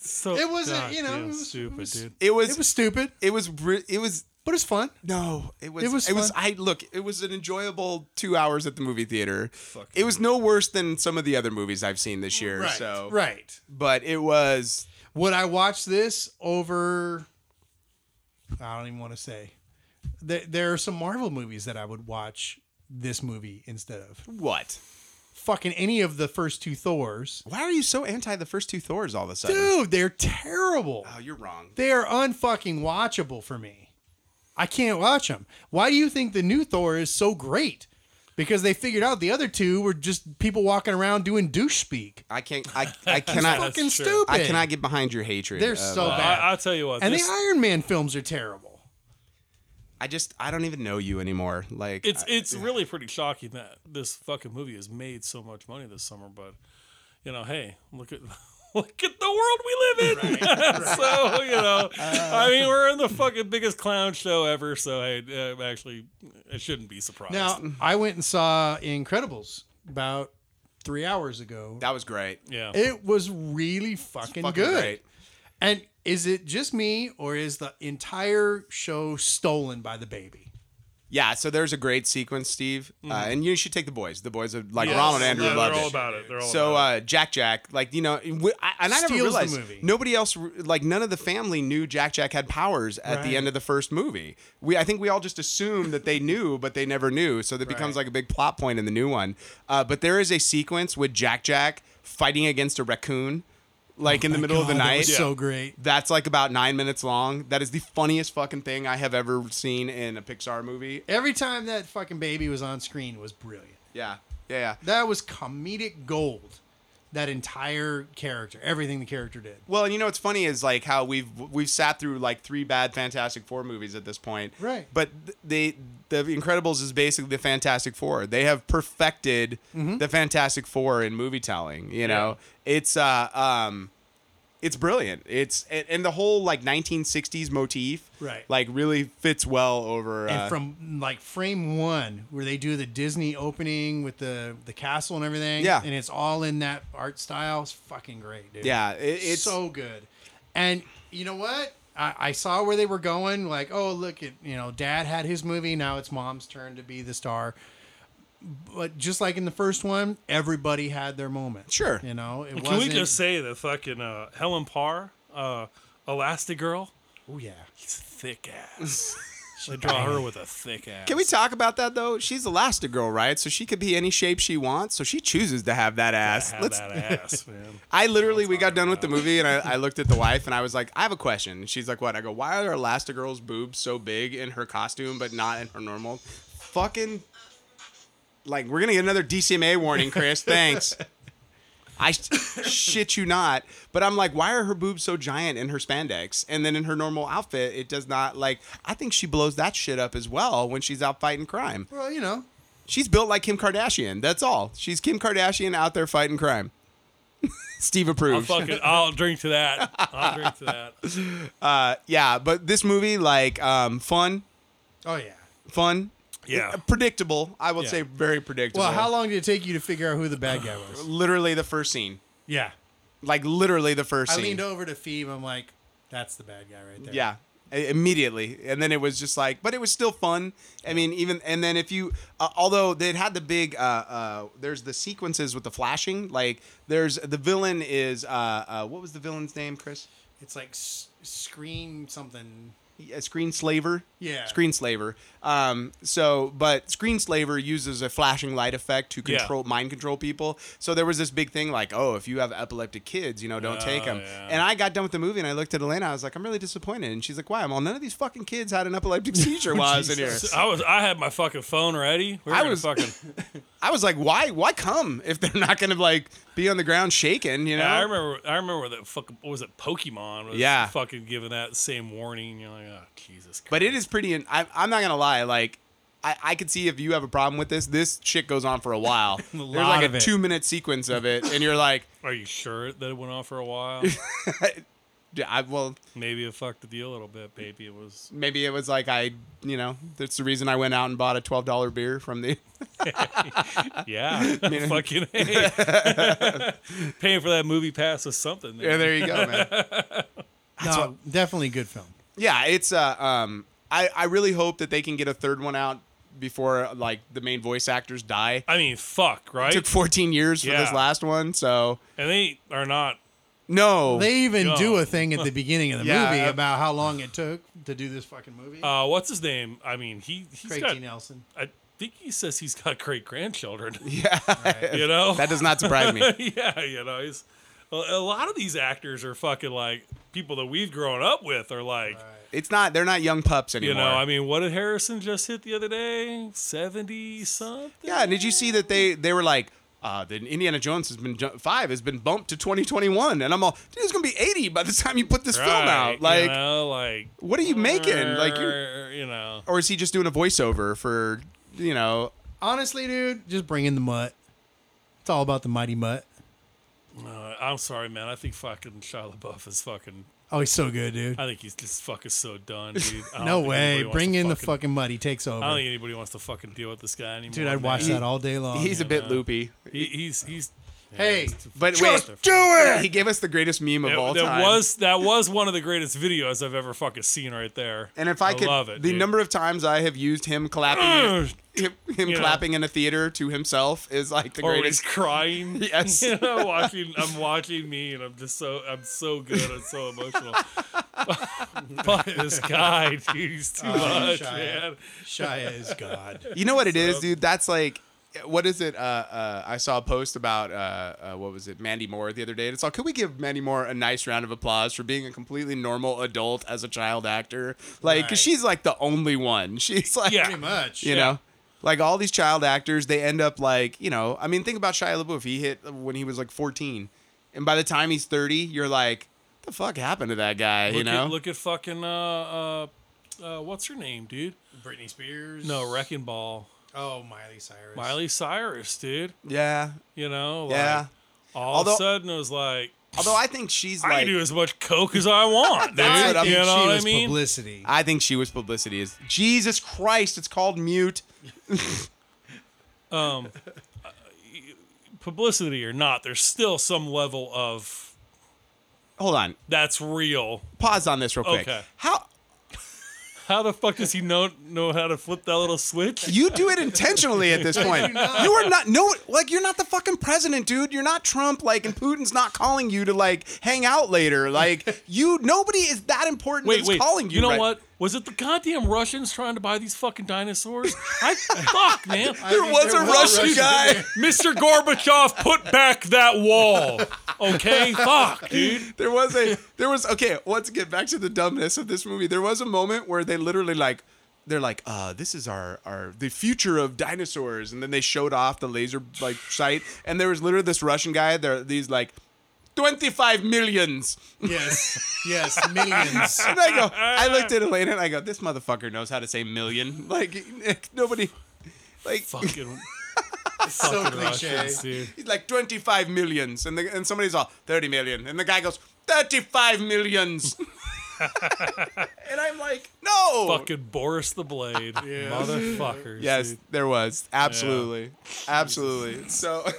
[SPEAKER 5] so
[SPEAKER 4] It wasn't, you know,
[SPEAKER 5] goddamn
[SPEAKER 4] it was- it
[SPEAKER 5] stupid,
[SPEAKER 4] was-
[SPEAKER 5] dude.
[SPEAKER 2] it was
[SPEAKER 4] it was stupid
[SPEAKER 2] it was re- it was
[SPEAKER 4] but it's fun
[SPEAKER 2] no it was
[SPEAKER 4] It was
[SPEAKER 2] I look it was an enjoyable two hours at the movie theater. it was no worse than some of the other movies I've seen this year.
[SPEAKER 4] Right.
[SPEAKER 2] So
[SPEAKER 4] Right.
[SPEAKER 2] but it was
[SPEAKER 4] Would I watch this over? I don't even want to say. There, there are some Marvel movies that I would watch this movie instead of
[SPEAKER 2] what?
[SPEAKER 4] fucking any of the first two Thors.
[SPEAKER 2] Why are you so anti the first two Thors all of a sudden?
[SPEAKER 4] Dude, they're terrible.
[SPEAKER 2] Oh, you're wrong.
[SPEAKER 4] They're unfucking watchable for me. I can't watch them. Why do you think the new Thor is so great? Because they figured out the other two were just people walking around doing douche speak.
[SPEAKER 2] I can't. I I cannot.
[SPEAKER 4] Fucking
[SPEAKER 5] true.
[SPEAKER 4] stupid.
[SPEAKER 2] I cannot get behind your hatred.
[SPEAKER 4] They're
[SPEAKER 2] of,
[SPEAKER 4] so
[SPEAKER 2] uh,
[SPEAKER 4] bad.
[SPEAKER 5] I, I'll tell you what.
[SPEAKER 4] and
[SPEAKER 5] this-
[SPEAKER 4] the Iron Man films are terrible.
[SPEAKER 2] I just I don't even know you anymore. Like
[SPEAKER 5] it's
[SPEAKER 2] I-
[SPEAKER 5] it's really pretty shocking that this fucking movie has made so much money this summer. But you know, hey, look at look at the world we live in. so you know, I mean, we're in the fucking biggest clown show ever. So hey, uh, actually, I shouldn't be surprised.
[SPEAKER 4] Now, I went and saw Incredibles about three hours ago.
[SPEAKER 2] that was great.
[SPEAKER 5] yeah,
[SPEAKER 4] It was really fucking,
[SPEAKER 2] fucking
[SPEAKER 4] good.
[SPEAKER 2] great.
[SPEAKER 4] And is it just me, or is the entire show stolen by the baby?
[SPEAKER 2] Yeah, so there's a great sequence, Steve, uh, and you should take the boys. The boys are like Ron and Andrew
[SPEAKER 5] Mm-hmm. they're,
[SPEAKER 2] love
[SPEAKER 5] all
[SPEAKER 2] it.
[SPEAKER 5] about it. They're all
[SPEAKER 2] So
[SPEAKER 5] about
[SPEAKER 2] uh, Jack Jack, like you know, and we- I, and I never
[SPEAKER 4] Steals the
[SPEAKER 2] realized
[SPEAKER 4] movie.
[SPEAKER 2] nobody else, re- like none of the family knew Jack Jack had powers at the end of the first movie. We I think we all just assumed that they knew, but they never knew. So that becomes like a big plot point in the new one. Uh, but there is a sequence with Jack Jack fighting against a raccoon, like in the middle of the
[SPEAKER 4] Oh God, that
[SPEAKER 2] night.
[SPEAKER 4] was so great.
[SPEAKER 2] That's like about nine minutes long. That is the funniest fucking thing I have ever seen in a Pixar movie.
[SPEAKER 4] Every time that fucking baby was on screen was brilliant.
[SPEAKER 2] Yeah, yeah, yeah.
[SPEAKER 4] That was comedic gold. That entire character, everything the character did.
[SPEAKER 2] Well, you know what's funny is like how we've we've sat through like three bad Fantastic Four movies at this point.
[SPEAKER 4] Right.
[SPEAKER 2] But th- they the Incredibles is basically the Fantastic Four. They have perfected
[SPEAKER 4] Mm-hmm.
[SPEAKER 2] the Fantastic Four in movie telling. You know, it's uh um, it's brilliant. It's and, and the whole like 1960s motif.
[SPEAKER 4] Right.
[SPEAKER 2] Like really fits well over. uh,
[SPEAKER 4] and from like frame one where they do the disney opening with the the castle and everything
[SPEAKER 2] Yeah.
[SPEAKER 4] and it's all in that art style it's fucking great dude
[SPEAKER 2] yeah, it, it's
[SPEAKER 4] so good and you know what I, I saw where they were going like oh look at you know dad had his movie now it's mom's turn to be the star but just like in the first one everybody had their moment
[SPEAKER 2] Sure.
[SPEAKER 4] you know it
[SPEAKER 5] Can we
[SPEAKER 4] wasn't
[SPEAKER 5] just say that fucking uh, Helen Parr, uh, Elastigirl,
[SPEAKER 4] oh yeah
[SPEAKER 5] thick ass. They draw her with a thick ass.
[SPEAKER 2] Can we talk about that though? She's Elastigirl, right? So she could be any shape she wants. So she chooses to have that ass.
[SPEAKER 5] have
[SPEAKER 2] Let's.
[SPEAKER 5] that ass, man?
[SPEAKER 2] I literally, we got done with the movie, and I, I looked at the wife, and I was like, "I have a question." And she's like, "What?" I go, "Why are Elastigirl's boobs so big in her costume, but not in her normal?" Fucking. Like we're gonna get another DCMA warning, Chris. Thanks. I s- shit you not, but I'm like, why are her boobs so giant in her spandex? And then in her normal outfit, it does not. Like, I think she blows that shit up as well when she's out fighting crime.
[SPEAKER 4] Well, you know,
[SPEAKER 2] She's built like Kim Kardashian. That's all. She's Kim Kardashian out there fighting crime. Steve
[SPEAKER 5] I'll
[SPEAKER 2] approves.
[SPEAKER 5] fucking. I'll drink to that. I'll drink to that.
[SPEAKER 2] yeah, but this movie, like, um, fun,
[SPEAKER 4] oh yeah.
[SPEAKER 2] fun,
[SPEAKER 5] Yeah.
[SPEAKER 2] predictable. I will
[SPEAKER 5] Yeah.
[SPEAKER 2] say very predictable.
[SPEAKER 4] Ah. Well, how long did it take you to figure out who the bad guy was?
[SPEAKER 2] Literally the first scene.
[SPEAKER 4] Yeah,
[SPEAKER 2] Like literally the first
[SPEAKER 4] I
[SPEAKER 2] scene.
[SPEAKER 4] leaned over to Phoebe. I'm like, that's the bad guy right there.
[SPEAKER 2] Yeah. I- Immediately, and then it was just like, but it was still fun. I mean, even and then if you, uh, although they had the big, uh, uh, there's the sequences with the flashing. Like, there's the villain is, uh, uh, what was the villain's name, Chris?
[SPEAKER 4] it's like s- scream something.
[SPEAKER 2] a screen slaver.
[SPEAKER 4] Yeah.
[SPEAKER 2] Screen slaver. Um, so, but screen slaver uses a flashing light effect to
[SPEAKER 5] Yeah.
[SPEAKER 2] control, mind control people. So there was this big thing like, oh, if you have epileptic kids, you know, don't take 'em. take them.
[SPEAKER 5] Oh, yeah.
[SPEAKER 2] And I got done with the movie and I looked at Elena. I was like, I'm really disappointed. And she's like, why? Well, none of these fucking kids had an epileptic seizure while I was in here.
[SPEAKER 5] So I was. I had my fucking phone ready. We were
[SPEAKER 2] I
[SPEAKER 5] gonna
[SPEAKER 2] was-
[SPEAKER 5] fucking.
[SPEAKER 2] I was like, why? Why come if they're not going to like be on the ground shaking? You know.
[SPEAKER 5] I remember. I remember that fucking. what Was it Pokemon? Was
[SPEAKER 2] Yeah.
[SPEAKER 5] Fucking giving that same warning. You're like, oh Jesus. Christ.
[SPEAKER 2] But it is pretty. In, I, I'm not gonna lie. Like, I, I could see if you have a problem with this. This shit goes on for a while. There's
[SPEAKER 4] lot
[SPEAKER 2] like
[SPEAKER 4] of
[SPEAKER 2] a
[SPEAKER 4] it.
[SPEAKER 2] two minute sequence of it, and you're like,
[SPEAKER 5] Are you sure that it went on for a while?
[SPEAKER 2] D- I, well,
[SPEAKER 5] Maybe it fucked the deal a little bit. Maybe it was.
[SPEAKER 2] maybe it was like I, you know, that's the reason I went out and bought a twelve dollar beer from the. Uh,
[SPEAKER 5] Yeah. fucking. Hey. Paying for that movie pass was something.
[SPEAKER 2] Yeah, there you go, man.
[SPEAKER 4] No, definitely good film.
[SPEAKER 2] Yeah, it's uh, um, I I really hope that they can get a third one out before like the main voice actors die.
[SPEAKER 5] I mean, fuck, right?
[SPEAKER 2] It took 14 years for this
[SPEAKER 5] Yeah.
[SPEAKER 2] last one, so
[SPEAKER 5] and they are not. Oh,
[SPEAKER 2] no.
[SPEAKER 4] They even
[SPEAKER 5] Yo.
[SPEAKER 4] do a thing at the beginning of the
[SPEAKER 2] Yeah,
[SPEAKER 4] movie
[SPEAKER 2] I-
[SPEAKER 4] about how long it took to do this fucking movie.
[SPEAKER 5] Uh, what's his name? I mean, he he's
[SPEAKER 4] Craig
[SPEAKER 5] got.
[SPEAKER 4] T. Nelson.
[SPEAKER 5] I think he says he's got great grandchildren. Yeah, you know.
[SPEAKER 2] that does not surprise me.
[SPEAKER 5] yeah, you know. He's a a lot of these actors are fucking like people that we've grown up with are like.
[SPEAKER 2] It's not. They're not young pups
[SPEAKER 5] You
[SPEAKER 2] anymore.
[SPEAKER 5] know, I mean, what did Harrison just hit the other day? Seventy something.
[SPEAKER 2] Yeah, and did you see that they they were like, uh, the Indiana Jones has been ju- five has been bumped to 2021, and I'm all, dude, it's gonna be 80 by the time you put this film
[SPEAKER 5] Right,
[SPEAKER 2] out. Like,
[SPEAKER 5] you know, like
[SPEAKER 2] what are you making? Like, you're,
[SPEAKER 5] you know,
[SPEAKER 2] or is he just doing a voiceover for, you know?
[SPEAKER 4] Honestly, dude, just bring in the mutt. It's all about the mighty mutt.
[SPEAKER 5] uh, I'm sorry, man. I think fucking Shia LaBeouf is fucking.
[SPEAKER 4] Oh, he's so good, dude.
[SPEAKER 5] I think he's just fucking so done, dude. I don't
[SPEAKER 4] No
[SPEAKER 5] think
[SPEAKER 4] way.
[SPEAKER 5] anybody wants
[SPEAKER 4] Bring
[SPEAKER 5] to
[SPEAKER 4] in the fucking mutt. He takes
[SPEAKER 5] I don't
[SPEAKER 4] over.
[SPEAKER 5] think anybody wants to fucking deal with this guy anymore.
[SPEAKER 4] Dude, I'd
[SPEAKER 5] man.
[SPEAKER 4] watch that all day long.
[SPEAKER 2] He's a bit loopy,
[SPEAKER 5] He, he's he's.
[SPEAKER 4] Hey,
[SPEAKER 2] but wait,
[SPEAKER 5] do
[SPEAKER 2] he gave us the greatest meme of all
[SPEAKER 5] that
[SPEAKER 2] time.
[SPEAKER 5] was that was one of the greatest videos I've ever fucking seen right there.
[SPEAKER 2] and if I, could,
[SPEAKER 5] love it,
[SPEAKER 2] the
[SPEAKER 5] dude.
[SPEAKER 2] number of times I have used him clapping, him, him
[SPEAKER 5] You know.
[SPEAKER 2] clappking in a theater to himself is like the
[SPEAKER 5] or when
[SPEAKER 2] greatest.
[SPEAKER 5] he's crying.
[SPEAKER 2] Yes.
[SPEAKER 5] you know, watching I'm watching me and I'm just so I'm so good. I'm so emotional. but this guy, dude, he's
[SPEAKER 2] Oh,
[SPEAKER 5] too much,
[SPEAKER 4] Shia.
[SPEAKER 5] man.
[SPEAKER 4] Shia is God.
[SPEAKER 2] You know what it is, dude? That's like, what is it? Uh, uh, I saw a post about uh, uh, what was it, Mandy Moore the other day. and It's all, could we give Mandy Moore a nice round of applause for being a completely normal adult as a child actor? Like, 'cause
[SPEAKER 4] Right.
[SPEAKER 2] she's like the only one. She's like,
[SPEAKER 5] Yeah.
[SPEAKER 4] Pretty much.
[SPEAKER 2] you know. Like all these child actors, they end up like you know. I mean, think about Shia LaBeouf. He hit when he was like 14, and by the time he's 30, you're like, "What the fuck happened to that guy?"
[SPEAKER 5] Look
[SPEAKER 2] you know.
[SPEAKER 5] at look at fucking uh uh, uh what's her name, dude?
[SPEAKER 4] Britney Spears.
[SPEAKER 5] No, Wrecking Ball.
[SPEAKER 4] Oh, Miley Cyrus.
[SPEAKER 5] Miley Cyrus, dude.
[SPEAKER 2] yeah,
[SPEAKER 5] You know, like,
[SPEAKER 2] yeah.
[SPEAKER 5] all
[SPEAKER 2] Although-
[SPEAKER 5] of a sudden it was like
[SPEAKER 2] Although I think she's
[SPEAKER 5] I
[SPEAKER 2] like
[SPEAKER 5] can do as much coke as I want. dude.
[SPEAKER 2] That's
[SPEAKER 4] I
[SPEAKER 2] what I'm-
[SPEAKER 4] think
[SPEAKER 5] you know
[SPEAKER 4] she
[SPEAKER 5] what I
[SPEAKER 4] was
[SPEAKER 5] mean?
[SPEAKER 4] publicity.
[SPEAKER 2] I think she was publicity. Is Jesus Christ? It's called mute.
[SPEAKER 5] Publicity or not, there's still some level of
[SPEAKER 2] Hold on.
[SPEAKER 5] that's real.
[SPEAKER 2] Pause on this real quick.
[SPEAKER 5] Okay.
[SPEAKER 2] How
[SPEAKER 5] How the fuck does he know know how to flip that little switch?
[SPEAKER 2] you do it intentionally at this point? You are not no like you're not the fucking president, dude. You're not Trump. Like, and Putin's not calling you to like hang out later. Like, you nobody is that important.
[SPEAKER 5] Wait,
[SPEAKER 2] that's
[SPEAKER 5] wait.
[SPEAKER 2] calling you.
[SPEAKER 5] know
[SPEAKER 2] right-
[SPEAKER 5] what? Was it the goddamn Russians trying to buy these fucking dinosaurs? I fuck,
[SPEAKER 2] There
[SPEAKER 5] man.
[SPEAKER 4] think
[SPEAKER 2] was
[SPEAKER 4] there
[SPEAKER 2] a
[SPEAKER 4] was a
[SPEAKER 2] Russian
[SPEAKER 4] Russian
[SPEAKER 2] guy.
[SPEAKER 5] Mr. Gorbachev, put back that wall. Okay, fuck, dude.
[SPEAKER 2] There was a there was okay, once again back to the dumbness of this movie. There was a moment where they literally like they're like, uh, this is our our the future of dinosaurs and then they showed off the laser like sight and there was literally this Russian guy there these like 25 millions.
[SPEAKER 4] Yes, yes, millions.
[SPEAKER 2] And I go I looked at Elena and I go this motherfucker knows how to say million. Like nobody like
[SPEAKER 5] Fucking,
[SPEAKER 4] so
[SPEAKER 5] fucking
[SPEAKER 4] cliche.
[SPEAKER 5] Russians, dude.
[SPEAKER 2] He's like 25 millions. And, the, and somebody's all 30 million. And the guy goes, 35 millions. and I'm like, no.
[SPEAKER 5] Fucking Boris the Blade, motherfuckers.
[SPEAKER 2] yes,
[SPEAKER 5] dude.
[SPEAKER 2] there was. Absolutely. Absolutely. So.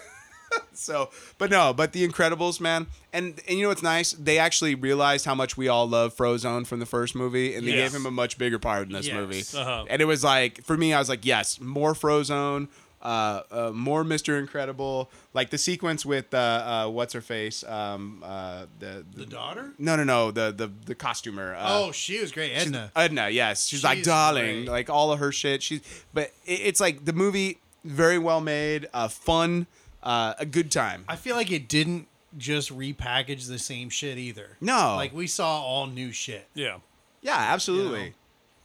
[SPEAKER 2] So, but no, but the Incredibles, man, and and you know what's nice? They actually realized how much we all love Frozone from the first movie, and they
[SPEAKER 5] Yes.
[SPEAKER 2] gave him a much bigger part in this
[SPEAKER 4] Yes.
[SPEAKER 2] movie.
[SPEAKER 5] Uh-huh.
[SPEAKER 2] And it was like for me, I was like, yes, more Frozone, uh, uh, more Mister Incredible. Like the sequence with uh, uh, what's her face, um, uh, the, the
[SPEAKER 4] The daughter?
[SPEAKER 2] no, no, no, the the the costumer. Uh,
[SPEAKER 4] Oh, she was great, Edna.
[SPEAKER 2] Edna, yes. She's like,
[SPEAKER 4] She's
[SPEAKER 2] darling,
[SPEAKER 4] great.
[SPEAKER 2] like all of her shit. She's, but it, it's like the movie, very well made, uh, fun, uh, a good time.
[SPEAKER 4] I feel like it didn't just repackage the same shit either.
[SPEAKER 2] No.
[SPEAKER 4] like we saw all new shit.
[SPEAKER 5] Yeah.
[SPEAKER 2] yeah, absolutely.
[SPEAKER 4] You know.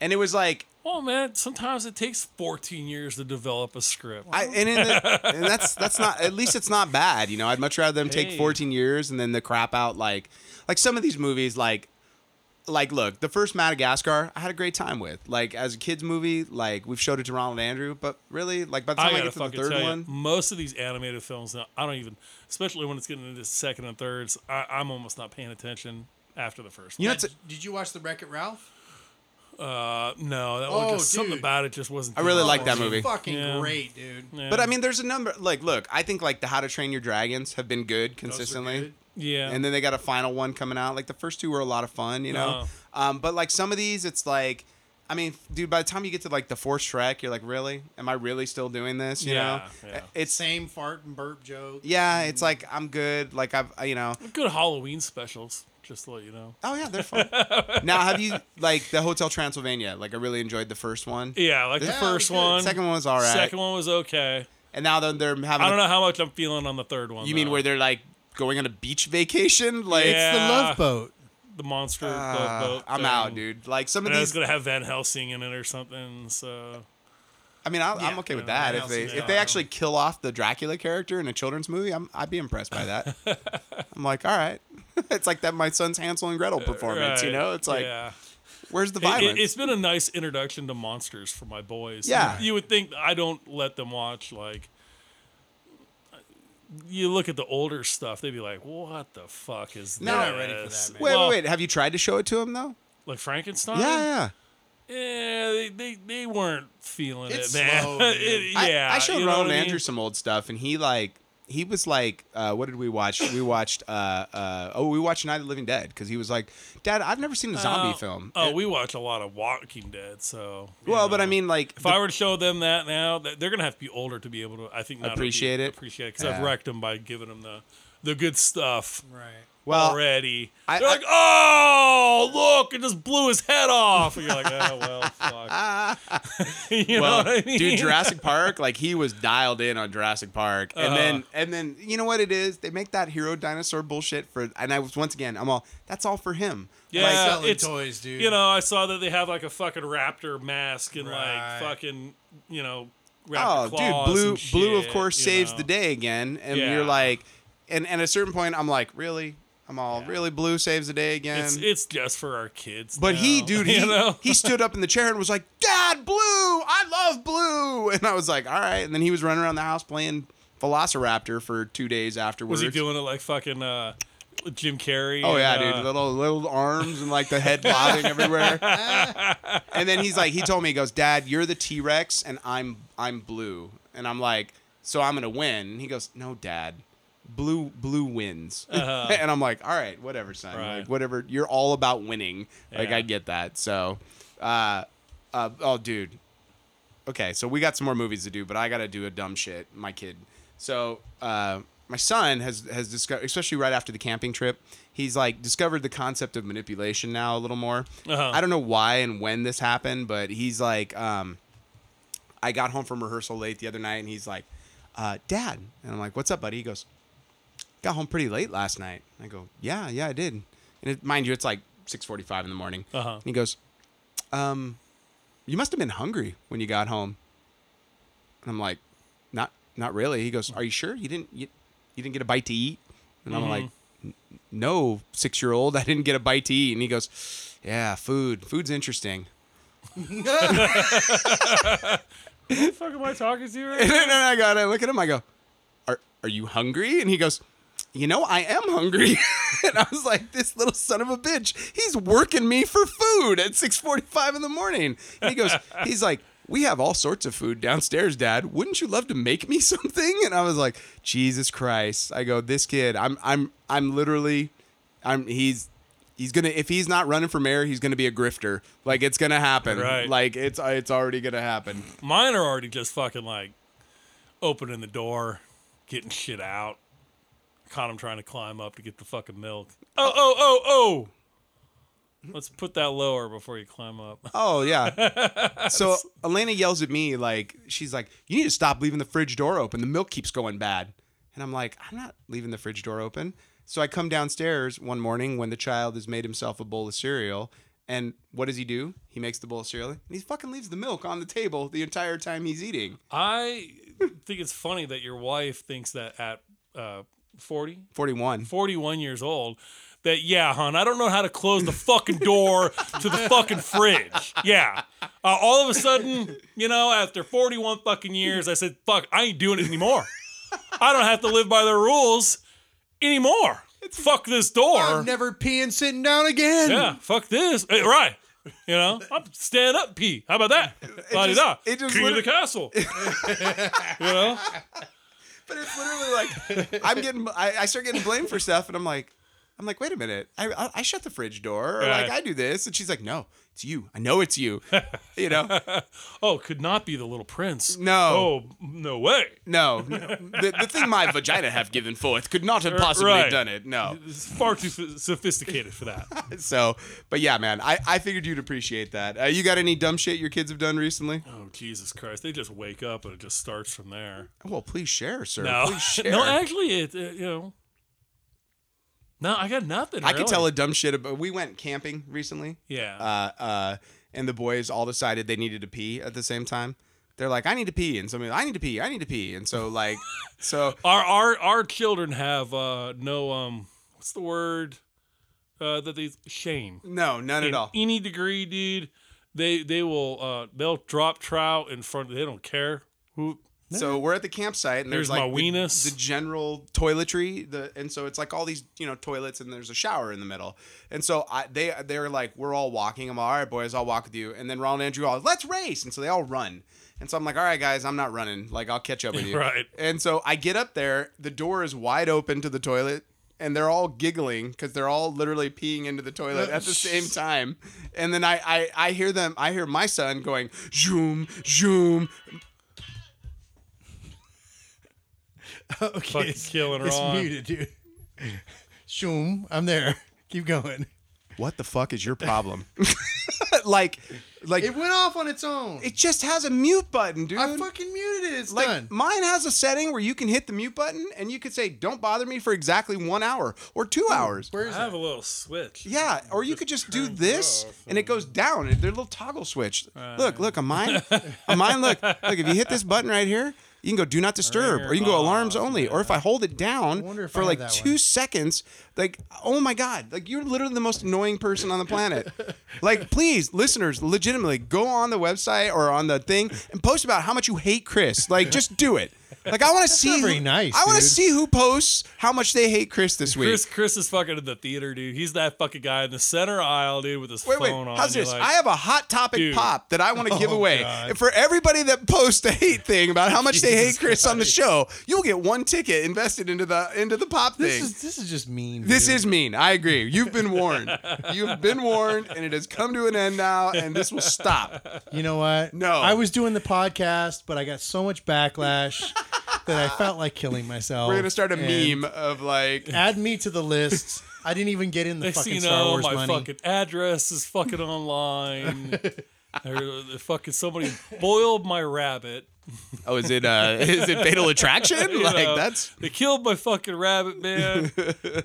[SPEAKER 2] And it was like,
[SPEAKER 5] Well, man, sometimes it takes 14 years to develop a script.
[SPEAKER 2] I, and, in the, and that's that's not at least it's not bad. You know, I'd much rather them take
[SPEAKER 5] Hey.
[SPEAKER 2] 14 years and then the crap out like like some of these movies like like look the first Madagascar I had a great time with like as a kids movie like we've showed it to Ronald Andrew but really like by the
[SPEAKER 5] I
[SPEAKER 2] time I,
[SPEAKER 5] gotta
[SPEAKER 2] get to the
[SPEAKER 5] fucking
[SPEAKER 2] third
[SPEAKER 5] tell
[SPEAKER 2] one
[SPEAKER 5] you, most of these animated films now, I don't even, especially when it's getting into second and thirds, I, I'm almost not paying attention after the first.
[SPEAKER 2] you know
[SPEAKER 5] one.
[SPEAKER 2] it's a-
[SPEAKER 4] Did you watch the Wreck It Ralph?
[SPEAKER 5] uh, no, that
[SPEAKER 4] Oh,
[SPEAKER 5] one just something
[SPEAKER 4] dude.
[SPEAKER 5] about it just wasn't.
[SPEAKER 2] I really
[SPEAKER 5] Oh,
[SPEAKER 2] like that
[SPEAKER 4] it's
[SPEAKER 2] movie.
[SPEAKER 4] Fucking
[SPEAKER 5] Yeah.
[SPEAKER 4] great, dude.
[SPEAKER 5] yeah.
[SPEAKER 2] But I mean, there's a number. Like, look, I think like the How to Train Your Dragons have been good
[SPEAKER 4] Those are
[SPEAKER 2] consistently,
[SPEAKER 4] good.
[SPEAKER 5] yeah,
[SPEAKER 2] and then they got a final one coming out. Like the first two were a lot of fun, you know.
[SPEAKER 5] Uh-huh.
[SPEAKER 2] Um, but like some of these, it's like, I mean, dude, by the time you get to like the fourth Shrek, you're like, really? Am I really still doing this? You know,
[SPEAKER 5] Yeah, yeah.
[SPEAKER 2] it's
[SPEAKER 4] Same fart and burp joke.
[SPEAKER 2] yeah, it's like I'm good. Like I've, you know,
[SPEAKER 5] good Halloween specials. Just to let you know.
[SPEAKER 2] oh yeah, they're fun. now, have you like the Hotel Transylvania? Like I really enjoyed the first one.
[SPEAKER 5] Yeah, like the
[SPEAKER 2] Yeah,
[SPEAKER 5] first
[SPEAKER 4] it was good.
[SPEAKER 5] one,
[SPEAKER 2] Second one was all right.
[SPEAKER 5] second one was okay.
[SPEAKER 2] And now they're, they're having.
[SPEAKER 5] I don't
[SPEAKER 2] a-
[SPEAKER 5] know how much I'm feeling on the third one.
[SPEAKER 2] You mean
[SPEAKER 5] though.
[SPEAKER 2] where they're like going on a beach vacation? Like.
[SPEAKER 5] Yeah.
[SPEAKER 4] It's the Love Boat.
[SPEAKER 5] the monster
[SPEAKER 2] Uh,
[SPEAKER 5] boat?
[SPEAKER 2] I'm out, dude. Like some of
[SPEAKER 5] And it's
[SPEAKER 2] these,
[SPEAKER 5] gonna have Van Helsing in it or something. So
[SPEAKER 2] I mean, I'll, I'm
[SPEAKER 4] Yeah,
[SPEAKER 2] okay with
[SPEAKER 4] you know,
[SPEAKER 2] that.
[SPEAKER 4] what
[SPEAKER 2] If they
[SPEAKER 4] else is
[SPEAKER 2] if they
[SPEAKER 4] out?
[SPEAKER 2] actually kill off the Dracula character in a children's movie, I'm I'd be impressed by that. I'm like, all right, it's like that my son's Hansel and Gretel performance. You
[SPEAKER 5] Uh, Right,
[SPEAKER 2] know, it's like,
[SPEAKER 5] yeah.
[SPEAKER 2] where's the
[SPEAKER 5] It-
[SPEAKER 2] violence?
[SPEAKER 5] It, has been a nice introduction to monsters for my boys.
[SPEAKER 2] Yeah.
[SPEAKER 5] You, you would think I don't let them watch like. You look at the older stuff; they'd be like, "What the fuck is this?"
[SPEAKER 2] No, I'm
[SPEAKER 4] ready for that, man.
[SPEAKER 2] wait,
[SPEAKER 5] Well, Um,
[SPEAKER 2] wait, wait. Have you tried to show it to him though?
[SPEAKER 5] Like Frankenstein?
[SPEAKER 2] yeah, yeah.
[SPEAKER 5] Yeah, they, they, they weren't feeling
[SPEAKER 4] It's
[SPEAKER 5] it, man.
[SPEAKER 4] slow,
[SPEAKER 5] It-
[SPEAKER 4] dude.
[SPEAKER 2] I-
[SPEAKER 5] yeah,
[SPEAKER 2] I, showed
[SPEAKER 5] you know what
[SPEAKER 2] Ronald
[SPEAKER 5] I mean?
[SPEAKER 2] Andrew some old stuff, and he like he was like, uh, what did we watch? We watched, uh, uh, oh, we watched Night of the Living Dead because he was like, Dad, I've never seen a zombie
[SPEAKER 5] Uh,
[SPEAKER 2] film.
[SPEAKER 5] Oh,
[SPEAKER 2] And-
[SPEAKER 5] we watch a lot of Walking Dead, so. you
[SPEAKER 2] well, but
[SPEAKER 5] know.
[SPEAKER 2] I mean, like,
[SPEAKER 5] If
[SPEAKER 2] the-
[SPEAKER 5] I were to show them that now, th- they're gonna have to be older to be able to. I think not
[SPEAKER 2] Appreciate
[SPEAKER 5] be,
[SPEAKER 2] it.
[SPEAKER 5] Appreciate it because
[SPEAKER 2] Yeah.
[SPEAKER 5] I've wrecked them by giving them the the good stuff.
[SPEAKER 4] Right.
[SPEAKER 2] well,
[SPEAKER 5] already.
[SPEAKER 2] I-
[SPEAKER 5] They're
[SPEAKER 2] I-
[SPEAKER 5] like, oh, look, it just blew his head off. And you're like, oh, well, fuck. you
[SPEAKER 2] well,
[SPEAKER 5] know what I mean?
[SPEAKER 2] dude, Jurassic Park, like he was dialed in on Jurassic Park, and
[SPEAKER 5] Uh-huh.
[SPEAKER 2] then and then you know what it is? They make that hero dinosaur bullshit for, and I was once again, I'm all that's all for him.
[SPEAKER 4] Like
[SPEAKER 5] yeah,
[SPEAKER 4] selling
[SPEAKER 5] it's,
[SPEAKER 4] toys, dude.
[SPEAKER 5] You know, I saw that they have like a fucking raptor mask and
[SPEAKER 4] Right.
[SPEAKER 5] like fucking, you know, raptor
[SPEAKER 2] Oh, dude,
[SPEAKER 5] claws
[SPEAKER 2] blue,
[SPEAKER 5] and
[SPEAKER 2] blue, of
[SPEAKER 5] shit,
[SPEAKER 2] course,
[SPEAKER 5] you
[SPEAKER 2] saves
[SPEAKER 5] know.
[SPEAKER 2] the day again, and
[SPEAKER 5] Yeah.
[SPEAKER 2] you're like, and and at a certain point, I'm like, really, I'm all really blue saves the day again.
[SPEAKER 5] It's, it's just for our kids.
[SPEAKER 2] but he,
[SPEAKER 5] now,
[SPEAKER 2] dude, he,
[SPEAKER 5] you know?
[SPEAKER 2] he stood up in the chair and was like, "Dad, Blue, I love Blue," and I was like, "All right." And then he was running around the house playing Velociraptor for two days afterwards.
[SPEAKER 5] was he doing it like fucking uh, Jim Carrey?
[SPEAKER 2] Oh
[SPEAKER 5] and,
[SPEAKER 2] yeah,
[SPEAKER 5] uh,
[SPEAKER 2] dude, little little arms and like the head bobbing everywhere. and then he's like, he told me, he goes, "Dad, you're the T Rex, and I'm I'm blue." And I'm like, "So I'm gonna win?" And he goes, "No, Dad, blue blue wins." and I'm like, "All right, whatever, son.
[SPEAKER 5] Uh-huh. Right.
[SPEAKER 2] Like whatever. You're all about winning. Like
[SPEAKER 5] Yeah.
[SPEAKER 2] I get that." So, uh, uh, oh, dude. Okay, so we got some more movies to do, but I gotta do a dumb shit, my kid. So, uh, my son has has discovered, especially right after the camping trip, he's like discovered the concept of manipulation now a little more.
[SPEAKER 5] Uh-huh.
[SPEAKER 2] I don't know why and when this happened, but he's like, um, I got home from rehearsal late the other night, and he's like, uh, "Dad," and I'm like, "What's up, buddy?" He goes, "Got home pretty late last night." And I go, "Yeah, yeah, I did." And it, mind you, it's like 6:45 in the morning.
[SPEAKER 5] Uh-huh.
[SPEAKER 2] And he goes, "Um, you must have been hungry when you got home." And I'm like, "Not, not really." He goes, "Are you sure you didn't you, you didn't get a bite to eat?" And I'm like, "N- "No, six year old, I didn't get a bite to eat." And he goes, "Yeah, food. Food's interesting."
[SPEAKER 5] the fuck am I talking to you right
[SPEAKER 2] And then I got I look at him, I go, Are are you hungry? And he goes, You know, I am hungry. and I was like, This little son of a bitch, he's working me for food at six forty five in the morning. And he goes, he's like we have all sorts of food downstairs, Dad. Wouldn't you love to make me something? And I was like, Jesus Christ! I go, this kid. I'm, I'm, I'm literally, I'm. He's, he's gonna. If he's not running for mayor, he's gonna be a grifter. Like it's gonna happen.
[SPEAKER 5] Right.
[SPEAKER 2] Like it's, it's already gonna happen.
[SPEAKER 5] Mine are already just fucking like opening the door, getting shit out. Caught him trying to climb up to get the fucking milk. Oh, oh, oh, oh. Let's put that lower before you climb up.
[SPEAKER 2] Oh yeah. so Elena yells at me like she's like, "You need to stop leaving the fridge door open. The milk keeps going bad." And I'm like, "I'm not leaving the fridge door open." So I come downstairs one morning when the child has made himself a bowl of cereal, and what does he do? He makes the bowl of cereal and he fucking leaves the milk on the table the entire time he's eating.
[SPEAKER 5] I think it's funny that your wife thinks that at uh, 40,
[SPEAKER 2] 41.
[SPEAKER 5] 41 years old, that, yeah, hon, I don't know how to close the fucking door to the fucking fridge. Yeah. Uh, all of a sudden, you know, after 41 fucking years, I said, fuck, I ain't doing it anymore. I don't have to live by the rules anymore. fuck this door.
[SPEAKER 4] I'm never peeing sitting down again.
[SPEAKER 5] yeah, fuck this. Hey, right. You know, I'm stand up pee. How about that? La di da.
[SPEAKER 2] it just
[SPEAKER 5] King of the
[SPEAKER 2] lit-
[SPEAKER 5] castle. you know?
[SPEAKER 2] But it's literally like I'm getting I, I start getting blamed for stuff and I'm like I'm like, wait a minute. I, I, I shut the fridge door, or like
[SPEAKER 5] Right.
[SPEAKER 2] I do this, and she's like, "No, it's you. I know it's you." You know,
[SPEAKER 5] Oh, could not be the little prince.
[SPEAKER 2] No.
[SPEAKER 5] Oh, no way.
[SPEAKER 2] No, no. the, the thing my vagina have given forth could not have possibly
[SPEAKER 5] right.
[SPEAKER 2] done it. No,
[SPEAKER 5] It's far too soph- sophisticated for that.
[SPEAKER 2] so but yeah, man, I, I figured you'd appreciate that. Uh, you got any dumb shit your kids have done recently?
[SPEAKER 5] Oh Jesus Christ! They just wake up and it just starts from there.
[SPEAKER 2] Well, please share, sir.
[SPEAKER 5] No,
[SPEAKER 2] Please share.
[SPEAKER 5] no, actually, it, it you know. No, I got nothing.
[SPEAKER 2] I could
[SPEAKER 5] really.
[SPEAKER 2] tell a dumb shit about. We went camping recently.
[SPEAKER 5] Yeah.
[SPEAKER 2] Uh, uh, and the boys all decided they needed to pee at the same time. They're like, I need to pee, and somebody, I need to pee, I need to pee, and so like, so
[SPEAKER 5] our our our children have uh no um what's the word uh that they shame
[SPEAKER 2] no, none at
[SPEAKER 5] in
[SPEAKER 2] all.
[SPEAKER 5] any degree, dude. They they will uh they'll drop trout in front. They don't care who.
[SPEAKER 2] So we're at the campsite, and there's
[SPEAKER 5] Here's my
[SPEAKER 2] like the,
[SPEAKER 5] weenus.
[SPEAKER 2] the general toiletry, the and so it's like all these you know toilets, and there's a shower in the middle, and so I they they're like we're all walking. I'm all, all right, boys, I'll walk with you, and then Ronald and Andrew all let's race, and so they all run, and so I'm like, all right, guys, I'm not running, like I'll catch up with you,
[SPEAKER 5] Right.
[SPEAKER 2] And so I get up there, the door is wide open to the toilet. And they're all giggling because they're all literally peeing into the toilet at the same time. And then I, I, I hear them, I hear my son going, zoom, zoom,
[SPEAKER 4] okay,
[SPEAKER 5] Fucking
[SPEAKER 4] it's-
[SPEAKER 5] killing her
[SPEAKER 4] It's
[SPEAKER 5] on.
[SPEAKER 4] muted, dude. Shoom, I'm there. Keep going.
[SPEAKER 2] what the fuck is your problem? like, like
[SPEAKER 4] It
[SPEAKER 2] it,
[SPEAKER 4] went off on its own.
[SPEAKER 2] just has a mute button, dude.
[SPEAKER 4] I fucking muted it. It's
[SPEAKER 2] like
[SPEAKER 4] done.
[SPEAKER 2] mine has a setting where you can hit the mute button and you could say, "Don't bother me for exactly one hour or two
[SPEAKER 4] Oh,
[SPEAKER 2] hours."
[SPEAKER 5] I
[SPEAKER 4] Where's
[SPEAKER 5] have a
[SPEAKER 4] that?
[SPEAKER 5] little switch.
[SPEAKER 2] Yeah, or you could just do this and it goes down. and They're little toggle switch. Look, look on mine. on mine, look, look. If you hit this button right here. You can go do not disturb, or you can go alarms only, or if I hold it down
[SPEAKER 4] wonder if I
[SPEAKER 2] for
[SPEAKER 4] have
[SPEAKER 2] like
[SPEAKER 4] that
[SPEAKER 2] two
[SPEAKER 4] one.
[SPEAKER 2] seconds, like oh my god, like you're literally the most annoying person on the planet. like please, listeners, legitimately go on the website or on the thing and post about how much you hate Chris. Like just do it. Like I want to see.
[SPEAKER 4] not
[SPEAKER 2] who-
[SPEAKER 4] very nice,
[SPEAKER 2] I want to
[SPEAKER 4] dude.
[SPEAKER 2] see who posts how much they hate Chris this week.
[SPEAKER 5] Chris, Chris is fucking in the theater, dude. He's that fucking guy in the center aisle, dude, with his
[SPEAKER 2] Wait, wait.
[SPEAKER 5] phone on.
[SPEAKER 2] How's
[SPEAKER 5] You're
[SPEAKER 2] this?
[SPEAKER 5] like,
[SPEAKER 2] I have a hot topic
[SPEAKER 5] Dude. oh
[SPEAKER 2] pop that I want to give away And for everybody that posts a hate thing about how much they hate
[SPEAKER 5] Jesus
[SPEAKER 2] Chris on the show. You'll get one ticket invested into the into the pop
[SPEAKER 4] This
[SPEAKER 2] thing.
[SPEAKER 4] is this is just mean.
[SPEAKER 2] this
[SPEAKER 4] dude.
[SPEAKER 2] is mean. I agree. You've been warned. You've been warned, and it has come to an end now, and this will stop.
[SPEAKER 4] You know what?
[SPEAKER 2] No.
[SPEAKER 4] I was doing the podcast, but I got so much backlash that I felt like killing myself.
[SPEAKER 2] We're
[SPEAKER 5] Oh,
[SPEAKER 2] gonna start a
[SPEAKER 4] and
[SPEAKER 2] meme of like
[SPEAKER 4] Add me to the list. I didn't even get in the
[SPEAKER 5] Next thing
[SPEAKER 4] fucking
[SPEAKER 5] you
[SPEAKER 4] Star
[SPEAKER 5] know,
[SPEAKER 4] Wars
[SPEAKER 5] uh, my
[SPEAKER 4] money.
[SPEAKER 5] fucking address is fucking online. Or the fucking somebody boiled my rabbit.
[SPEAKER 2] oh is it uh is it fatal attraction?
[SPEAKER 5] You
[SPEAKER 2] Like
[SPEAKER 5] know,
[SPEAKER 2] that's
[SPEAKER 5] they killed my fucking rabbit, man,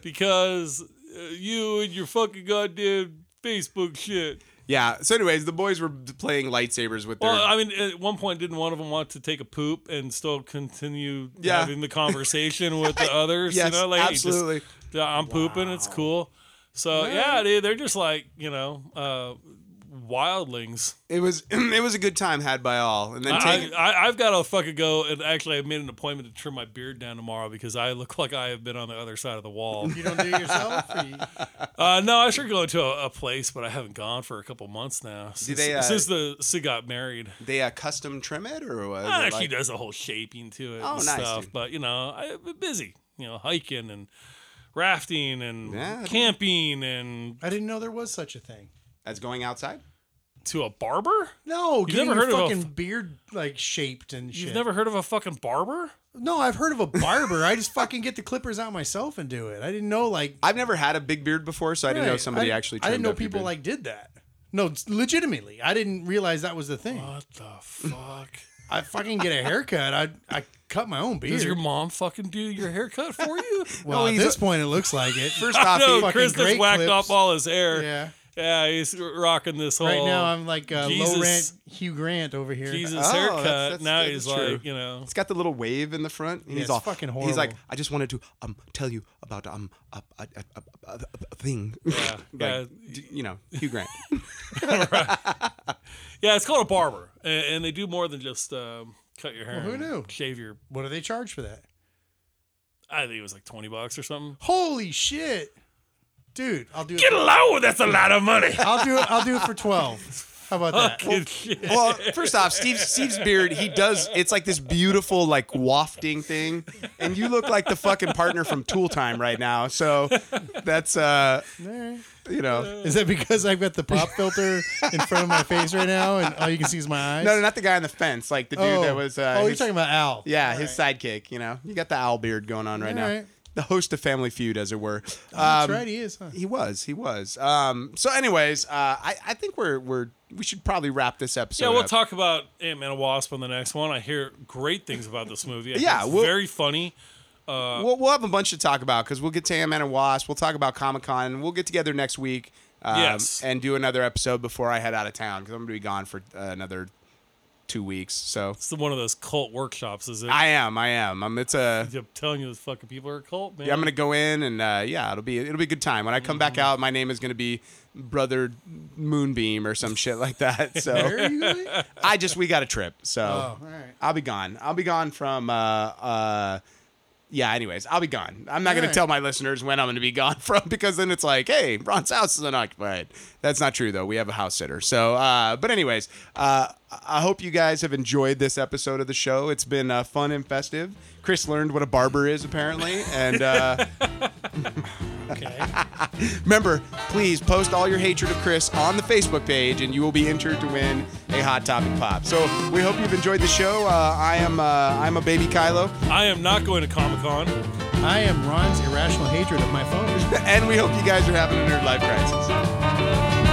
[SPEAKER 5] because uh, you and your fucking goddamn Facebook shit.
[SPEAKER 2] yeah. So anyways, the boys were playing lightsabers with their
[SPEAKER 5] Well, I mean, at one point, didn't one of them want to take a poop and still continue
[SPEAKER 2] Yeah.
[SPEAKER 5] having the conversation with the others?
[SPEAKER 2] Yes,
[SPEAKER 5] you know, like hey, just-
[SPEAKER 2] absolutely.
[SPEAKER 5] yeah, I'm pooping. It's cool. So yeah, dude, they're just like you know, uh, wildlings.
[SPEAKER 2] It was it was a good time had by all. And then
[SPEAKER 5] I,
[SPEAKER 2] take,
[SPEAKER 5] I, I've got to fucking go. And actually, I've made an appointment to trim my beard down tomorrow because I look like I have been on the other side of the wall.
[SPEAKER 4] You don't do it yourself. Or you,
[SPEAKER 5] Uh, no, I should go to a, a place, but I haven't gone for a couple months now since,
[SPEAKER 2] they, uh,
[SPEAKER 5] since the Sid got married.
[SPEAKER 2] they uh, custom trim it or was
[SPEAKER 5] Uh,
[SPEAKER 4] Ah,
[SPEAKER 2] it
[SPEAKER 5] she
[SPEAKER 2] like,
[SPEAKER 5] does a whole shaping to it
[SPEAKER 2] Oh,
[SPEAKER 5] and
[SPEAKER 2] nice,
[SPEAKER 5] stuff.
[SPEAKER 2] dude.
[SPEAKER 5] But you know, I've been busy. You know, hiking and rafting and
[SPEAKER 2] Yeah, dude.
[SPEAKER 5] camping and
[SPEAKER 4] I didn't know there was such a thing.
[SPEAKER 2] that's going outside?
[SPEAKER 5] to a barber.
[SPEAKER 4] No, you
[SPEAKER 5] never heard of a
[SPEAKER 4] fucking
[SPEAKER 5] f-
[SPEAKER 4] beard like shaped and shit.
[SPEAKER 5] You've never heard of a fucking barber?
[SPEAKER 4] No, I've heard of a barber. I just fucking get the clippers out myself and do it. I didn't know like
[SPEAKER 2] I've never had a big beard before, so I didn't know
[SPEAKER 4] Right.
[SPEAKER 2] somebody
[SPEAKER 4] I-
[SPEAKER 2] actually.
[SPEAKER 4] I
[SPEAKER 2] Trimmed
[SPEAKER 4] didn't know
[SPEAKER 2] up your
[SPEAKER 4] people
[SPEAKER 2] beard.
[SPEAKER 4] like did that. No, it's legitimately, I didn't realize that was the thing.
[SPEAKER 5] What the fuck?
[SPEAKER 4] I fucking get a haircut. I I cut my own beard.
[SPEAKER 5] Does your mom fucking do your haircut for you?
[SPEAKER 4] well,
[SPEAKER 2] No,
[SPEAKER 4] at
[SPEAKER 2] he's
[SPEAKER 4] this
[SPEAKER 2] a-
[SPEAKER 4] point, it looks like it.
[SPEAKER 2] First off, he-
[SPEAKER 5] no,
[SPEAKER 4] fucking
[SPEAKER 5] Chris
[SPEAKER 4] great
[SPEAKER 5] just whacked
[SPEAKER 4] clips.
[SPEAKER 5] off all his hair.
[SPEAKER 4] Yeah.
[SPEAKER 5] Yeah, he's rocking this whole.
[SPEAKER 4] Right now, I'm like uh, low
[SPEAKER 5] Oh, Jesus-
[SPEAKER 4] rent Hugh Grant over here.
[SPEAKER 5] Jesus
[SPEAKER 2] Oh,
[SPEAKER 5] haircut.
[SPEAKER 2] that's- that's-
[SPEAKER 5] now
[SPEAKER 2] that's
[SPEAKER 5] he's
[SPEAKER 2] true.
[SPEAKER 5] like, you know,
[SPEAKER 2] It's got the little wave in the front. And
[SPEAKER 4] Yeah,
[SPEAKER 2] he's
[SPEAKER 4] it's
[SPEAKER 2] all
[SPEAKER 4] fucking
[SPEAKER 2] He's like,
[SPEAKER 4] horrible.
[SPEAKER 2] I just wanted to um tell you about um a a, a, a, a, a thing. Yeah,
[SPEAKER 5] yeah.
[SPEAKER 2] you know, Hugh Grant.
[SPEAKER 5] yeah, it's called a barber, and, and they do more than just um, cut your hair.
[SPEAKER 4] who
[SPEAKER 5] and
[SPEAKER 4] knew?
[SPEAKER 5] Shave your.
[SPEAKER 4] What do they charge for that?
[SPEAKER 5] I think it was like twenty bucks or something.
[SPEAKER 4] Holy shit, dude! I'll do it.
[SPEAKER 3] Get low. That's a lot of money.
[SPEAKER 4] I'll do it. I'll do it for twelve. How about that?
[SPEAKER 5] Good shit.
[SPEAKER 2] well, first off, Steve Steve's beard, he does. It's like this beautiful like wafting thing, and you look like the fucking partner from Tool Time right now. So that's uh,
[SPEAKER 4] Alright.
[SPEAKER 2] you know.
[SPEAKER 4] Is that because I've got the pop filter in front of my face right now, and all you can see is my eyes?
[SPEAKER 2] No, no, not the guy on the fence, like the dude
[SPEAKER 4] oh.
[SPEAKER 2] that was. Uh,
[SPEAKER 4] oh, you're
[SPEAKER 2] his-
[SPEAKER 4] talking about Al.
[SPEAKER 2] Yeah, his sidekick. You know, you got the owl beard going on right now.
[SPEAKER 4] Alright.
[SPEAKER 2] The host of Family Feud, as it were.
[SPEAKER 4] that's
[SPEAKER 2] Um,
[SPEAKER 4] right. He is. Huh?
[SPEAKER 2] He was. He was. Um, so, anyways, uh, I, I think we're we're we should probably wrap this episode.
[SPEAKER 5] Yeah, we'll
[SPEAKER 2] up.
[SPEAKER 5] talk about Ant Man and Wasp on the next one. I hear great things about this movie. I think
[SPEAKER 2] Yeah,
[SPEAKER 5] it's
[SPEAKER 2] we'll-
[SPEAKER 5] very funny.
[SPEAKER 2] we'll, we'll have a bunch to talk about because we'll get to Ant Man and Wasp. We'll talk about Comic Con. We'll get together next week. Um,
[SPEAKER 5] Yes.
[SPEAKER 2] And do another episode before I head out of town because I'm going to be gone for uh, another two weeks. So
[SPEAKER 5] It's one of those cult workshops, is it?
[SPEAKER 2] I am. I am. I'm. It's a.
[SPEAKER 5] I'm telling you, those fucking people are a cult, man.
[SPEAKER 2] Yeah, I'm gonna go in and uh, yeah, it'll be it'll be a good time. When I come back out, my name is gonna be Brother Moonbeam or some shit like that. So
[SPEAKER 4] Are you really? Oh,
[SPEAKER 2] I just we got a trip, so
[SPEAKER 4] all right.
[SPEAKER 2] I'll be gone. I'll be gone from. Uh, uh, yeah, anyways, I'll be gone. I'm not going to
[SPEAKER 4] Alright.
[SPEAKER 2] tell my listeners when I'm going to be gone from because then it's like, hey, Ron's house is unoccupied. That's not true, though. We have a house sitter. So, uh, but anyways, uh, I hope you guys have enjoyed this episode of the show. It's been uh, fun and festive. Chris learned what a barber is, apparently. And uh,
[SPEAKER 4] Okay.
[SPEAKER 2] remember, please post all your hatred of Chris on the Facebook page and you will be entered to win a Hot Topic Pop. So, we hope you've enjoyed the show. Uh, I am uh, I'm a baby Kylo.
[SPEAKER 5] I am not going to Comic Con.
[SPEAKER 4] I am Ron's irrational hatred of my phone.
[SPEAKER 2] and we hope you guys are having a nerd life crisis.